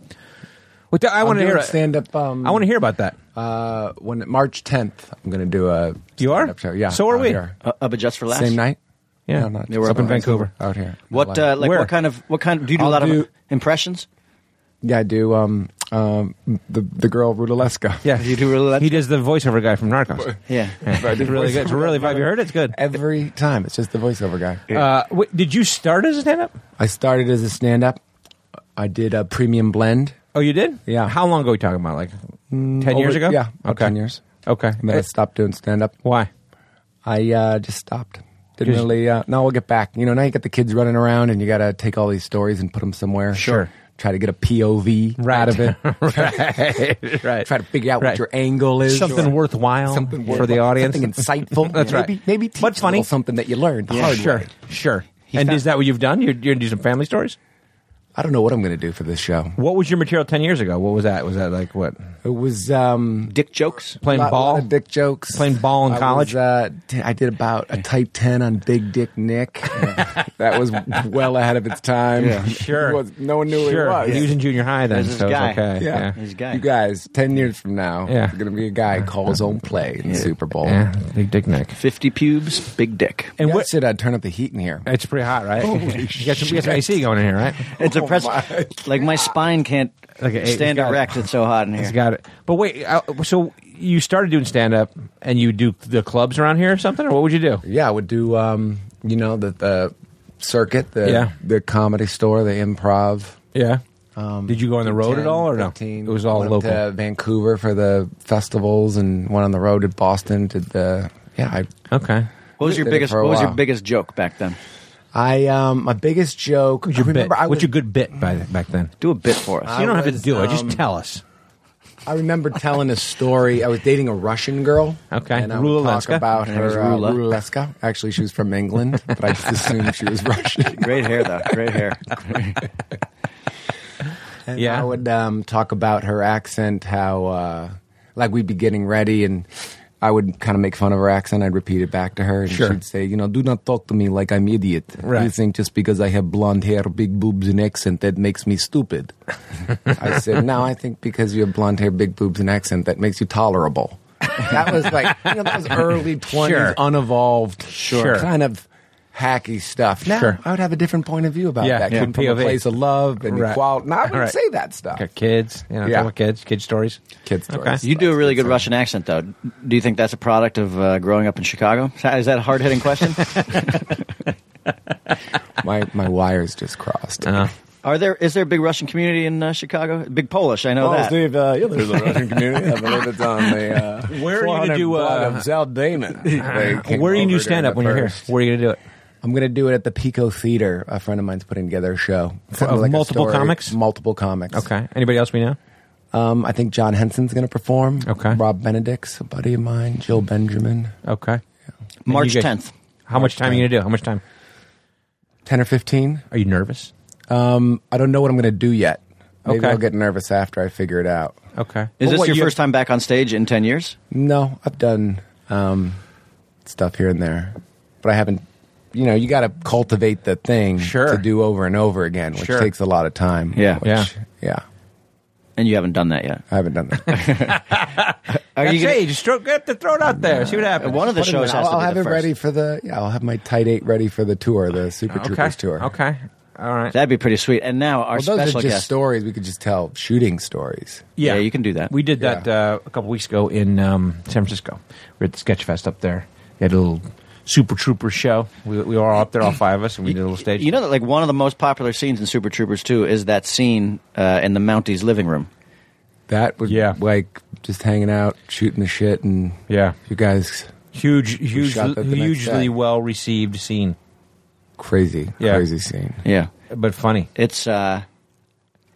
[SPEAKER 4] What the- I want to hear
[SPEAKER 7] stand up. Um,
[SPEAKER 4] I want to hear about that.
[SPEAKER 7] Uh, when March 10th, I'm going to do a.
[SPEAKER 4] You are?
[SPEAKER 7] stand-up Show. Yeah.
[SPEAKER 4] So are
[SPEAKER 7] out
[SPEAKER 4] we.
[SPEAKER 7] here.
[SPEAKER 8] Uh, uh, but just for last.
[SPEAKER 7] Same night.
[SPEAKER 4] Yeah,
[SPEAKER 7] No, not Oh.
[SPEAKER 8] Yeah, we're
[SPEAKER 7] just
[SPEAKER 8] up in
[SPEAKER 7] out here.
[SPEAKER 4] Vancouver.
[SPEAKER 7] Out here.
[SPEAKER 8] What uh, like
[SPEAKER 4] Where?
[SPEAKER 8] what kind of what kind do you do
[SPEAKER 7] I'll
[SPEAKER 8] a lot
[SPEAKER 7] do-
[SPEAKER 8] of impressions?
[SPEAKER 7] Yeah, I do. Um, um, the the girl Rudaleska.
[SPEAKER 4] Yeah,
[SPEAKER 8] You do really that?
[SPEAKER 4] He does the voiceover guy from Narcos.
[SPEAKER 8] Yeah.
[SPEAKER 4] it's really good. It's really vibe. You heard it? It's good.
[SPEAKER 7] Every time, it's just the voiceover guy.
[SPEAKER 4] Uh, wait, did you start as a stand up?
[SPEAKER 7] I started as a stand up. I did a premium blend.
[SPEAKER 4] Oh, you did?
[SPEAKER 7] Yeah. Mm,
[SPEAKER 4] How long ago are we talking about? Like ten years
[SPEAKER 7] Over-
[SPEAKER 4] ago?
[SPEAKER 7] Yeah, about
[SPEAKER 4] Okay.
[SPEAKER 7] 10 years.
[SPEAKER 4] Okay.
[SPEAKER 7] And then I
[SPEAKER 4] Uh,
[SPEAKER 7] stopped doing stand up.
[SPEAKER 4] Why?
[SPEAKER 7] I uh, just stopped. Didn't
[SPEAKER 4] 'Cause-
[SPEAKER 7] really. Uh, now we'll get back. You know, now you got the kids running around, and you got to take all these stories and put them somewhere.
[SPEAKER 4] Sure.
[SPEAKER 7] Try to get a POV out of it.
[SPEAKER 4] right. right.
[SPEAKER 7] Try to figure out
[SPEAKER 4] Right.
[SPEAKER 7] what your angle is.
[SPEAKER 4] something
[SPEAKER 7] Sure.
[SPEAKER 4] worthwhile
[SPEAKER 7] Something
[SPEAKER 4] for the
[SPEAKER 7] worthwhile,
[SPEAKER 4] audience.
[SPEAKER 7] Something insightful.
[SPEAKER 4] That's right.
[SPEAKER 7] Maybe, maybe teach
[SPEAKER 4] But
[SPEAKER 7] a
[SPEAKER 4] funny.
[SPEAKER 7] little something that you learned. the hard way.
[SPEAKER 4] sure, sure. and
[SPEAKER 8] found-
[SPEAKER 4] is that what you've done? You're, you're gonna do some family stories.
[SPEAKER 7] I don't know what I'm going to do for this show.
[SPEAKER 4] What was your material ten years ago? What was that? Was that like what
[SPEAKER 7] It was um,
[SPEAKER 8] Dick jokes.
[SPEAKER 4] playing
[SPEAKER 7] lot-
[SPEAKER 4] ball?
[SPEAKER 7] lot of dick jokes,
[SPEAKER 4] Playing ball in
[SPEAKER 7] I
[SPEAKER 4] college?
[SPEAKER 7] was, uh, t- I did about a type ten on Big Dick Nick. that was well ahead of its time.
[SPEAKER 4] Sure.
[SPEAKER 7] It was- no one knew
[SPEAKER 4] sure.
[SPEAKER 7] who he was.
[SPEAKER 4] He was in junior high then,
[SPEAKER 8] There's this
[SPEAKER 4] so
[SPEAKER 8] guy.
[SPEAKER 4] it's okay.
[SPEAKER 7] Yeah.
[SPEAKER 8] He's gay.
[SPEAKER 7] You guys, ten years from now,
[SPEAKER 4] Yeah.
[SPEAKER 7] yeah. you're gonna be a guy who calls his own play in the Super Bowl.
[SPEAKER 4] Yeah, big dick Nick.
[SPEAKER 8] 50 pubes, big dick.
[SPEAKER 4] And
[SPEAKER 7] Yeah,
[SPEAKER 4] what?
[SPEAKER 7] should I turn up the heat in here?
[SPEAKER 4] It's pretty hot, right? you got some, you got some AC going in here, right?
[SPEAKER 8] It's
[SPEAKER 7] Oh
[SPEAKER 8] oppressive. Like my spine can't
[SPEAKER 4] Like a-
[SPEAKER 8] stand
[SPEAKER 4] it's got-
[SPEAKER 8] erect. It's so hot in
[SPEAKER 4] He's
[SPEAKER 8] here.
[SPEAKER 4] got it. But wait, uh, so you started doing stand up, and you do the clubs around here or something, or what would you do?
[SPEAKER 7] Yeah, I would do um, you know, the the circuit, the
[SPEAKER 4] Yeah.
[SPEAKER 7] the comedy store, the improv.
[SPEAKER 4] Yeah.
[SPEAKER 7] Um,
[SPEAKER 4] Did you go on the road
[SPEAKER 7] 10,
[SPEAKER 4] at all, or no? It was all
[SPEAKER 7] went
[SPEAKER 4] local.
[SPEAKER 7] To Vancouver for the festivals, and went on the road to Boston. Did the yeah, I
[SPEAKER 4] Okay.
[SPEAKER 8] What was your
[SPEAKER 7] Did it
[SPEAKER 8] biggest
[SPEAKER 7] for a
[SPEAKER 8] what was your
[SPEAKER 7] while.
[SPEAKER 8] biggest joke back then?
[SPEAKER 7] I um my biggest joke. I
[SPEAKER 4] Bit.
[SPEAKER 7] remember I
[SPEAKER 4] What's
[SPEAKER 7] was,
[SPEAKER 4] your good bit by, back then?
[SPEAKER 8] Do a bit for us.
[SPEAKER 4] you don't have to
[SPEAKER 7] was,
[SPEAKER 4] do it. Just
[SPEAKER 7] um,
[SPEAKER 4] tell us.
[SPEAKER 7] I remember telling a story. I was dating a Russian girl.
[SPEAKER 4] Okay.
[SPEAKER 7] and I would talk
[SPEAKER 4] Rulalenska.
[SPEAKER 7] about
[SPEAKER 8] Her name
[SPEAKER 7] her
[SPEAKER 8] is
[SPEAKER 7] uh,
[SPEAKER 8] Rula.
[SPEAKER 7] Rulalenska. Actually, she was from England, but I just assumed she was Russian.
[SPEAKER 8] Great hair though. Great hair.
[SPEAKER 7] And
[SPEAKER 4] Yeah.
[SPEAKER 7] I would um, talk about her accent, how uh, like we'd be getting ready, and I would kind of make fun of her accent. I'd repeat it back to her, and
[SPEAKER 4] Sure.
[SPEAKER 7] she'd say, "You know, do not talk to me like I'm idiot.
[SPEAKER 4] Right.
[SPEAKER 7] You think just because I have blonde hair, big boobs, and accent that makes me stupid?" I said, "No, I think because you have blonde hair, big boobs, and accent that makes you tolerable." that was like you know, that was early twenties,
[SPEAKER 4] Sure.
[SPEAKER 7] unevolved,
[SPEAKER 4] Sure.
[SPEAKER 7] kind of hacky stuff. Now
[SPEAKER 4] Sure.
[SPEAKER 7] I would have a different point of view about
[SPEAKER 4] Yeah,
[SPEAKER 7] that.
[SPEAKER 4] yeah.
[SPEAKER 7] Came from a
[SPEAKER 4] POV.
[SPEAKER 7] place of love and
[SPEAKER 4] Right.
[SPEAKER 7] equality. Now I wouldn't
[SPEAKER 4] Right.
[SPEAKER 7] say that stuff.
[SPEAKER 4] Okay, kids, you know,
[SPEAKER 7] Yeah.
[SPEAKER 4] talk about kids, kid stories.
[SPEAKER 7] Kid stories.
[SPEAKER 8] You do a really good Russian accent though. Do you think that's a product of uh, growing up in Chicago? Is that a hard hitting question?
[SPEAKER 7] My my wires just crossed.
[SPEAKER 4] Uh,
[SPEAKER 8] Are there is there a big Russian community in uh, Chicago? Big Polish, I know
[SPEAKER 7] Oh,
[SPEAKER 8] that.
[SPEAKER 7] Steve, uh, yeah, there's a Russian community. I believe it's on the. Uh,
[SPEAKER 4] Where are you gonna
[SPEAKER 7] 400
[SPEAKER 4] do, uh,
[SPEAKER 7] block of South Damon. They came
[SPEAKER 4] Where do you do
[SPEAKER 7] over during
[SPEAKER 4] stand up
[SPEAKER 7] the
[SPEAKER 4] when you you're here?
[SPEAKER 7] first.
[SPEAKER 4] Where are you going to do it?
[SPEAKER 7] I'm going to do it at the Pico Theater. A friend of mine's putting together a show. It's
[SPEAKER 4] of multiple comics?
[SPEAKER 7] Multiple comics.
[SPEAKER 4] Okay. Anybody else we know?
[SPEAKER 7] Um, I think John Henson's going to perform.
[SPEAKER 4] Okay.
[SPEAKER 7] Rob Benedict's a buddy of mine. Jill Benjamin.
[SPEAKER 4] Okay.
[SPEAKER 8] March
[SPEAKER 4] you guys-
[SPEAKER 8] 10th.
[SPEAKER 4] How much time are you going to do? How much time?
[SPEAKER 7] 10 or 15.
[SPEAKER 4] Are you nervous?
[SPEAKER 7] Um, I don't know what I'm going to do yet. Maybe
[SPEAKER 4] Okay.
[SPEAKER 7] I'll get nervous after I figure it out.
[SPEAKER 4] Okay.
[SPEAKER 8] Is
[SPEAKER 4] Well,
[SPEAKER 8] this
[SPEAKER 4] what,
[SPEAKER 8] your
[SPEAKER 4] you-
[SPEAKER 8] first time back on stage in 10 years?
[SPEAKER 7] No, I've done um, stuff here and there, but I haven't. You know, you got to cultivate the thing
[SPEAKER 4] Sure.
[SPEAKER 7] to do over and over again, which
[SPEAKER 4] Sure.
[SPEAKER 7] takes a lot of time.
[SPEAKER 8] Yeah.
[SPEAKER 7] which-
[SPEAKER 4] Yeah.
[SPEAKER 7] yeah.
[SPEAKER 8] And you haven't done that yet.
[SPEAKER 7] I haven't done that.
[SPEAKER 8] Are
[SPEAKER 4] That's
[SPEAKER 8] you gonna- Uh,
[SPEAKER 4] it. You just throw, get the throw it out there. See what happens.
[SPEAKER 8] one of the shows
[SPEAKER 7] I'll,
[SPEAKER 8] has to
[SPEAKER 7] I'll
[SPEAKER 8] be
[SPEAKER 7] have
[SPEAKER 8] the
[SPEAKER 7] it
[SPEAKER 8] first.
[SPEAKER 7] ready for the. Yeah, I'll have my tight eight ready for the tour, the Super
[SPEAKER 4] okay.
[SPEAKER 7] Troopers tour.
[SPEAKER 4] Okay. All right.
[SPEAKER 8] That'd be pretty sweet. And now our
[SPEAKER 7] Well, those are
[SPEAKER 8] special
[SPEAKER 7] just
[SPEAKER 8] guest.
[SPEAKER 7] stories. We could just tell shooting stories.
[SPEAKER 8] Yeah, you can do that.
[SPEAKER 4] We did that uh, a couple weeks ago in um, San Francisco. We were at the Sketchfest up there. They had a little Super Trooper show. We, we were all up there, all five of us, and we did a little stage.
[SPEAKER 8] You know that like one of the most popular scenes in Super Troopers 2 is that scene uh, in the Mounties living room.
[SPEAKER 7] That was
[SPEAKER 4] Yeah.
[SPEAKER 7] like just hanging out, shooting the shit, and
[SPEAKER 4] Yeah.
[SPEAKER 7] you guys
[SPEAKER 4] huge, huge,
[SPEAKER 7] shot that the next
[SPEAKER 4] hugely
[SPEAKER 7] day.
[SPEAKER 4] well received scene,
[SPEAKER 7] crazy,
[SPEAKER 4] Yeah.
[SPEAKER 7] crazy scene.
[SPEAKER 8] Yeah.
[SPEAKER 4] but funny.
[SPEAKER 8] It's uh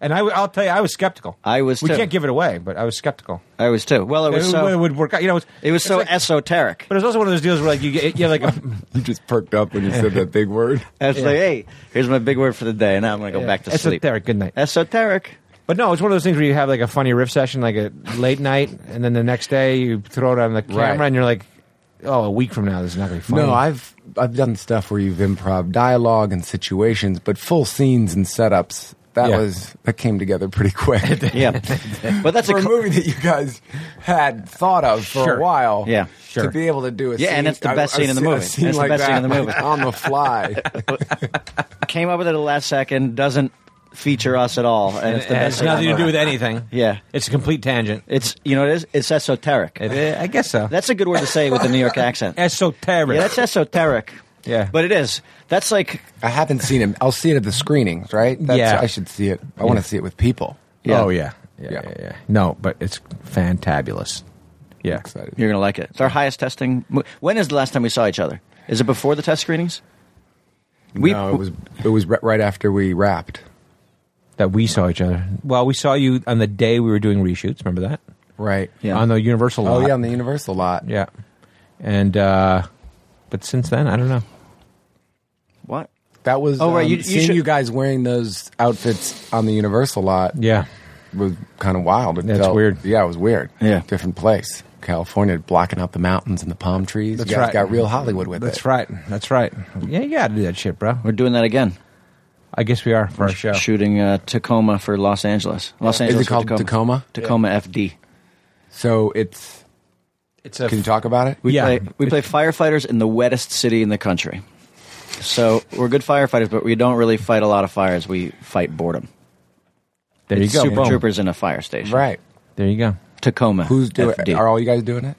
[SPEAKER 4] And I, will tell you, I was skeptical.
[SPEAKER 8] I was
[SPEAKER 4] We
[SPEAKER 8] too.
[SPEAKER 4] can't give it away, but I was skeptical.
[SPEAKER 8] I was too. Well, it was
[SPEAKER 4] It,
[SPEAKER 8] so
[SPEAKER 4] would work out. You know, it's-
[SPEAKER 8] it was
[SPEAKER 4] it's
[SPEAKER 8] so
[SPEAKER 4] like-
[SPEAKER 8] esoteric.
[SPEAKER 4] But it's also one of those deals where like you get, you like a,
[SPEAKER 7] You just perked up when you said that big word.
[SPEAKER 8] I was like, "Hey, here's my big word for the day." and Now I'm going to go back to sleep.
[SPEAKER 4] esoteric good night.
[SPEAKER 8] Esoteric.
[SPEAKER 4] But no, it's one of those things where you have like a funny riff session, like a late night, and then the next day you throw it on the camera,
[SPEAKER 7] Right.
[SPEAKER 4] and you're like, oh, a week from now this is not going to be funny.
[SPEAKER 7] No, I've I've done stuff where you've improv dialogue and situations, but full scenes and setups. That
[SPEAKER 4] Yeah.
[SPEAKER 7] was that came together pretty quick.
[SPEAKER 8] Yeah. but that's
[SPEAKER 7] for
[SPEAKER 8] a
[SPEAKER 7] a
[SPEAKER 8] co-
[SPEAKER 7] movie that you guys had thought of for
[SPEAKER 4] Sure.
[SPEAKER 7] a while.
[SPEAKER 8] Yeah,
[SPEAKER 4] sure.
[SPEAKER 7] To be able to do a
[SPEAKER 8] Yeah,
[SPEAKER 7] scene,
[SPEAKER 8] and it's the best scene in the
[SPEAKER 7] se-
[SPEAKER 8] movie.
[SPEAKER 7] scene
[SPEAKER 8] It's the
[SPEAKER 7] like
[SPEAKER 8] best scene in the
[SPEAKER 7] that
[SPEAKER 8] movie.
[SPEAKER 7] on the fly.
[SPEAKER 8] came up with it at the last second. Doesn't feature us at all, and it's the
[SPEAKER 4] It
[SPEAKER 8] best.
[SPEAKER 4] has
[SPEAKER 8] thing
[SPEAKER 4] nothing to
[SPEAKER 8] ever.
[SPEAKER 4] do with anything.
[SPEAKER 8] Yeah.
[SPEAKER 4] it's a complete tangent.
[SPEAKER 8] It's you know what it is. It's esoteric.
[SPEAKER 4] It- eh, I guess so.
[SPEAKER 8] That's a good word to say with the New York accent.
[SPEAKER 4] esoteric.
[SPEAKER 8] yeah, that's esoteric.
[SPEAKER 4] Yeah.
[SPEAKER 8] but it is. That's like
[SPEAKER 7] I haven't seen him. I'll see it at the screenings, right? That's,
[SPEAKER 4] Yeah.
[SPEAKER 7] I should see it. I want to see it with people.
[SPEAKER 8] yeah.
[SPEAKER 4] Oh yeah. Yeah, yeah,
[SPEAKER 7] Yeah.
[SPEAKER 4] yeah, No, but it's fantabulous. Yeah,
[SPEAKER 7] Excited.
[SPEAKER 8] you're gonna like it. It's our highest testing. Mo- when is the last time we saw each other? Is it before the test screenings? We
[SPEAKER 7] no, it was it was ri- right after we wrapped.
[SPEAKER 4] that we saw each other. Well, we saw you on the day we were doing reshoots. Remember that?
[SPEAKER 7] Right.
[SPEAKER 8] Yeah.
[SPEAKER 4] On the Universal.
[SPEAKER 7] Oh
[SPEAKER 4] lot.
[SPEAKER 7] yeah, on the Universal lot.
[SPEAKER 4] Yeah. And uh but since then, I don't know.
[SPEAKER 8] what?
[SPEAKER 7] That was
[SPEAKER 8] Oh, right,
[SPEAKER 7] um,
[SPEAKER 8] you- you
[SPEAKER 7] seeing
[SPEAKER 8] should-
[SPEAKER 7] you guys wearing those outfits on the Universal lot.
[SPEAKER 4] Yeah.
[SPEAKER 7] was kind of wild. It
[SPEAKER 4] That's weird.
[SPEAKER 7] Yeah, it was weird.
[SPEAKER 8] Yeah.
[SPEAKER 7] different place. California blocking out the mountains and the palm trees.
[SPEAKER 4] That's
[SPEAKER 7] you guys
[SPEAKER 4] right.
[SPEAKER 7] Got real Hollywood with
[SPEAKER 4] That's
[SPEAKER 7] it.
[SPEAKER 4] right. That's right. Yeah, you got to do that shit, bro.
[SPEAKER 8] We're doing that again.
[SPEAKER 4] I guess we are for our show.
[SPEAKER 8] Shooting uh, Tacoma for Los Angeles. Los
[SPEAKER 7] Is
[SPEAKER 8] Angeles
[SPEAKER 7] it
[SPEAKER 8] for
[SPEAKER 7] called
[SPEAKER 8] Tacoma.
[SPEAKER 7] Tacoma?
[SPEAKER 8] Tacoma FD.
[SPEAKER 7] So it's.
[SPEAKER 4] It's a
[SPEAKER 7] Can you talk about it?
[SPEAKER 8] We
[SPEAKER 4] Yeah.
[SPEAKER 8] play we play firefighters in the wettest city in the country. So we're good firefighters, but we don't really fight a lot of fires. We fight boredom.
[SPEAKER 4] There
[SPEAKER 8] It's
[SPEAKER 4] you go.
[SPEAKER 8] Super
[SPEAKER 4] Boom.
[SPEAKER 8] troopers in a fire station.
[SPEAKER 7] right.
[SPEAKER 4] There you go.
[SPEAKER 8] Tacoma.
[SPEAKER 7] Who's doing?
[SPEAKER 8] FD.
[SPEAKER 7] Are all you guys doing it?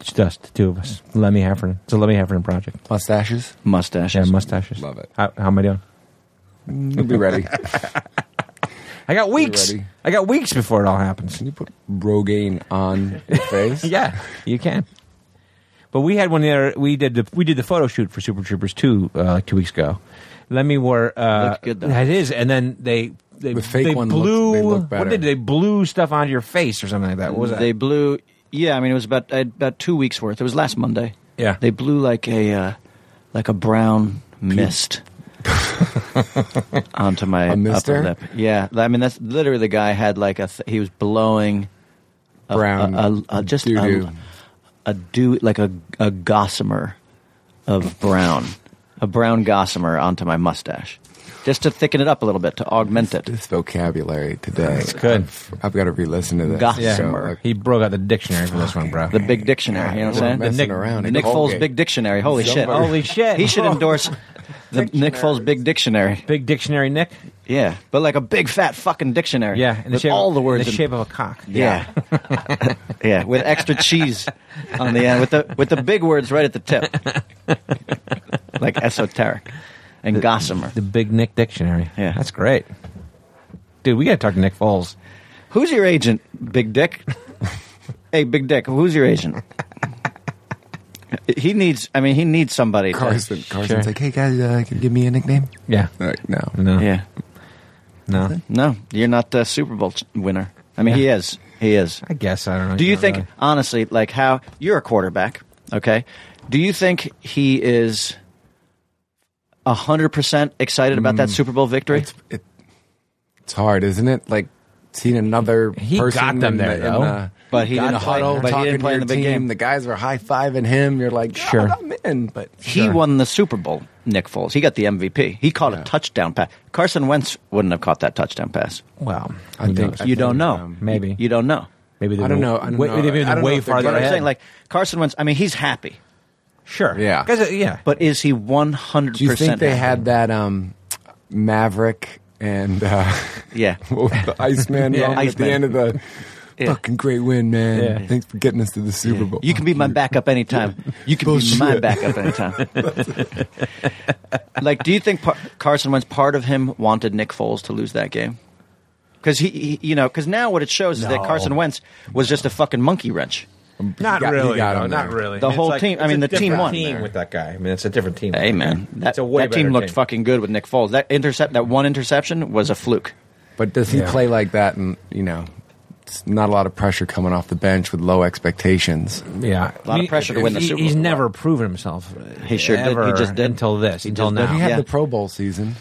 [SPEAKER 4] It's just the two of us. Lemmy Heffernan. It's a Lemmy Heffernan project.
[SPEAKER 7] Mustaches.
[SPEAKER 8] mustaches?
[SPEAKER 4] Yeah, mustaches.
[SPEAKER 7] Love it.
[SPEAKER 4] How, how am I doing?
[SPEAKER 7] You'll be ready. Can
[SPEAKER 4] I got weeks.
[SPEAKER 7] ready?
[SPEAKER 4] I got weeks before it all happens.
[SPEAKER 7] you put Rogaine on your face?
[SPEAKER 4] Yeah, you can. But we had one the other. We did the we did the photo shoot for Super Troopers two uh, like two weeks ago. Lemmy wore uh,
[SPEAKER 8] Looked good, though.
[SPEAKER 4] It is, and then they they
[SPEAKER 7] The fake
[SPEAKER 4] they
[SPEAKER 7] one looks-
[SPEAKER 4] blew
[SPEAKER 7] they look
[SPEAKER 4] what
[SPEAKER 7] better.
[SPEAKER 4] did they blew stuff onto your face or something like that? What was that?
[SPEAKER 8] They blew. Yeah, I mean it was about I had about two weeks worth. It was last Monday.
[SPEAKER 4] Yeah.
[SPEAKER 8] they blew like a uh, like a brown mist onto my upper
[SPEAKER 7] mister?
[SPEAKER 8] lip. Yeah, I mean that's literally the guy had like a th- he was blowing
[SPEAKER 4] Uh,
[SPEAKER 8] a-
[SPEAKER 7] Brown
[SPEAKER 8] a, a, a, just
[SPEAKER 7] doo-doo.
[SPEAKER 8] a, a do like a a gossamer of brown, a brown gossamer onto my mustache, just to thicken it up a little bit to augment it.
[SPEAKER 7] This vocabulary today. It's
[SPEAKER 4] good.
[SPEAKER 7] I've, I've got to re-listen to this.
[SPEAKER 8] Gossamer.
[SPEAKER 7] So, like,
[SPEAKER 4] he broke out the dictionary for this one, bro.
[SPEAKER 8] The big dictionary, you know what I'm saying?
[SPEAKER 7] messing
[SPEAKER 4] Nick-
[SPEAKER 7] around. at
[SPEAKER 8] Nick Foles
[SPEAKER 7] Colgate.
[SPEAKER 8] Big Dictionary. Holy shit!
[SPEAKER 7] Somebody-
[SPEAKER 4] Holy shit.
[SPEAKER 8] He should endorse the Nick Foles Big Dictionary.
[SPEAKER 4] big dictionary, Nick.
[SPEAKER 8] Yeah, but like a big fat fucking dictionary.
[SPEAKER 4] Yeah, in the
[SPEAKER 8] with
[SPEAKER 4] shape
[SPEAKER 8] all the words.
[SPEAKER 4] in the
[SPEAKER 8] in-
[SPEAKER 4] shape of a cock.
[SPEAKER 8] yeah, yeah, with extra cheese on the end, with the with the big words right at the tip, like esoteric and gossamer.
[SPEAKER 4] The Big Nick Dictionary.
[SPEAKER 8] Yeah.
[SPEAKER 4] that's great. dude, we got to talk to Nick Foles.
[SPEAKER 8] Who's your agent, Big Dick? hey, Big Dick, who's your agent? He needs. I mean, he needs somebody. to-
[SPEAKER 7] Carson. Carson's like, hey guys, uh, can you give me a nickname?
[SPEAKER 4] Yeah,
[SPEAKER 7] Like, no.
[SPEAKER 4] no,
[SPEAKER 8] Yeah.
[SPEAKER 4] no.
[SPEAKER 8] No, you're not the Super Bowl ch- winner. I mean, he is. He is.
[SPEAKER 4] I guess I don't know.
[SPEAKER 8] Do you
[SPEAKER 4] Not
[SPEAKER 8] think
[SPEAKER 4] really.
[SPEAKER 8] honestly, like how you're a quarterback, okay? Do you think he is hundred percent excited about that Super Bowl victory?
[SPEAKER 7] Hmm. It's it, it's hard, isn't it? Like seeing another
[SPEAKER 4] He
[SPEAKER 7] person
[SPEAKER 4] got them
[SPEAKER 7] in the-
[SPEAKER 4] there,
[SPEAKER 7] in
[SPEAKER 4] though.
[SPEAKER 7] the-
[SPEAKER 8] But he
[SPEAKER 7] in
[SPEAKER 8] didn't
[SPEAKER 7] the
[SPEAKER 8] play-
[SPEAKER 7] huddle,
[SPEAKER 8] but he
[SPEAKER 7] talking
[SPEAKER 8] didn't play
[SPEAKER 7] to
[SPEAKER 8] in
[SPEAKER 7] your
[SPEAKER 8] the big
[SPEAKER 7] team.
[SPEAKER 8] game.
[SPEAKER 7] The guys were high fiving him. You're like,
[SPEAKER 4] Sure.
[SPEAKER 7] sure, I'm in. But
[SPEAKER 8] he won the Super Bowl. Nick Foles, he got the MVP. He caught a touchdown pass. Carson Wentz wouldn't have caught that touchdown pass.
[SPEAKER 4] Well,
[SPEAKER 7] I
[SPEAKER 4] who
[SPEAKER 7] think-
[SPEAKER 4] knows?
[SPEAKER 7] I
[SPEAKER 8] You don't
[SPEAKER 7] think,
[SPEAKER 8] know.
[SPEAKER 7] um,
[SPEAKER 4] maybe.
[SPEAKER 8] You don't know.
[SPEAKER 4] maybe they
[SPEAKER 7] I don't
[SPEAKER 4] were-
[SPEAKER 7] know, I don't
[SPEAKER 4] way,
[SPEAKER 7] know.
[SPEAKER 4] They've been
[SPEAKER 7] I don't
[SPEAKER 4] way
[SPEAKER 7] know if they're
[SPEAKER 4] farther
[SPEAKER 8] But
[SPEAKER 7] gonna-
[SPEAKER 4] ahead.
[SPEAKER 8] I'm saying, like Carson Wentz. I mean, he's happy,
[SPEAKER 4] sure,
[SPEAKER 7] Yeah.
[SPEAKER 4] 'Cause, uh, yeah.
[SPEAKER 8] but is he one hundred
[SPEAKER 7] do you
[SPEAKER 8] percent?
[SPEAKER 7] think they had that um, Maverick and uh,
[SPEAKER 8] Yeah.
[SPEAKER 7] what was the Iceman
[SPEAKER 4] Yeah,
[SPEAKER 7] moment at the
[SPEAKER 8] Iceman.
[SPEAKER 7] end of the
[SPEAKER 8] Yeah.
[SPEAKER 7] fucking great win, man?
[SPEAKER 4] Yeah.
[SPEAKER 7] Thanks for getting us to the Super Bowl.
[SPEAKER 8] You can be my backup anytime. You can be
[SPEAKER 7] Bullshit.
[SPEAKER 8] my backup anytime. like, do you think par- Carson Wentz, part of him wanted Nick Foles to lose that game? Because he, he, you know, because now what it shows is that Carson Wentz was just a fucking monkey wrench.
[SPEAKER 4] Not
[SPEAKER 7] got- he
[SPEAKER 4] really.
[SPEAKER 7] got
[SPEAKER 4] no,
[SPEAKER 7] him
[SPEAKER 4] not
[SPEAKER 7] there.
[SPEAKER 4] really.
[SPEAKER 8] The
[SPEAKER 4] It's
[SPEAKER 8] whole team- I
[SPEAKER 4] it's
[SPEAKER 8] mean,
[SPEAKER 4] a
[SPEAKER 8] the team
[SPEAKER 4] different
[SPEAKER 8] won
[SPEAKER 4] Team
[SPEAKER 8] there.
[SPEAKER 4] with that guy. I mean, it's a different team.
[SPEAKER 8] Hey man, that,
[SPEAKER 4] it's a way
[SPEAKER 8] that team
[SPEAKER 4] better
[SPEAKER 8] looked fucking good with Nick Foles. That intercept, that one interception was a fluke.
[SPEAKER 7] But does he
[SPEAKER 4] Yeah.
[SPEAKER 7] play like that? And you know, it's not a lot of pressure coming off the bench with low expectations.
[SPEAKER 4] Yeah,
[SPEAKER 8] A lot of pressure to win the
[SPEAKER 4] he-
[SPEAKER 8] Super
[SPEAKER 4] He's
[SPEAKER 8] Bowl.
[SPEAKER 4] never proven himself.
[SPEAKER 8] He sure did. He
[SPEAKER 4] ever
[SPEAKER 8] just did.
[SPEAKER 4] until this, until
[SPEAKER 8] just did.
[SPEAKER 4] now.
[SPEAKER 7] He had
[SPEAKER 8] Yeah.
[SPEAKER 7] the Pro Bowl season.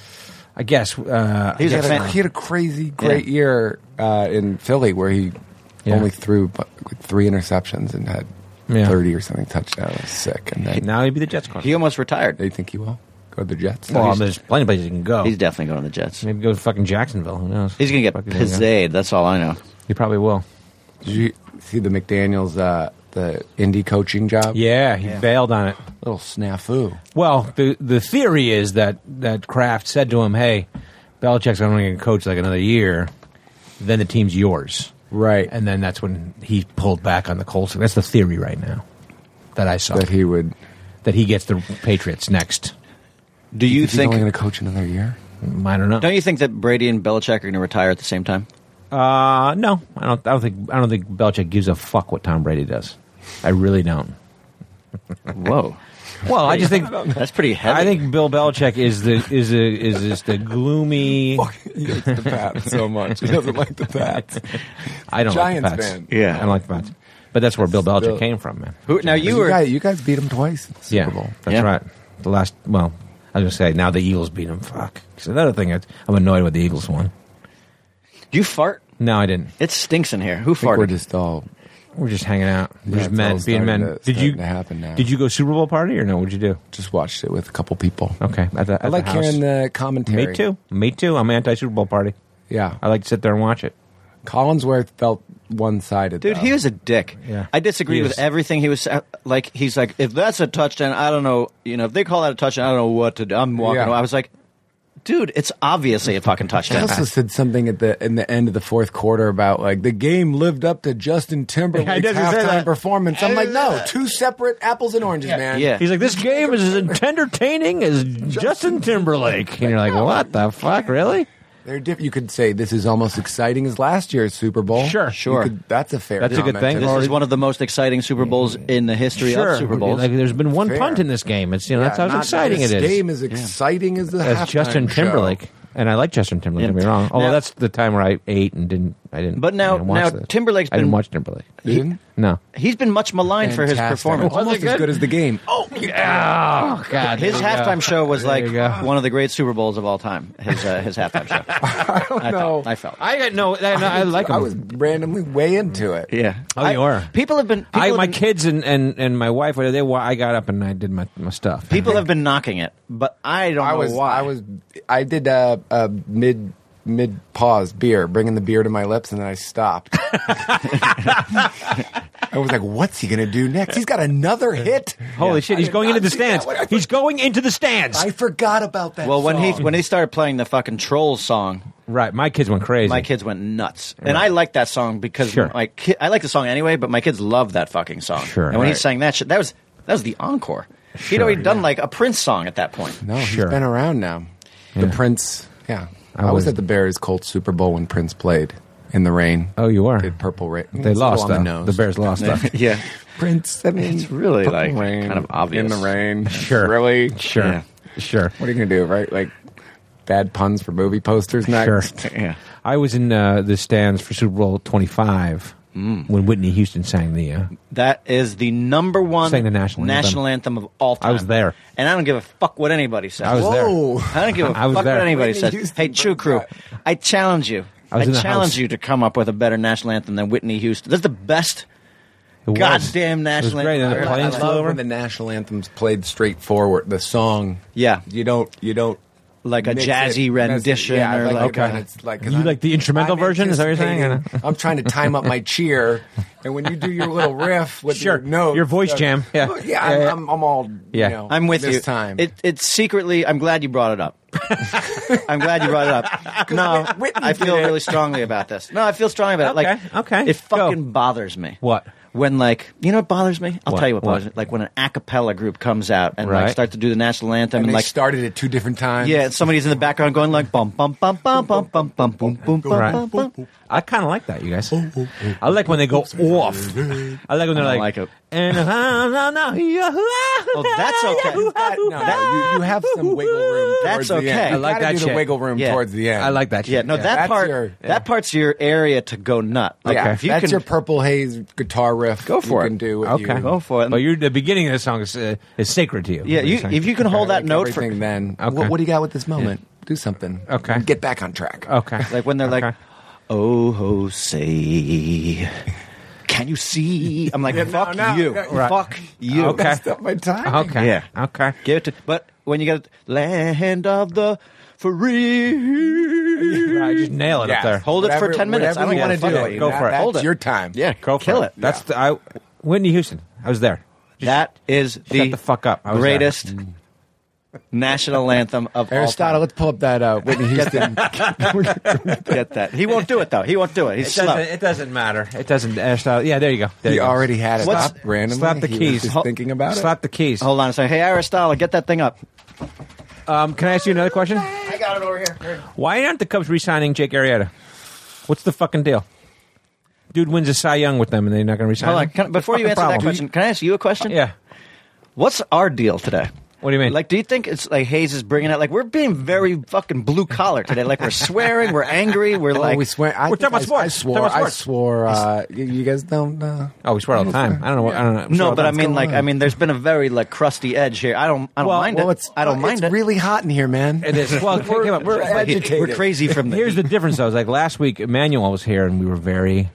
[SPEAKER 4] I guess. Uh,
[SPEAKER 8] He was
[SPEAKER 7] He
[SPEAKER 8] a
[SPEAKER 7] had, a,
[SPEAKER 8] fan.
[SPEAKER 7] he had a crazy, great year uh, in Philly where he
[SPEAKER 4] Yeah.
[SPEAKER 7] only threw bu- like, three interceptions and had
[SPEAKER 4] Yeah.
[SPEAKER 7] 30 or something touchdowns. It was Sick. And then
[SPEAKER 4] now he'd be the Jets quarterback.
[SPEAKER 8] He almost retired.
[SPEAKER 7] they think he will go to the Jets.
[SPEAKER 4] well, there's plenty of places he can go.
[SPEAKER 8] He's definitely going to the Jets.
[SPEAKER 4] Maybe go to fucking Jacksonville. Who knows?
[SPEAKER 8] He's going to get
[SPEAKER 4] Fucking there you go.
[SPEAKER 8] pizzayed. That's all I know.
[SPEAKER 4] He probably will.
[SPEAKER 7] Did you see the McDaniels, uh, the indie coaching job?
[SPEAKER 4] Yeah, he bailed on it.
[SPEAKER 7] Little snafu.
[SPEAKER 4] Well, the the theory is that that Kraft said to him, "Hey, Belichick's only going to coach like another year. Then the team's yours."
[SPEAKER 7] Right.
[SPEAKER 4] And then that's when he pulled back on the Colts. That's the theory right now that I saw.
[SPEAKER 7] That he would.
[SPEAKER 4] that he gets the Patriots next.
[SPEAKER 8] Do you
[SPEAKER 7] He's only
[SPEAKER 8] think?
[SPEAKER 7] going to coach another year?
[SPEAKER 4] I don't know.
[SPEAKER 8] Don't you think that Brady and Belichick are going to retire at the same time?
[SPEAKER 4] uh, no, I don't. I don't think. I don't think Belichick gives a fuck what Tom Brady does. I really don't.
[SPEAKER 8] Whoa,
[SPEAKER 4] Well, I just think.
[SPEAKER 8] that's pretty heavy.
[SPEAKER 4] I think Bill Belichick is the is a, is just the gloomy.
[SPEAKER 7] he hates the Pats so much. He doesn't like the Pats.
[SPEAKER 4] I don't
[SPEAKER 7] Giants
[SPEAKER 4] like the Pats.
[SPEAKER 7] fan.
[SPEAKER 8] Yeah.
[SPEAKER 4] I don't like the Pats. But that's where Bill Belichick
[SPEAKER 7] Bill.
[SPEAKER 4] came from, man.
[SPEAKER 8] Who, now you
[SPEAKER 7] You,
[SPEAKER 8] were
[SPEAKER 7] guys, you guys beat him twice in the Super
[SPEAKER 4] yeah,
[SPEAKER 7] Bowl.
[SPEAKER 4] that's
[SPEAKER 8] Yeah.
[SPEAKER 4] right. The last, well, I was gonna say now the Eagles beat him. Fuck. It's another thing. that- I'm annoyed with the Eagles one.
[SPEAKER 8] You fart?
[SPEAKER 4] No, I didn't.
[SPEAKER 8] It stinks in here. Who
[SPEAKER 7] I think we're
[SPEAKER 8] farted?
[SPEAKER 7] just all
[SPEAKER 4] We're just hanging out. We're
[SPEAKER 7] Yeah,
[SPEAKER 4] just
[SPEAKER 7] it's
[SPEAKER 4] men
[SPEAKER 7] all
[SPEAKER 4] being
[SPEAKER 7] starting
[SPEAKER 4] men.
[SPEAKER 7] to-
[SPEAKER 4] did
[SPEAKER 7] starting
[SPEAKER 4] you
[SPEAKER 7] to happen now.
[SPEAKER 4] Did you go Super Bowl party or no? What'd you do?
[SPEAKER 7] just watched it with a couple people.
[SPEAKER 4] Okay, at the, at
[SPEAKER 7] I like
[SPEAKER 4] the house.
[SPEAKER 7] hearing the commentary.
[SPEAKER 4] Me too. Me too. I'm anti Super Bowl party.
[SPEAKER 7] Yeah.
[SPEAKER 4] I like to sit there and watch it.
[SPEAKER 7] Collinsworth felt one sided.
[SPEAKER 8] Dude, he was a dick.
[SPEAKER 4] Yeah.
[SPEAKER 8] I disagreed
[SPEAKER 4] He
[SPEAKER 8] with
[SPEAKER 4] was-
[SPEAKER 8] everything he was uh, like. He's like, if that's a touchdown, I don't know. You know, if they call that a touchdown, I don't know what to do. I'm walking.
[SPEAKER 7] Yeah.
[SPEAKER 8] away. I was like, dude, it's obviously a
[SPEAKER 7] I
[SPEAKER 8] fucking touchdown.
[SPEAKER 7] also said something at the in the end of the fourth quarter about like the game lived up to Justin Timberlake's
[SPEAKER 4] doesn't say
[SPEAKER 7] halftime
[SPEAKER 4] that.
[SPEAKER 7] performance. I'm like, no, two separate apples and oranges, man.
[SPEAKER 8] yeah.
[SPEAKER 4] He's like, this game is as entertaining as Justin Timberlake, and you're like, what the fuck, really?
[SPEAKER 7] they're diff- You could say this is almost exciting as last year's Super Bowl.
[SPEAKER 4] Sure.
[SPEAKER 7] You
[SPEAKER 8] Sure.
[SPEAKER 7] could- that's a fair.
[SPEAKER 4] That's a good
[SPEAKER 7] comment.
[SPEAKER 4] thing.
[SPEAKER 8] this
[SPEAKER 4] already-
[SPEAKER 8] is one of the most exciting Super Bowls in the history of Super Bowls.
[SPEAKER 4] Like, there's been one
[SPEAKER 7] Fair.
[SPEAKER 4] punt in this game. It's you know that's
[SPEAKER 7] Yeah,
[SPEAKER 4] how
[SPEAKER 7] not-
[SPEAKER 4] exciting it
[SPEAKER 7] this
[SPEAKER 4] is.
[SPEAKER 7] Game is exciting as the halftime
[SPEAKER 4] that's Justin
[SPEAKER 7] show.
[SPEAKER 4] Timberlake, and I like Justin Timberlake.
[SPEAKER 8] Yeah.
[SPEAKER 4] Don't be wrong. Although
[SPEAKER 8] Now-
[SPEAKER 4] that's the time where I ate and didn't. I didn't.
[SPEAKER 8] But now-
[SPEAKER 4] I didn't watch
[SPEAKER 8] now
[SPEAKER 4] the-
[SPEAKER 8] Timberlake's
[SPEAKER 4] I didn't
[SPEAKER 8] been-
[SPEAKER 4] watch Timberlake.
[SPEAKER 7] You didn't?
[SPEAKER 4] No.
[SPEAKER 8] He's been much maligned for his
[SPEAKER 7] Fantastic.
[SPEAKER 8] performance.
[SPEAKER 7] Almost as good as the game.
[SPEAKER 4] Oh, yeah. oh God.
[SPEAKER 8] His
[SPEAKER 4] there you go.
[SPEAKER 8] halftime show was
[SPEAKER 4] There
[SPEAKER 8] like
[SPEAKER 4] you go.
[SPEAKER 8] one of the great Super Bowls of all time. His uh, his halftime show. I don't
[SPEAKER 7] know.
[SPEAKER 8] I felt.
[SPEAKER 4] I got no. I, no, I like him.
[SPEAKER 7] I was randomly way into it.
[SPEAKER 8] yeah.
[SPEAKER 4] Oh, you
[SPEAKER 8] I-
[SPEAKER 4] are.
[SPEAKER 8] People have been. People
[SPEAKER 4] I,
[SPEAKER 8] have
[SPEAKER 4] my
[SPEAKER 8] been-
[SPEAKER 4] kids and, and, and my wife were there. I got up and I did my, my stuff.
[SPEAKER 8] People have been knocking it, but I don't
[SPEAKER 7] I
[SPEAKER 8] know
[SPEAKER 7] was
[SPEAKER 8] why.
[SPEAKER 7] I was I did a, a mid mid pause beer, bringing the beer to my lips, and then I stopped. I was like, "What's he gonna do next? He's got another hit."
[SPEAKER 4] Holy shit! He's
[SPEAKER 7] I did
[SPEAKER 4] going
[SPEAKER 7] not
[SPEAKER 4] into the
[SPEAKER 7] see that
[SPEAKER 4] stands.
[SPEAKER 7] one. I
[SPEAKER 4] He's going into the stands.
[SPEAKER 7] I forgot about that.
[SPEAKER 8] Well, when he
[SPEAKER 7] song.
[SPEAKER 8] when he started playing the fucking Trolls song,
[SPEAKER 4] right. My kids went crazy.
[SPEAKER 8] my kids went nuts, and I like that song because
[SPEAKER 4] Sure.
[SPEAKER 8] my ki- I like the song anyway, but my kids love that fucking song.
[SPEAKER 4] Sure.
[SPEAKER 8] and when he
[SPEAKER 4] Right.
[SPEAKER 8] sang that shit, that was that was the encore. He'd already done like a Prince song at that point.
[SPEAKER 7] no, he's
[SPEAKER 4] Sure.
[SPEAKER 7] been around now. The Prince, yeah, I, was at the Bears Colts Super Bowl when Prince played in the rain.
[SPEAKER 4] Oh, you are.
[SPEAKER 7] The purple rain.
[SPEAKER 4] They
[SPEAKER 7] It's a little
[SPEAKER 4] lost.
[SPEAKER 7] on the
[SPEAKER 4] though.
[SPEAKER 7] nose.
[SPEAKER 4] the Bears lost. though.
[SPEAKER 8] yeah.
[SPEAKER 7] Prince. I mean,
[SPEAKER 8] It's really,
[SPEAKER 7] purple
[SPEAKER 8] like,
[SPEAKER 7] rain
[SPEAKER 8] kind of obvious.
[SPEAKER 7] in the rain.
[SPEAKER 4] Sure.
[SPEAKER 7] really.
[SPEAKER 4] Sure.
[SPEAKER 8] Yeah.
[SPEAKER 4] Sure.
[SPEAKER 7] What are you gonna do, right? Like bad puns for movie posters next.
[SPEAKER 4] Sure.
[SPEAKER 8] Yeah.
[SPEAKER 4] I was in uh, the stands for Super Bowl 25 when Whitney Houston sang the. Uh,
[SPEAKER 8] That is the number one
[SPEAKER 4] Sang the national anthem.
[SPEAKER 8] anthem. of all time.
[SPEAKER 4] I was there.
[SPEAKER 8] And I don't give a fuck what anybody says.
[SPEAKER 4] I was
[SPEAKER 7] Whoa.
[SPEAKER 4] there.
[SPEAKER 8] I don't give a
[SPEAKER 4] I was
[SPEAKER 8] fuck
[SPEAKER 4] there.
[SPEAKER 8] what anybody
[SPEAKER 7] Whitney
[SPEAKER 8] says.
[SPEAKER 7] Houston
[SPEAKER 8] hey, Chew
[SPEAKER 7] broke
[SPEAKER 8] Crew,
[SPEAKER 7] that.
[SPEAKER 8] I challenge you.
[SPEAKER 4] I was in the
[SPEAKER 8] challenge
[SPEAKER 4] house.
[SPEAKER 8] you to come up with a better national anthem than Whitney Houston. That's the best
[SPEAKER 4] It was.
[SPEAKER 8] goddamn
[SPEAKER 4] It was
[SPEAKER 8] national
[SPEAKER 4] great. And
[SPEAKER 8] anthem.
[SPEAKER 4] the
[SPEAKER 8] I've
[SPEAKER 7] I
[SPEAKER 4] planes
[SPEAKER 7] love
[SPEAKER 4] flew over.
[SPEAKER 7] when the national anthem's played straight forward. The song.
[SPEAKER 8] Yeah.
[SPEAKER 7] You don't. You don't.
[SPEAKER 8] Like a
[SPEAKER 7] mix it.
[SPEAKER 8] jazzy rendition
[SPEAKER 7] Yeah, I
[SPEAKER 8] or
[SPEAKER 7] like
[SPEAKER 8] like,
[SPEAKER 7] it when it's like 'cause
[SPEAKER 4] You like the instrumental version? Is that what you're saying?
[SPEAKER 7] anticipating- I'm trying to time up my cheer, and when you do your little riff with
[SPEAKER 4] Sure.
[SPEAKER 7] your note,
[SPEAKER 4] Your voice jam. Yeah.
[SPEAKER 7] yeah, I'm,
[SPEAKER 4] Yeah.
[SPEAKER 7] I'm, I'm all.
[SPEAKER 4] Yeah.
[SPEAKER 7] you know,
[SPEAKER 8] I'm with
[SPEAKER 7] this
[SPEAKER 8] you.
[SPEAKER 7] Time
[SPEAKER 8] It, it's secretly. I'm glad you brought it up. I'm glad you brought it up. No,
[SPEAKER 7] Whit- Whitney
[SPEAKER 8] I feel
[SPEAKER 7] did it.
[SPEAKER 8] really strongly about this. No, I feel strongly about it. Like,
[SPEAKER 4] Okay, okay,
[SPEAKER 8] it
[SPEAKER 4] go.
[SPEAKER 8] fucking bothers me.
[SPEAKER 4] What?
[SPEAKER 8] When like you know what bothers me? I'll
[SPEAKER 4] What?
[SPEAKER 8] tell you what bothers
[SPEAKER 4] What?
[SPEAKER 8] me. Like when an a cappella group comes out and
[SPEAKER 4] Right.
[SPEAKER 8] like start to do the national anthem
[SPEAKER 7] and
[SPEAKER 8] and,
[SPEAKER 7] they
[SPEAKER 8] like
[SPEAKER 7] started at two different times.
[SPEAKER 8] yeah, and somebody's in the background going like bum bum bum bum bum bum bum bum bum bum
[SPEAKER 4] Right.
[SPEAKER 8] bum. bum.
[SPEAKER 4] I kind of like that, you guys. I like when they go off. I like when they're
[SPEAKER 8] I
[SPEAKER 4] like,
[SPEAKER 8] don't like it.
[SPEAKER 4] and
[SPEAKER 8] Well, that's okay.
[SPEAKER 7] That- no, no, you, you have some wiggle room.
[SPEAKER 8] That's
[SPEAKER 7] towards the
[SPEAKER 8] okay.
[SPEAKER 7] end. You
[SPEAKER 8] I like
[SPEAKER 7] gotta
[SPEAKER 4] that
[SPEAKER 7] do
[SPEAKER 4] shit.
[SPEAKER 7] the wiggle room
[SPEAKER 8] Yeah.
[SPEAKER 7] towards the end.
[SPEAKER 4] I like that. Shit.
[SPEAKER 8] Yeah, no, that
[SPEAKER 7] that's
[SPEAKER 8] part
[SPEAKER 7] your- yeah.
[SPEAKER 8] that part's your area to go nut. Like,
[SPEAKER 7] Yeah,
[SPEAKER 8] if you
[SPEAKER 7] that's
[SPEAKER 8] can
[SPEAKER 7] your purple haze guitar riff.
[SPEAKER 8] Go for
[SPEAKER 7] you
[SPEAKER 8] it.
[SPEAKER 7] Can do what you-
[SPEAKER 4] Okay,
[SPEAKER 8] Go for it.
[SPEAKER 4] But you're, the beginning of the song is uh, is sacred to you.
[SPEAKER 8] yeah,
[SPEAKER 4] What you're
[SPEAKER 8] you,
[SPEAKER 4] saying.
[SPEAKER 8] if you can hold that
[SPEAKER 7] like
[SPEAKER 8] note for
[SPEAKER 7] everything then.
[SPEAKER 4] Okay.
[SPEAKER 7] What, what do you got with this moment? Do something.
[SPEAKER 4] Okay.
[SPEAKER 7] Get back on track.
[SPEAKER 4] okay,
[SPEAKER 8] Like when they're like,
[SPEAKER 4] Okay.
[SPEAKER 8] "Oh, Jose, can you see?" I'm like, "Fuck
[SPEAKER 7] no,
[SPEAKER 8] you,
[SPEAKER 7] no,
[SPEAKER 4] right.
[SPEAKER 8] fuck you."
[SPEAKER 4] Okay.
[SPEAKER 7] Messed up my timing.
[SPEAKER 4] okay,
[SPEAKER 8] Yeah.
[SPEAKER 4] okay.
[SPEAKER 8] Give it to. But when you get land of the free,
[SPEAKER 4] Right, just nail it
[SPEAKER 7] Yeah.
[SPEAKER 4] up there.
[SPEAKER 8] Hold it for
[SPEAKER 7] Whatever-
[SPEAKER 8] 10 minutes. I
[SPEAKER 7] whatever
[SPEAKER 8] don't
[SPEAKER 7] you
[SPEAKER 8] give a
[SPEAKER 7] wanna
[SPEAKER 8] fuck about
[SPEAKER 7] do.
[SPEAKER 8] you.
[SPEAKER 4] Go for it.
[SPEAKER 7] That's
[SPEAKER 8] Hold it.
[SPEAKER 7] your time.
[SPEAKER 8] Yeah,
[SPEAKER 4] Go for
[SPEAKER 8] kill it.
[SPEAKER 4] That's the, I, Whitney Houston. I was there. Just
[SPEAKER 8] that is the,
[SPEAKER 4] the fuck up. I was
[SPEAKER 8] greatest national anthem of
[SPEAKER 7] Aristotle,
[SPEAKER 8] all
[SPEAKER 7] let's pull up that uh, Whitney Houston.
[SPEAKER 8] time. Get that? He won't do it though. He won't do it. He's
[SPEAKER 4] It
[SPEAKER 8] slow.
[SPEAKER 4] doesn't, it doesn't matter. It doesn't. Uh, stop- yeah, there you go. There
[SPEAKER 7] he
[SPEAKER 4] you go.
[SPEAKER 7] already had it.
[SPEAKER 8] What's-
[SPEAKER 7] Stop randomly.
[SPEAKER 4] Slap the
[SPEAKER 7] He was
[SPEAKER 4] keys.
[SPEAKER 7] just
[SPEAKER 4] Ho-
[SPEAKER 7] thinking about
[SPEAKER 4] Slap the keys.
[SPEAKER 8] Hold on a second. Hey, Aristotle, get that thing up.
[SPEAKER 4] Um, can I ask you another question?
[SPEAKER 8] I got it over here.
[SPEAKER 4] Why aren't the Cubs re-signing Jake Arrieta? What's the fucking deal? Dude wins a Cy Young with them, and they're not going to resign.
[SPEAKER 8] Hold on.
[SPEAKER 4] him?
[SPEAKER 8] Can, before you
[SPEAKER 4] Fucking
[SPEAKER 8] answer
[SPEAKER 4] problem.
[SPEAKER 8] that question, can I ask you a question?
[SPEAKER 4] yeah.
[SPEAKER 8] What's our deal today?
[SPEAKER 4] What do you mean?
[SPEAKER 8] Like, do you think it's like Hayes is bringing out? Like, we're being very fucking blue collar today. Like, we're swearing, we're angry, we're
[SPEAKER 7] Oh,
[SPEAKER 8] like,
[SPEAKER 7] we swear. I
[SPEAKER 4] We're talking
[SPEAKER 7] think I-
[SPEAKER 4] about sports.
[SPEAKER 7] I
[SPEAKER 4] Talking
[SPEAKER 7] swore.
[SPEAKER 4] about
[SPEAKER 7] I
[SPEAKER 4] sports.
[SPEAKER 7] swore. Uh, you you guys don't. Uh,
[SPEAKER 4] Oh, we swear all the time. I don't know. What, I don't know.
[SPEAKER 8] no,
[SPEAKER 4] Swear
[SPEAKER 8] but
[SPEAKER 4] all
[SPEAKER 8] I
[SPEAKER 4] the
[SPEAKER 8] mean,
[SPEAKER 4] time.
[SPEAKER 8] like, I mean, there's been a very like crusty edge here. I don't, I don't
[SPEAKER 4] Well,
[SPEAKER 8] mind
[SPEAKER 7] well,
[SPEAKER 8] it.
[SPEAKER 7] it's
[SPEAKER 8] I don't mind
[SPEAKER 7] it's
[SPEAKER 8] it.
[SPEAKER 7] really hot in here, man.
[SPEAKER 4] it is. Well,
[SPEAKER 7] We're,
[SPEAKER 4] yeah, but-
[SPEAKER 7] we're
[SPEAKER 4] but he-
[SPEAKER 7] agitated.
[SPEAKER 8] we're crazy from the.
[SPEAKER 4] Here's the difference, though. Is like last week, Emmanuel was here, and we were very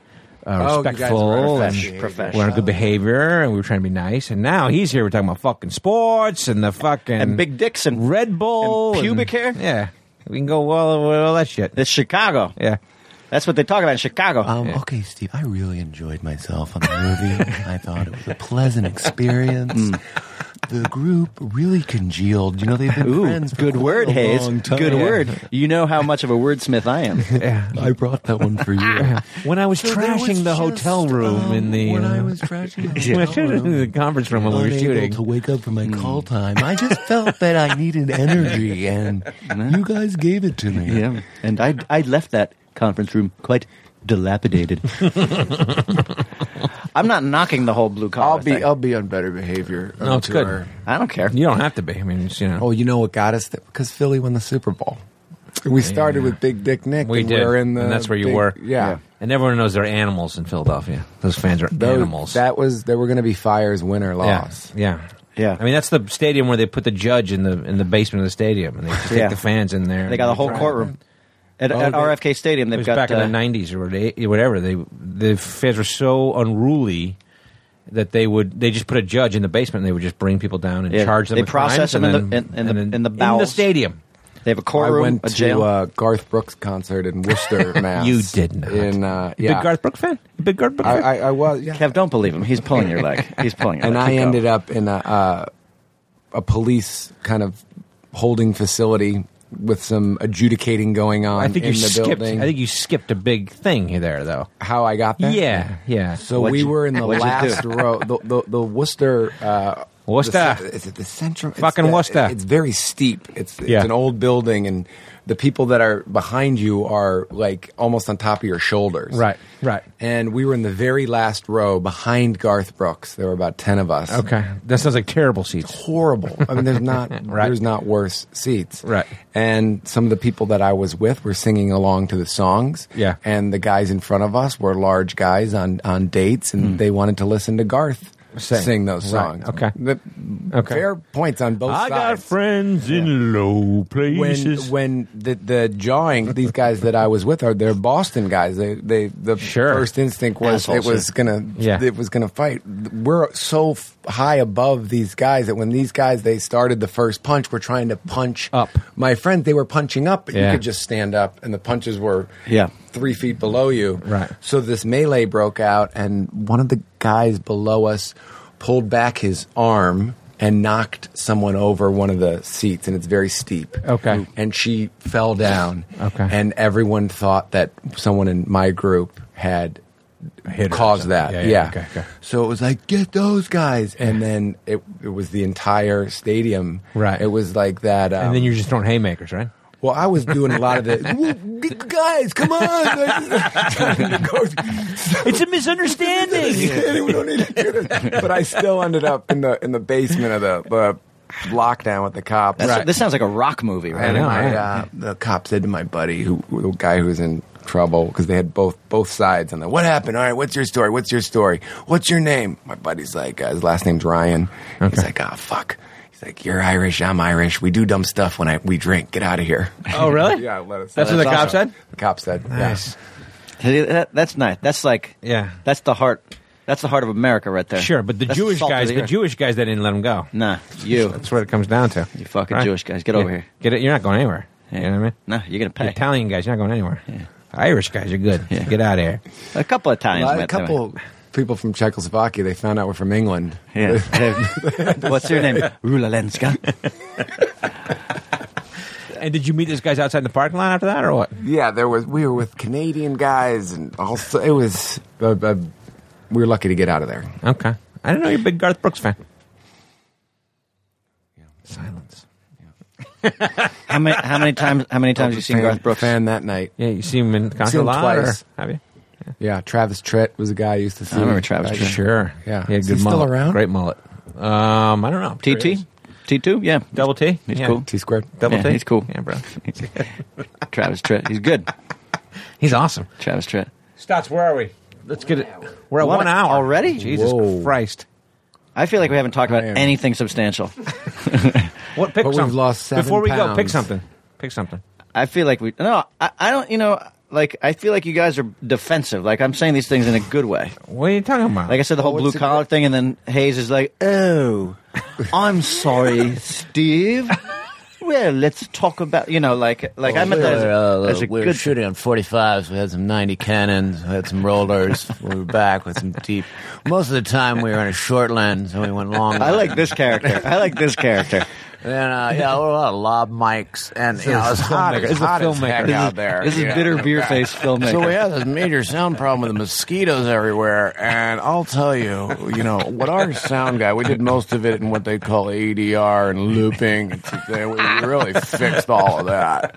[SPEAKER 4] uh,
[SPEAKER 7] Oh, you guys
[SPEAKER 4] respectful
[SPEAKER 7] were
[SPEAKER 4] and we're on
[SPEAKER 7] professional.
[SPEAKER 8] professional
[SPEAKER 4] good behavior, and we were trying to be nice. And now he's here. We're talking about fucking sports and the fucking
[SPEAKER 8] and Big Dicks and
[SPEAKER 4] Red Bull
[SPEAKER 8] and pubic hair.
[SPEAKER 4] Yeah, we can go all over all that shit.
[SPEAKER 8] It's Chicago.
[SPEAKER 4] Yeah.
[SPEAKER 8] That's what they talk about in Chicago.
[SPEAKER 9] Um, Okay, Steve, I really enjoyed myself on the movie. I thought it was a pleasant experience. the group really congealed. You know, they've been friends for
[SPEAKER 8] good
[SPEAKER 9] quite
[SPEAKER 8] word,
[SPEAKER 9] a
[SPEAKER 8] Hayes.
[SPEAKER 9] long time.
[SPEAKER 8] Good word. You know how much of a wordsmith I am.
[SPEAKER 9] I brought that one for you.
[SPEAKER 4] When I was
[SPEAKER 9] So there
[SPEAKER 4] trashing
[SPEAKER 9] was
[SPEAKER 4] the hotel
[SPEAKER 9] just,
[SPEAKER 4] room
[SPEAKER 9] um,
[SPEAKER 4] in the
[SPEAKER 9] when I
[SPEAKER 4] uh,
[SPEAKER 9] was trashing the
[SPEAKER 4] when I
[SPEAKER 9] hotel
[SPEAKER 4] was in the
[SPEAKER 9] room,
[SPEAKER 4] conference room when we were
[SPEAKER 9] unable
[SPEAKER 4] shooting.
[SPEAKER 9] to wake up from
[SPEAKER 8] Hmm.
[SPEAKER 9] my call time, I just felt that I needed energy, and you guys gave it to me.
[SPEAKER 8] Yeah, and I I left that conference room quite dilapidated. I'm not knocking the whole blue collar.
[SPEAKER 7] I'll be.
[SPEAKER 8] thing.
[SPEAKER 7] I'll be on better behavior.
[SPEAKER 4] Oh,
[SPEAKER 7] uh,
[SPEAKER 4] No, it's good.
[SPEAKER 8] I don't care.
[SPEAKER 4] You don't have to be. I mean, it's, you know.
[SPEAKER 7] Oh, you know what got us? there? Because Philly won the Super Bowl. We started with Big Dick Nick.
[SPEAKER 4] We
[SPEAKER 7] and
[SPEAKER 4] did,
[SPEAKER 7] We're in the
[SPEAKER 4] and that's where you
[SPEAKER 7] big-
[SPEAKER 4] were.
[SPEAKER 7] Yeah.
[SPEAKER 4] And everyone knows they're animals in Philadelphia. Those fans are
[SPEAKER 7] Those-
[SPEAKER 4] animals.
[SPEAKER 7] That was. They were going to be fires, win or
[SPEAKER 4] yeah.
[SPEAKER 7] loss.
[SPEAKER 4] yeah.
[SPEAKER 8] Yeah.
[SPEAKER 4] I mean, that's the stadium where they put the judge in the in the basement of the stadium, and they just
[SPEAKER 8] Yeah.
[SPEAKER 4] take the fans in there.
[SPEAKER 8] They got a whole courtroom at, at
[SPEAKER 7] they-
[SPEAKER 8] RFK Stadium.
[SPEAKER 4] Oh, It
[SPEAKER 8] They've
[SPEAKER 4] was
[SPEAKER 8] got
[SPEAKER 4] back
[SPEAKER 8] uh,
[SPEAKER 4] in the '90s or they- whatever. They the fans were so unruly that they would they just put a judge in the basement. and They would just bring people down and
[SPEAKER 8] Yeah.
[SPEAKER 4] charge them.
[SPEAKER 8] They
[SPEAKER 4] with crimes
[SPEAKER 8] process them in
[SPEAKER 4] and
[SPEAKER 8] the-
[SPEAKER 4] then-
[SPEAKER 8] in- in
[SPEAKER 4] and
[SPEAKER 8] the-
[SPEAKER 4] then
[SPEAKER 8] in the
[SPEAKER 4] in the
[SPEAKER 8] bowels.
[SPEAKER 4] stadium.
[SPEAKER 8] They have a
[SPEAKER 7] I
[SPEAKER 8] courtroom,
[SPEAKER 7] went
[SPEAKER 8] a
[SPEAKER 7] to
[SPEAKER 8] jail.
[SPEAKER 7] Uh, Garth Brooks concert in Worcester, Mass.
[SPEAKER 4] You did not.
[SPEAKER 7] In uh, yeah,
[SPEAKER 4] Big Garth Brooks fan. Big Garth Brooks.
[SPEAKER 7] I,
[SPEAKER 4] fan?
[SPEAKER 7] I, I was. Yeah.
[SPEAKER 8] Kev, don't believe him. He's pulling your leg. He's pulling your
[SPEAKER 7] and
[SPEAKER 8] leg.
[SPEAKER 7] I ended up in a uh, a police kind of holding facility with some adjudicating going on.
[SPEAKER 4] I think
[SPEAKER 7] in
[SPEAKER 4] you
[SPEAKER 7] the
[SPEAKER 4] skipped.
[SPEAKER 7] building.
[SPEAKER 4] I think you skipped a big thing there, though.
[SPEAKER 7] how I got there.
[SPEAKER 4] Yeah, yeah.
[SPEAKER 7] So
[SPEAKER 8] What'd
[SPEAKER 7] we
[SPEAKER 8] you-
[SPEAKER 7] were in the
[SPEAKER 8] what'd you do?
[SPEAKER 7] last row. The the, the Worcester. Uh,
[SPEAKER 4] Worcester.
[SPEAKER 7] the cen- is it the central? it's
[SPEAKER 4] Fucking
[SPEAKER 7] the-
[SPEAKER 4] Worcester.
[SPEAKER 7] It's very steep. It's, it's
[SPEAKER 4] Yeah.
[SPEAKER 7] an old building, and the people that are behind you are like almost on top of your shoulders.
[SPEAKER 4] Right, right.
[SPEAKER 7] And we were in the very last row behind Garth Brooks. There were about 10 of us.
[SPEAKER 4] Okay, that sounds like terrible seats.
[SPEAKER 7] Horrible. I mean, there's not
[SPEAKER 4] Right.
[SPEAKER 7] there's not worse seats.
[SPEAKER 4] Right.
[SPEAKER 7] And some of the people that I was with were singing along to the songs.
[SPEAKER 4] Yeah.
[SPEAKER 7] And the guys in front of us were large guys on on dates, and they wanted to listen to Garth
[SPEAKER 4] Hmm. Sing.
[SPEAKER 7] sing, those
[SPEAKER 4] Right.
[SPEAKER 7] songs.
[SPEAKER 4] Okay.
[SPEAKER 7] The-
[SPEAKER 4] Okay.
[SPEAKER 7] Fair points on both
[SPEAKER 4] I
[SPEAKER 7] sides
[SPEAKER 4] got friends in low
[SPEAKER 7] when um,
[SPEAKER 4] places.
[SPEAKER 7] when the the jawing these guys that I was with are they're Boston guys. They they the
[SPEAKER 4] Sure.
[SPEAKER 7] first instinct was
[SPEAKER 8] Assholes,
[SPEAKER 7] it was
[SPEAKER 8] yeah.
[SPEAKER 7] gonna
[SPEAKER 4] Yeah.
[SPEAKER 7] it was gonna fight. We're so f- high above these guys that when these guys they started the first punch, we're trying to punch
[SPEAKER 4] Up.
[SPEAKER 7] My friend, they were punching up, but
[SPEAKER 4] Yeah.
[SPEAKER 7] you could just stand up, and the punches were
[SPEAKER 8] Yeah.
[SPEAKER 7] three feet below you.
[SPEAKER 4] Right.
[SPEAKER 7] So this melee broke out, and one of the guys below us pulled back his arm and knocked someone over one of the seats, and it's very steep.
[SPEAKER 4] Okay.
[SPEAKER 7] And she fell down.
[SPEAKER 4] Okay.
[SPEAKER 7] And everyone thought that someone in my group had
[SPEAKER 4] Hit her or
[SPEAKER 7] caused
[SPEAKER 4] something.
[SPEAKER 7] that.
[SPEAKER 4] Yeah,
[SPEAKER 7] Yeah.
[SPEAKER 4] yeah, okay, okay.
[SPEAKER 7] So it was like, get those guys. And then it, it was the entire stadium.
[SPEAKER 4] Right.
[SPEAKER 7] It was like that. Um,
[SPEAKER 4] and then you're just throwing haymakers, right?
[SPEAKER 7] well, I was doing a lot of the "Woo, g- guys. Come on, Trying to go-
[SPEAKER 4] It's a misunderstanding.
[SPEAKER 7] we don't need to do this. But I still ended up in the in the basement of the, the lockdown with the cop.
[SPEAKER 8] That's- This sounds like a rock movie, right?
[SPEAKER 7] and
[SPEAKER 4] I know,
[SPEAKER 7] my,
[SPEAKER 4] right?
[SPEAKER 7] uh, the cop said to my buddy, who the guy who was in trouble, because they had both both sides on the what happened. All right, what's your story? What's your story? What's your name? My buddy's like, uh, his last name's Ryan. He's like, ah, fuck. He's like, you're Irish. I'm Irish. We do dumb stuff when I we drink. Get out of here.
[SPEAKER 4] oh, really?
[SPEAKER 7] yeah, let us.
[SPEAKER 4] That's what the
[SPEAKER 8] That's
[SPEAKER 4] cop
[SPEAKER 8] awesome.
[SPEAKER 4] said.
[SPEAKER 7] the cop said.
[SPEAKER 4] Nice.
[SPEAKER 8] Hey, that- that's nice. That's like
[SPEAKER 4] Yeah.
[SPEAKER 8] That's the heart. That's the heart of America right there.
[SPEAKER 4] Sure, but the
[SPEAKER 8] That's
[SPEAKER 4] Jewish
[SPEAKER 8] salt of
[SPEAKER 4] guys, the,
[SPEAKER 8] earth.
[SPEAKER 4] Jewish guys, that didn't let him go.
[SPEAKER 8] Nah, you.
[SPEAKER 4] That's what it comes down to.
[SPEAKER 8] You fucking Jewish guys, get
[SPEAKER 4] Yeah.
[SPEAKER 8] over here.
[SPEAKER 4] Get it? You're not going anywhere. You know what I mean?
[SPEAKER 8] No, you're gonna
[SPEAKER 4] The
[SPEAKER 8] pay.
[SPEAKER 4] Italian guys, you're not going anywhere. Irish guys, you're good.
[SPEAKER 8] Yeah.
[SPEAKER 4] Get out of here.
[SPEAKER 8] a couple of Italians.
[SPEAKER 7] Well,
[SPEAKER 8] went
[SPEAKER 7] a
[SPEAKER 8] that way.
[SPEAKER 7] couple people from Czechoslovakia, they found out we're from England.
[SPEAKER 8] Yeah. What's your name? Rulalenska.
[SPEAKER 4] And did you meet those guys outside in the parking lot after that, or what?
[SPEAKER 7] Yeah, there was. We were with Canadian guys, and also it was. Uh, uh, we were lucky to get out of there.
[SPEAKER 4] Okay. I didn't know you're a big Garth Brooks fan. Silence.
[SPEAKER 8] How many? How many times? How many times you seen
[SPEAKER 7] Fan-
[SPEAKER 8] Garth Brooks?
[SPEAKER 7] fan that night.
[SPEAKER 4] Yeah, you see him in concert
[SPEAKER 7] Seen
[SPEAKER 4] a
[SPEAKER 7] him
[SPEAKER 4] lot, or
[SPEAKER 7] twice.
[SPEAKER 4] have you?
[SPEAKER 7] Yeah, Travis Tritt was a guy I used to see.
[SPEAKER 8] I remember Travis
[SPEAKER 7] Uh,
[SPEAKER 8] Tritt.
[SPEAKER 4] Sure.
[SPEAKER 7] Yeah.
[SPEAKER 4] He had
[SPEAKER 7] Is
[SPEAKER 4] good
[SPEAKER 7] he still
[SPEAKER 4] mullet.
[SPEAKER 7] around?
[SPEAKER 4] Great mullet. Um, I don't know. I'm sure he
[SPEAKER 8] TT.
[SPEAKER 4] is.
[SPEAKER 8] T two. Yeah.
[SPEAKER 4] Double T.
[SPEAKER 8] He's
[SPEAKER 4] yeah.
[SPEAKER 8] cool.
[SPEAKER 7] T squared.
[SPEAKER 4] Double
[SPEAKER 8] Yeah,
[SPEAKER 4] T.
[SPEAKER 8] he's cool.
[SPEAKER 4] Yeah, bro.
[SPEAKER 8] Travis Tritt. He's good.
[SPEAKER 4] He's awesome.
[SPEAKER 8] Travis Tritt.
[SPEAKER 4] Stotts, where are we? Let's get it. We're at
[SPEAKER 8] One
[SPEAKER 4] one, hour
[SPEAKER 8] already?
[SPEAKER 4] Jesus
[SPEAKER 7] Whoa.
[SPEAKER 4] Christ!
[SPEAKER 8] I feel like we haven't talked about
[SPEAKER 7] Man.
[SPEAKER 8] anything substantial.
[SPEAKER 4] What pick
[SPEAKER 7] But we've
[SPEAKER 4] something?
[SPEAKER 7] lost seven
[SPEAKER 4] Before we go, pick
[SPEAKER 7] pounds.
[SPEAKER 4] something. Pick something.
[SPEAKER 8] I feel like we. No, I, I don't. You know, like I feel like you guys are defensive. Like I'm saying these things in a good way.
[SPEAKER 4] What are you talking about?
[SPEAKER 8] Like I said, the whole
[SPEAKER 7] what's
[SPEAKER 8] blue
[SPEAKER 7] the-
[SPEAKER 8] collar thing, and then Hayes is like, "Oh, I'm sorry, Steve." Well, let's talk about you know, like, like I meant that as, a- as
[SPEAKER 9] we
[SPEAKER 8] a
[SPEAKER 9] uh, were
[SPEAKER 8] good
[SPEAKER 9] shooting on 45s. We had some 90 cannons. We had some rollers. we were back with some deep. Most of the time, we were in a short lens and we went long.
[SPEAKER 8] I like this character. I like this character.
[SPEAKER 9] And uh, yeah, a lot of lob mics, and you know, it's hot,
[SPEAKER 4] filmmaker. This
[SPEAKER 9] it's
[SPEAKER 4] is a
[SPEAKER 9] hot as
[SPEAKER 4] filmmaker.
[SPEAKER 9] heck
[SPEAKER 4] This
[SPEAKER 9] out there.
[SPEAKER 8] This is
[SPEAKER 9] you know.
[SPEAKER 8] bitter beer face filmmaker.
[SPEAKER 9] So we have this major sound problem with the mosquitoes everywhere, and I'll tell you, you know, what our sound guy, we did most of it in what they call ADR and looping. and stuff. We really fixed all of that.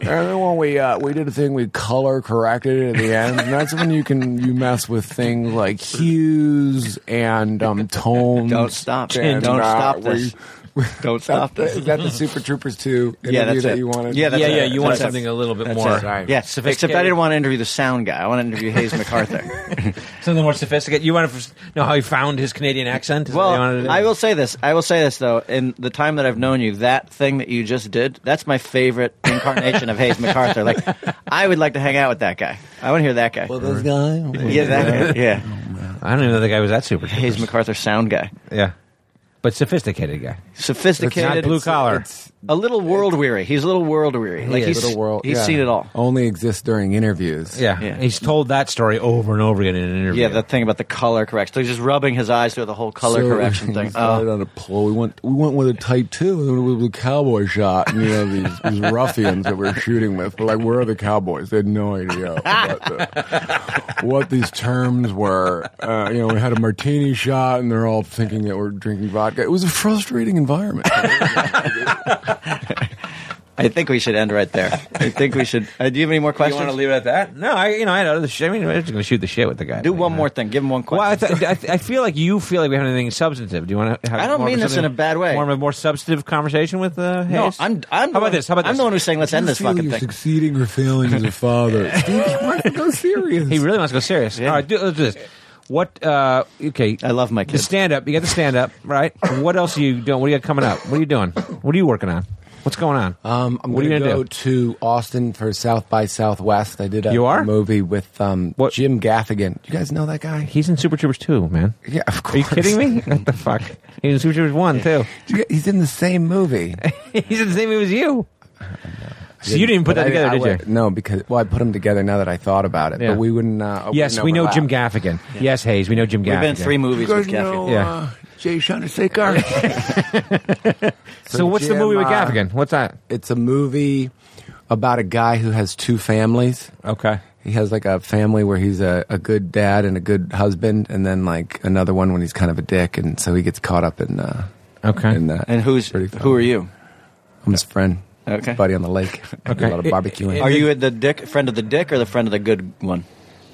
[SPEAKER 9] And then when we uh, we did a thing, we color corrected it at the end, and that's when you can you mess with things like hues and um, tones.
[SPEAKER 8] Don't stop.
[SPEAKER 9] And,
[SPEAKER 8] Don't
[SPEAKER 9] uh,
[SPEAKER 8] stop
[SPEAKER 9] we-
[SPEAKER 8] this. Don't stop this.
[SPEAKER 7] Is that the Super Troopers 2 interview
[SPEAKER 8] Yeah, that's
[SPEAKER 7] that
[SPEAKER 8] it.
[SPEAKER 7] you wanted?
[SPEAKER 8] Yeah, that's
[SPEAKER 4] yeah,
[SPEAKER 8] it.
[SPEAKER 4] yeah. You wanted
[SPEAKER 8] That's it.
[SPEAKER 4] something a little bit
[SPEAKER 8] That's
[SPEAKER 4] more,
[SPEAKER 8] it. Yeah, except I didn't want to interview the sound guy. I want to interview Hayes MacArthur.
[SPEAKER 4] something more sophisticated. You want to know how he found his Canadian accent? Is that what you wanted to
[SPEAKER 8] well,
[SPEAKER 4] do?
[SPEAKER 8] I will say this. I will say this though. In the time that I've known you, that thing that you just did—that's my favorite incarnation of Hayes MacArthur. Like, I would like to hang out with that guy. I want to hear that guy.
[SPEAKER 9] This guy,
[SPEAKER 8] yeah, that guy. Yeah,
[SPEAKER 4] I don't even know the guy was that super.
[SPEAKER 8] Hayes MacArthur sound guy,
[SPEAKER 4] Yeah, but sophisticated guy.
[SPEAKER 8] sophisticated,
[SPEAKER 4] not blue collar.
[SPEAKER 8] a little world weary. He's a little world weary. like
[SPEAKER 4] is.
[SPEAKER 8] he's
[SPEAKER 7] Little world.
[SPEAKER 8] He's
[SPEAKER 7] yeah.
[SPEAKER 8] seen it all.
[SPEAKER 7] Only exists during interviews.
[SPEAKER 4] Yeah.
[SPEAKER 8] Yeah.
[SPEAKER 4] he's told that story over and over again in an interview.
[SPEAKER 8] Yeah, the thing about the color correction. So he's just rubbing his eyes through the whole color
[SPEAKER 7] So,
[SPEAKER 8] correction
[SPEAKER 7] we
[SPEAKER 8] thing.
[SPEAKER 7] started
[SPEAKER 8] Oh,
[SPEAKER 7] on a pole. We went we went with a type two and then we with a cowboy shot and you know these, these ruffians that we are shooting with. But like where are the cowboys? They had no idea what, the, what these terms were. Uh, you know, we had a martini shot and they're all thinking that we're drinking vodka. It was a frustrating environment.
[SPEAKER 8] I think we should end right there. I think we should. Uh, do you have any more
[SPEAKER 4] You
[SPEAKER 8] questions?
[SPEAKER 4] want to leave it at that? No, I you know I had other shit. I mean, we're just gonna shoot the shit with the guy.
[SPEAKER 8] do
[SPEAKER 4] You
[SPEAKER 8] one
[SPEAKER 4] know?
[SPEAKER 8] more thing. Give him one question.
[SPEAKER 4] Well, I, th- I, th- I feel like you feel like we have anything substantive. Do you want to? Have
[SPEAKER 8] I don't
[SPEAKER 4] more of
[SPEAKER 8] mean this
[SPEAKER 4] something-
[SPEAKER 8] in a bad way.
[SPEAKER 4] More of a more substantive conversation with uh, Hayes.
[SPEAKER 8] no, I'm. I'm
[SPEAKER 4] How about this? How about
[SPEAKER 8] I'm
[SPEAKER 4] this?
[SPEAKER 8] the one who's saying let's end this fucking thing.
[SPEAKER 7] succeeding or failing as a father. Steve, you want to go serious?
[SPEAKER 4] He really wants to go serious. All right, do, let's do this. What? Uh, okay,
[SPEAKER 8] I love my
[SPEAKER 4] the
[SPEAKER 8] kids.
[SPEAKER 4] stand up. You got the stand up, right? what else are you doing? What do you got coming up? What are you doing? What are you working on? What's going on?
[SPEAKER 7] Um, I'm
[SPEAKER 4] what are
[SPEAKER 7] going
[SPEAKER 4] you
[SPEAKER 7] to
[SPEAKER 4] gonna
[SPEAKER 7] go
[SPEAKER 4] do?
[SPEAKER 7] to Austin for South by Southwest. I did a
[SPEAKER 4] You are?
[SPEAKER 7] movie with um,
[SPEAKER 4] What-
[SPEAKER 7] Jim Gaffigan. You guys know that guy?
[SPEAKER 4] He's in Super Troopers two, man.
[SPEAKER 7] Yeah, of course.
[SPEAKER 4] Are you kidding me? what the fuck? He's in Super Troopers one too.
[SPEAKER 7] Yeah, He's in the same movie.
[SPEAKER 4] He's in the same movie as you. So you didn't even put
[SPEAKER 7] But
[SPEAKER 4] that
[SPEAKER 7] I-
[SPEAKER 4] together,
[SPEAKER 7] I
[SPEAKER 4] did you?
[SPEAKER 7] would- No, because well, I put them together now that I thought about it.
[SPEAKER 4] Yeah.
[SPEAKER 7] But we wouldn't. Uh,
[SPEAKER 4] Yes,
[SPEAKER 7] wouldn't
[SPEAKER 4] we know
[SPEAKER 7] overlap.
[SPEAKER 4] Jim Gaffigan. Yes, Hayes, we know Jim Gaffigan.
[SPEAKER 8] We've been in three movies with Kathy.
[SPEAKER 4] Yeah.
[SPEAKER 10] uh, Jay Chandrasekhar?
[SPEAKER 4] So what's the
[SPEAKER 7] Jim,
[SPEAKER 4] movie with
[SPEAKER 7] uh,
[SPEAKER 4] Gaffigan? What's that?
[SPEAKER 7] It's a movie about a guy who has two families.
[SPEAKER 4] Okay.
[SPEAKER 7] He has like a family where he's a, a good dad and a good husband, and then like another one when he's kind of a dick, and so he gets caught up in uh,
[SPEAKER 4] Okay.
[SPEAKER 7] in that.
[SPEAKER 8] And who's
[SPEAKER 7] Pretty fun.
[SPEAKER 8] who are you?
[SPEAKER 7] I'm his friend.
[SPEAKER 8] Okay.
[SPEAKER 7] Buddy on the lake.
[SPEAKER 4] Okay.
[SPEAKER 7] Okay. A lot of barbecuing.
[SPEAKER 8] Are you the dick friend of the dick or the friend of the good one?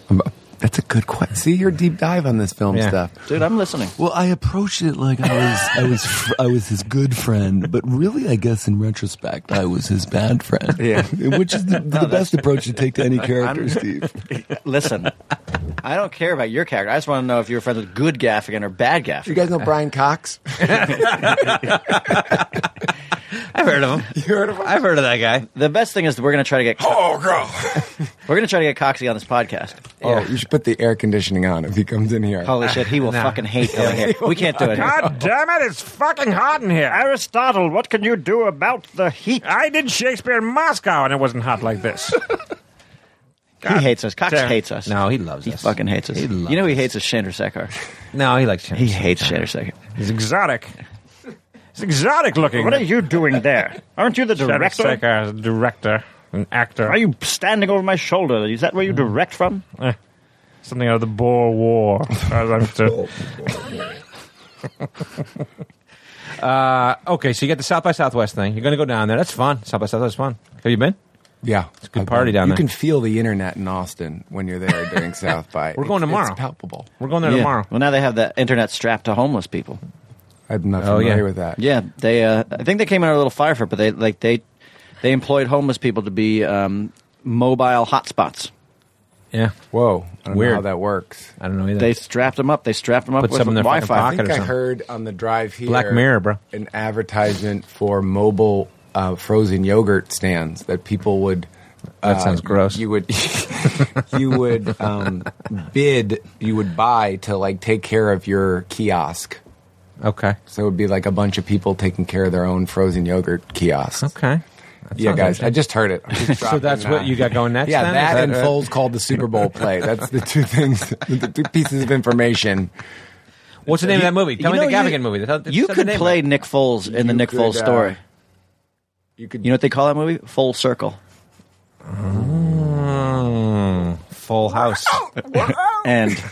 [SPEAKER 7] Um, That's a good question. See your deep dive on this film
[SPEAKER 4] Yeah.
[SPEAKER 7] stuff.
[SPEAKER 8] Dude, I'm listening.
[SPEAKER 9] Well, I approached it like I was, I was, fr- I was his good friend, but really, I guess in retrospect, I was his bad friend.
[SPEAKER 8] Yeah.
[SPEAKER 9] which is the, the best approach to take to any character, Steve.
[SPEAKER 8] Listen, I don't care about your character. I just want to know if you're friends with good Gaffigan or bad
[SPEAKER 7] You
[SPEAKER 8] Gaffigan.
[SPEAKER 7] guys know Brian Cox?
[SPEAKER 4] I've heard of him.
[SPEAKER 7] You heard of him?
[SPEAKER 4] I've heard of that guy.
[SPEAKER 8] The best thing is that we're going to try to get
[SPEAKER 7] Oh, girl.
[SPEAKER 8] we're going to try to get Coxie on this podcast.
[SPEAKER 7] Oh, you should put the air conditioning on if he comes in here.
[SPEAKER 8] Holy shit, he will fucking hate coming here. We can't do it. Here.
[SPEAKER 11] God damn it, it's fucking hot in here. Aristotle, what can you do about the heat? I did Shakespeare in Moscow and it wasn't hot like this.
[SPEAKER 8] He hates us. Cox
[SPEAKER 4] Damn.
[SPEAKER 8] hates us.
[SPEAKER 4] No, he loves us.
[SPEAKER 8] fucking hates us.
[SPEAKER 4] He loves
[SPEAKER 8] you know he hates us. Shander Sekar.
[SPEAKER 4] No, he likes Chandler.
[SPEAKER 8] He hates Shander Sekar.
[SPEAKER 11] It's exotic. It's exotic looking. What are you doing there? Aren't you the director?
[SPEAKER 12] director, an actor.
[SPEAKER 11] Are you standing over my shoulder? Is that where you
[SPEAKER 4] Mm-hmm.
[SPEAKER 11] direct from? Something out of the Boer War. As I'm to-
[SPEAKER 4] Uh, Okay, so you got the South by Southwest thing. You're going to go down there. That's fun. South by Southwest is fun. Have you been?
[SPEAKER 7] Yeah. It's a
[SPEAKER 4] good party down
[SPEAKER 7] you
[SPEAKER 4] there.
[SPEAKER 7] You can feel the internet in Austin when you're there during South by.
[SPEAKER 4] We're going
[SPEAKER 7] It's-
[SPEAKER 4] tomorrow.
[SPEAKER 7] It's palpable.
[SPEAKER 4] We're going there
[SPEAKER 8] Yeah.
[SPEAKER 4] tomorrow.
[SPEAKER 8] Well, now they have the internet strapped to homeless people.
[SPEAKER 7] I'm not
[SPEAKER 4] Oh, yeah.
[SPEAKER 7] familiar with that.
[SPEAKER 8] Yeah, they. Uh, I think they came under a little fire for, it, but they like they they employed homeless people to be um, mobile hotspots.
[SPEAKER 4] Yeah.
[SPEAKER 7] Whoa. I don't
[SPEAKER 4] Weird.
[SPEAKER 7] know how that works.
[SPEAKER 4] I don't know either.
[SPEAKER 8] They strapped them up. They strapped them up
[SPEAKER 4] Put
[SPEAKER 8] with
[SPEAKER 4] some in their fucking
[SPEAKER 8] Wi-Fi.
[SPEAKER 7] I
[SPEAKER 4] pocket
[SPEAKER 7] think
[SPEAKER 4] or
[SPEAKER 7] I
[SPEAKER 4] something.
[SPEAKER 7] heard on the drive here
[SPEAKER 4] Black Mirror, bro.
[SPEAKER 7] an advertisement for mobile uh, frozen yogurt stands that people would.
[SPEAKER 4] That
[SPEAKER 7] uh,
[SPEAKER 4] sounds gross.
[SPEAKER 7] You would, you would um, bid, you would buy to like take care of your kiosk.
[SPEAKER 4] okay.
[SPEAKER 7] So it would be like a bunch of people taking care of their own frozen yogurt kiosks.
[SPEAKER 4] Okay. That
[SPEAKER 7] Yeah,
[SPEAKER 4] sounds
[SPEAKER 7] guys,
[SPEAKER 4] interesting.
[SPEAKER 7] I just heard it. I'm just dropping
[SPEAKER 4] that's what
[SPEAKER 7] that.
[SPEAKER 4] you got going next
[SPEAKER 7] Yeah,
[SPEAKER 4] then?
[SPEAKER 7] that
[SPEAKER 4] Is
[SPEAKER 7] and
[SPEAKER 4] that-
[SPEAKER 7] Foles called the Super Bowl play. That's the two things, the two pieces of information.
[SPEAKER 4] What's the name of that movie? Tell
[SPEAKER 8] You
[SPEAKER 4] me the
[SPEAKER 8] know, you-
[SPEAKER 4] Gaffigan movie. Tell-
[SPEAKER 8] You
[SPEAKER 4] tell the
[SPEAKER 8] could
[SPEAKER 4] name
[SPEAKER 8] play
[SPEAKER 4] of it.
[SPEAKER 8] Nick Foles in the
[SPEAKER 7] You
[SPEAKER 8] Nick
[SPEAKER 7] could,
[SPEAKER 8] Foles
[SPEAKER 7] uh,
[SPEAKER 8] story.
[SPEAKER 7] You could,
[SPEAKER 8] You know what they call that movie? Full Circle.
[SPEAKER 4] Mm, Full House.
[SPEAKER 8] And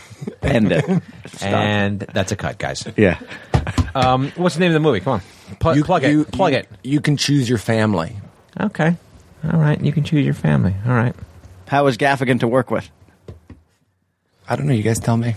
[SPEAKER 8] end it.
[SPEAKER 4] and that's a cut, guys.
[SPEAKER 8] Yeah.
[SPEAKER 4] Um, what's the name of the movie? Come on. Pl-
[SPEAKER 7] you-
[SPEAKER 4] Uh, plug
[SPEAKER 7] you-
[SPEAKER 4] it. Plug
[SPEAKER 7] you-
[SPEAKER 4] it.
[SPEAKER 7] You can choose your family.
[SPEAKER 4] Okay. All right. You can choose your family. All right.
[SPEAKER 8] How is Gaffigan to work with?
[SPEAKER 7] I don't know. You guys tell me.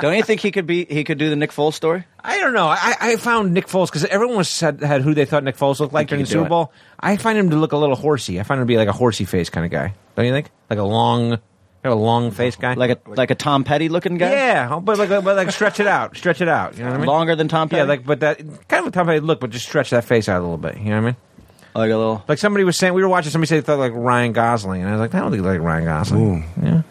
[SPEAKER 8] Don't you think he could be? He could do the Nick Foles story.
[SPEAKER 4] I don't know. I, I found Nick Foles because everyone was said had who they thought Nick Foles looked like during
[SPEAKER 8] you
[SPEAKER 4] the
[SPEAKER 8] do
[SPEAKER 4] Super
[SPEAKER 8] it.
[SPEAKER 4] Bowl. I find him to look a little horsey. I find him to be like a horsey face kind of guy. Don't you think? Like a long, kind of a long face guy.
[SPEAKER 8] like a like a Tom Petty looking guy.
[SPEAKER 4] yeah, oh, but like, but like stretch it out, stretch it out. You know what I mean?
[SPEAKER 8] longer than Tom Petty.
[SPEAKER 4] yeah, like but that kind of a Tom Petty look, but just stretch that face out a little bit. You know what I mean?
[SPEAKER 8] like a little.
[SPEAKER 4] Like somebody was saying, we were watching somebody say they thought like Ryan Gosling, and I was like, I don't think they like Ryan Gosling. Yeah,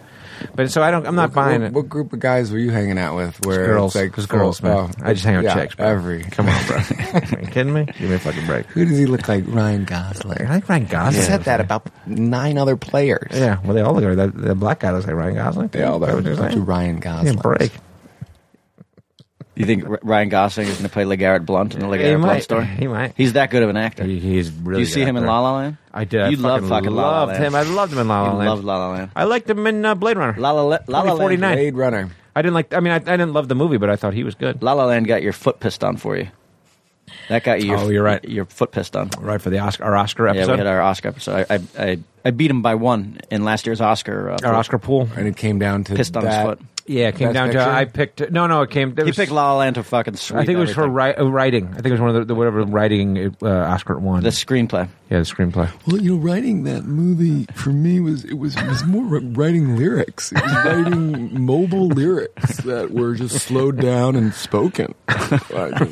[SPEAKER 4] but so I don't. I'm not buying
[SPEAKER 7] what,
[SPEAKER 4] it.
[SPEAKER 7] what group of guys were you hanging out with? Where
[SPEAKER 4] girls,
[SPEAKER 7] it's like
[SPEAKER 4] it's girls,
[SPEAKER 7] oh,
[SPEAKER 4] man. I just hang out with
[SPEAKER 7] yeah,
[SPEAKER 4] chicks. Bro.
[SPEAKER 7] Every
[SPEAKER 4] come on, bro. Are you kidding me? Give me a fucking break.
[SPEAKER 7] who does he look like? Ryan Gosling.
[SPEAKER 4] I like Ryan
[SPEAKER 7] He
[SPEAKER 4] Gosling.
[SPEAKER 7] said that about nine other players.
[SPEAKER 4] Yeah, well, they all look like that. The black guy looks like Ryan Gosling.
[SPEAKER 7] they all
[SPEAKER 4] Is that
[SPEAKER 7] they're
[SPEAKER 4] what you're
[SPEAKER 7] a bunch
[SPEAKER 4] saying?
[SPEAKER 7] of Ryan
[SPEAKER 4] Yeah,
[SPEAKER 7] Gosling.
[SPEAKER 4] break.
[SPEAKER 8] You think R- Ryan Gosling is going to play LeGarrette Blunt in the
[SPEAKER 4] He
[SPEAKER 8] LeGarrette Blunt
[SPEAKER 4] might.
[SPEAKER 8] story?
[SPEAKER 4] He might.
[SPEAKER 8] He's that good of an actor.
[SPEAKER 4] He-
[SPEAKER 8] Do
[SPEAKER 4] He's really.
[SPEAKER 8] you see
[SPEAKER 4] good
[SPEAKER 8] him in
[SPEAKER 4] actor.
[SPEAKER 8] La La Land?
[SPEAKER 4] I did. I
[SPEAKER 8] You love fucking La La
[SPEAKER 4] loved
[SPEAKER 8] Land.
[SPEAKER 4] him. I loved him in La La
[SPEAKER 8] You
[SPEAKER 4] Land.
[SPEAKER 8] love La La Land.
[SPEAKER 4] I liked him in uh, Blade Runner.
[SPEAKER 8] La La La, La, La Land.
[SPEAKER 4] 2049.
[SPEAKER 7] Blade Runner.
[SPEAKER 4] I didn't like. I mean, I, I didn't love the movie, but I thought he was good.
[SPEAKER 8] La La Land got your foot pissed on for you. That got you.
[SPEAKER 4] Oh, you're right.
[SPEAKER 8] Your foot pissed on.
[SPEAKER 4] Right for the Oscar, our Oscar
[SPEAKER 8] Yeah,
[SPEAKER 4] episode,
[SPEAKER 8] we had our Oscar episode. I, I, I, I beat him by one in last year's Oscar. Uh,
[SPEAKER 4] our Oscar pool.
[SPEAKER 7] and it came down to
[SPEAKER 8] Pissed on his
[SPEAKER 7] that.
[SPEAKER 8] foot.
[SPEAKER 4] Yeah, it came
[SPEAKER 7] Best
[SPEAKER 4] down
[SPEAKER 7] picture?
[SPEAKER 4] to I picked. No, no, it came. there
[SPEAKER 8] He
[SPEAKER 4] was-
[SPEAKER 8] picked La La Land to fucking sweep
[SPEAKER 4] I think it was for
[SPEAKER 8] everything.
[SPEAKER 4] ri- uh, writing. I think it was one of the, the whatever writing uh, Oscar it won.
[SPEAKER 8] the screenplay.
[SPEAKER 4] yeah, the screenplay.
[SPEAKER 13] Well, you know, writing that movie for me was it was, it was more ri- writing lyrics. It was writing mobile lyrics that were just slowed down and spoken. I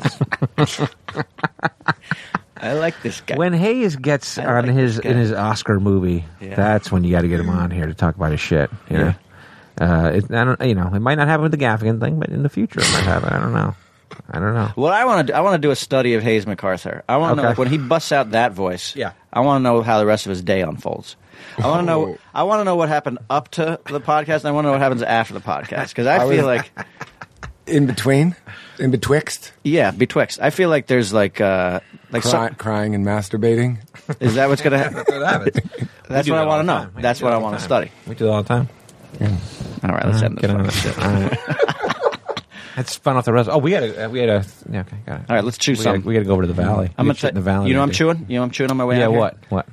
[SPEAKER 13] just-
[SPEAKER 8] I like this guy.
[SPEAKER 4] When Hayes gets
[SPEAKER 8] I
[SPEAKER 4] on
[SPEAKER 8] like
[SPEAKER 4] his
[SPEAKER 8] this guy.
[SPEAKER 4] in his Oscar movie,
[SPEAKER 8] Yeah.
[SPEAKER 4] that's when you got to get him on here to talk about his shit. You know? Uh, it, I don't, you know, it might not happen with the Gaffigan thing, but in the future it might happen. I don't know. I don't know.
[SPEAKER 8] What I want to do, I want to do a study of Hayes MacArthur. I want to know
[SPEAKER 4] Okay.
[SPEAKER 8] like, when he busts out that voice.
[SPEAKER 4] Yeah.
[SPEAKER 8] I want to know how the rest of his day unfolds. I want to
[SPEAKER 4] Oh.
[SPEAKER 8] know. I want to know what happened up to the podcast, and I want to know what happens after the podcast because I, feel like,
[SPEAKER 7] in between, in betwixt,
[SPEAKER 8] yeah, betwixt. I feel like there's like, uh, like
[SPEAKER 7] cry,
[SPEAKER 8] some,
[SPEAKER 7] crying and masturbating.
[SPEAKER 8] is that what's gonna happen? That's
[SPEAKER 4] We do
[SPEAKER 8] what I
[SPEAKER 4] that
[SPEAKER 8] want to
[SPEAKER 4] all the
[SPEAKER 8] know.
[SPEAKER 4] time. We
[SPEAKER 8] That's
[SPEAKER 4] do that
[SPEAKER 8] what I
[SPEAKER 4] all the
[SPEAKER 8] want
[SPEAKER 4] time.
[SPEAKER 8] to study.
[SPEAKER 4] We do that all the time.
[SPEAKER 8] All right, let's end this.
[SPEAKER 4] Get on
[SPEAKER 8] fucking
[SPEAKER 4] that
[SPEAKER 8] shit.
[SPEAKER 4] shit. All right. That's fun off the rest. Oh, we had a, we had a. Yeah, okay, got it.
[SPEAKER 8] All right, let's chew
[SPEAKER 4] we gotta,
[SPEAKER 8] some. Mm-hmm.
[SPEAKER 4] we gotta go over to the valley.
[SPEAKER 8] I'm
[SPEAKER 4] We
[SPEAKER 8] gonna
[SPEAKER 4] gotta shit in
[SPEAKER 8] ta-
[SPEAKER 4] the valley.
[SPEAKER 8] You know what I'm
[SPEAKER 4] dude.
[SPEAKER 8] chewing. You know what I'm chewing on my way
[SPEAKER 4] Yeah,
[SPEAKER 8] out here?
[SPEAKER 4] what? What?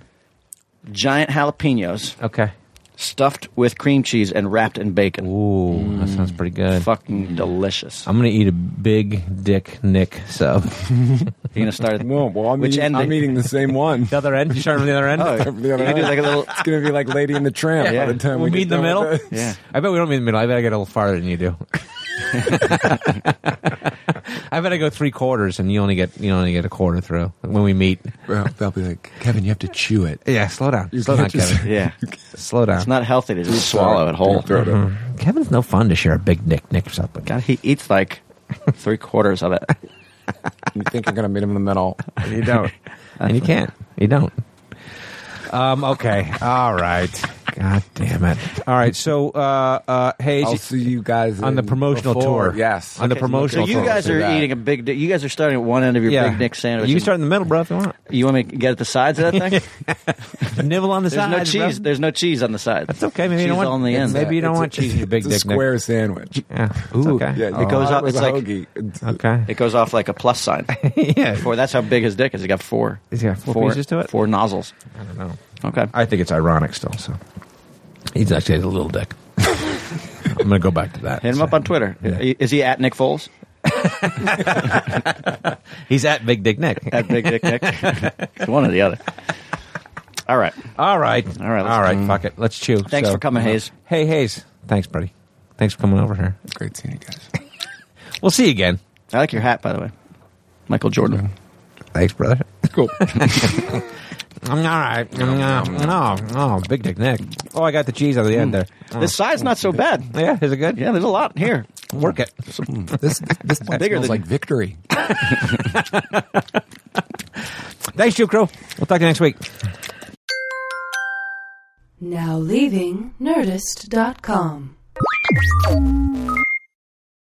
[SPEAKER 8] Giant jalapenos
[SPEAKER 4] Okay.
[SPEAKER 8] stuffed with cream cheese and wrapped in bacon.
[SPEAKER 4] Ooh, that sounds pretty good.
[SPEAKER 8] Fucking delicious.
[SPEAKER 4] I'm gonna eat a big dick Nick sub.
[SPEAKER 8] You're gonna start at
[SPEAKER 7] No, well, I'm,
[SPEAKER 8] which
[SPEAKER 7] eating,
[SPEAKER 8] end?
[SPEAKER 7] I'm
[SPEAKER 8] it-
[SPEAKER 7] eating the same one.
[SPEAKER 4] the other end. You starting from the other end?
[SPEAKER 8] Oh,
[SPEAKER 7] Everything on the
[SPEAKER 8] you do like a little.
[SPEAKER 7] It's gonna be like Lady and the Tramp
[SPEAKER 8] Yeah.
[SPEAKER 7] by the time
[SPEAKER 4] we'll
[SPEAKER 7] we
[SPEAKER 4] meet in
[SPEAKER 7] get
[SPEAKER 4] the
[SPEAKER 7] done
[SPEAKER 4] middle.
[SPEAKER 7] with this.
[SPEAKER 8] Yeah.
[SPEAKER 4] I bet we don't meet in the middle. I bet I get a little farther than you do. I bet I go three quarters, and you only get you only get a quarter through when we meet.
[SPEAKER 13] well, they'll be like, Kevin, you have to chew it.
[SPEAKER 4] Yeah, slow down. Slow down,
[SPEAKER 13] can't just-
[SPEAKER 4] Kevin.
[SPEAKER 8] Yeah.
[SPEAKER 4] Slow down.
[SPEAKER 8] It's not healthy to just swallow it whole.
[SPEAKER 4] Kevin's no fun to share a big Nick Nick sub. with.
[SPEAKER 8] God, he eats like three quarters of it.
[SPEAKER 7] You think you're gonna meet him in the middle?
[SPEAKER 4] You don't. and you can't. You don't. Um, okay. All right. God damn it. All right. So, uh, uh, Hayes.
[SPEAKER 7] I'll see you guys
[SPEAKER 4] on the
[SPEAKER 7] in-
[SPEAKER 4] promotional
[SPEAKER 7] before.
[SPEAKER 4] tour.
[SPEAKER 7] Yes,
[SPEAKER 4] On the promotional
[SPEAKER 8] So you
[SPEAKER 4] tour.
[SPEAKER 8] guys
[SPEAKER 7] do
[SPEAKER 8] are
[SPEAKER 7] that.
[SPEAKER 8] eating a big. Di- you guys are starting at one end of your
[SPEAKER 4] yeah.
[SPEAKER 8] big Nick sandwich.
[SPEAKER 4] You
[SPEAKER 8] and-
[SPEAKER 4] start in the middle, bro, if you want.
[SPEAKER 8] You want me to get at the sides of that thing?
[SPEAKER 4] Nibble on the
[SPEAKER 8] There's
[SPEAKER 4] side.
[SPEAKER 8] no cheese.
[SPEAKER 4] Bro.
[SPEAKER 8] There's no cheese on the sides.
[SPEAKER 4] It's okay. Maybe you
[SPEAKER 8] cheese
[SPEAKER 4] don't want
[SPEAKER 8] on the end.
[SPEAKER 4] Maybe you don't
[SPEAKER 7] It's a-
[SPEAKER 4] want cheese in your big
[SPEAKER 7] it's a
[SPEAKER 4] dick. Nick.
[SPEAKER 7] square sandwich.
[SPEAKER 4] Yeah. Ooh. Okay.
[SPEAKER 7] Yeah,
[SPEAKER 8] It goes up-
[SPEAKER 7] It's
[SPEAKER 8] it's like-
[SPEAKER 7] hoagie. It's-
[SPEAKER 4] Okay.
[SPEAKER 8] It goes off like a plus sign.
[SPEAKER 4] yeah.
[SPEAKER 8] Four. That's how big his dick is. He got four.
[SPEAKER 4] He's got four pieces to it?
[SPEAKER 8] Four nozzles.
[SPEAKER 4] I don't know.
[SPEAKER 8] Okay.
[SPEAKER 4] I think it's ironic still. So he's actually a little dick. I'm gonna go back to that.
[SPEAKER 8] Hit him up on Twitter.
[SPEAKER 4] Yeah.
[SPEAKER 8] Is he at Nick Foles?
[SPEAKER 4] He's at Big Dick Nick.
[SPEAKER 8] At Big Dick Nick? It's one or the other. All right.
[SPEAKER 4] All right.
[SPEAKER 8] All right, let's-
[SPEAKER 4] All right. Fuck it. Let's chew.
[SPEAKER 8] Thanks
[SPEAKER 4] So- Uh-huh.
[SPEAKER 8] for coming, Hayes.
[SPEAKER 4] Hey, Hayes. Thanks, buddy. Thanks for coming over here.
[SPEAKER 7] Great seeing you guys.
[SPEAKER 4] We'll see you again.
[SPEAKER 8] I like your hat, by the way. Michael Jordan.
[SPEAKER 4] Thanks, brother.
[SPEAKER 7] Cool.
[SPEAKER 4] I'm all right. I'm, uh, no, no, Big Dick Nick. Oh, I got the cheese out of the end there.
[SPEAKER 8] Mm. This side's not so bad.
[SPEAKER 4] Yeah, is it good?
[SPEAKER 8] Yeah, there's a lot here.
[SPEAKER 4] Work it.
[SPEAKER 7] this this one
[SPEAKER 8] Bigger
[SPEAKER 7] smells
[SPEAKER 8] than-
[SPEAKER 7] like victory.
[SPEAKER 4] Thanks, Chew Crew. We'll talk to you next week.
[SPEAKER 1] Now leaving Nerdist.com.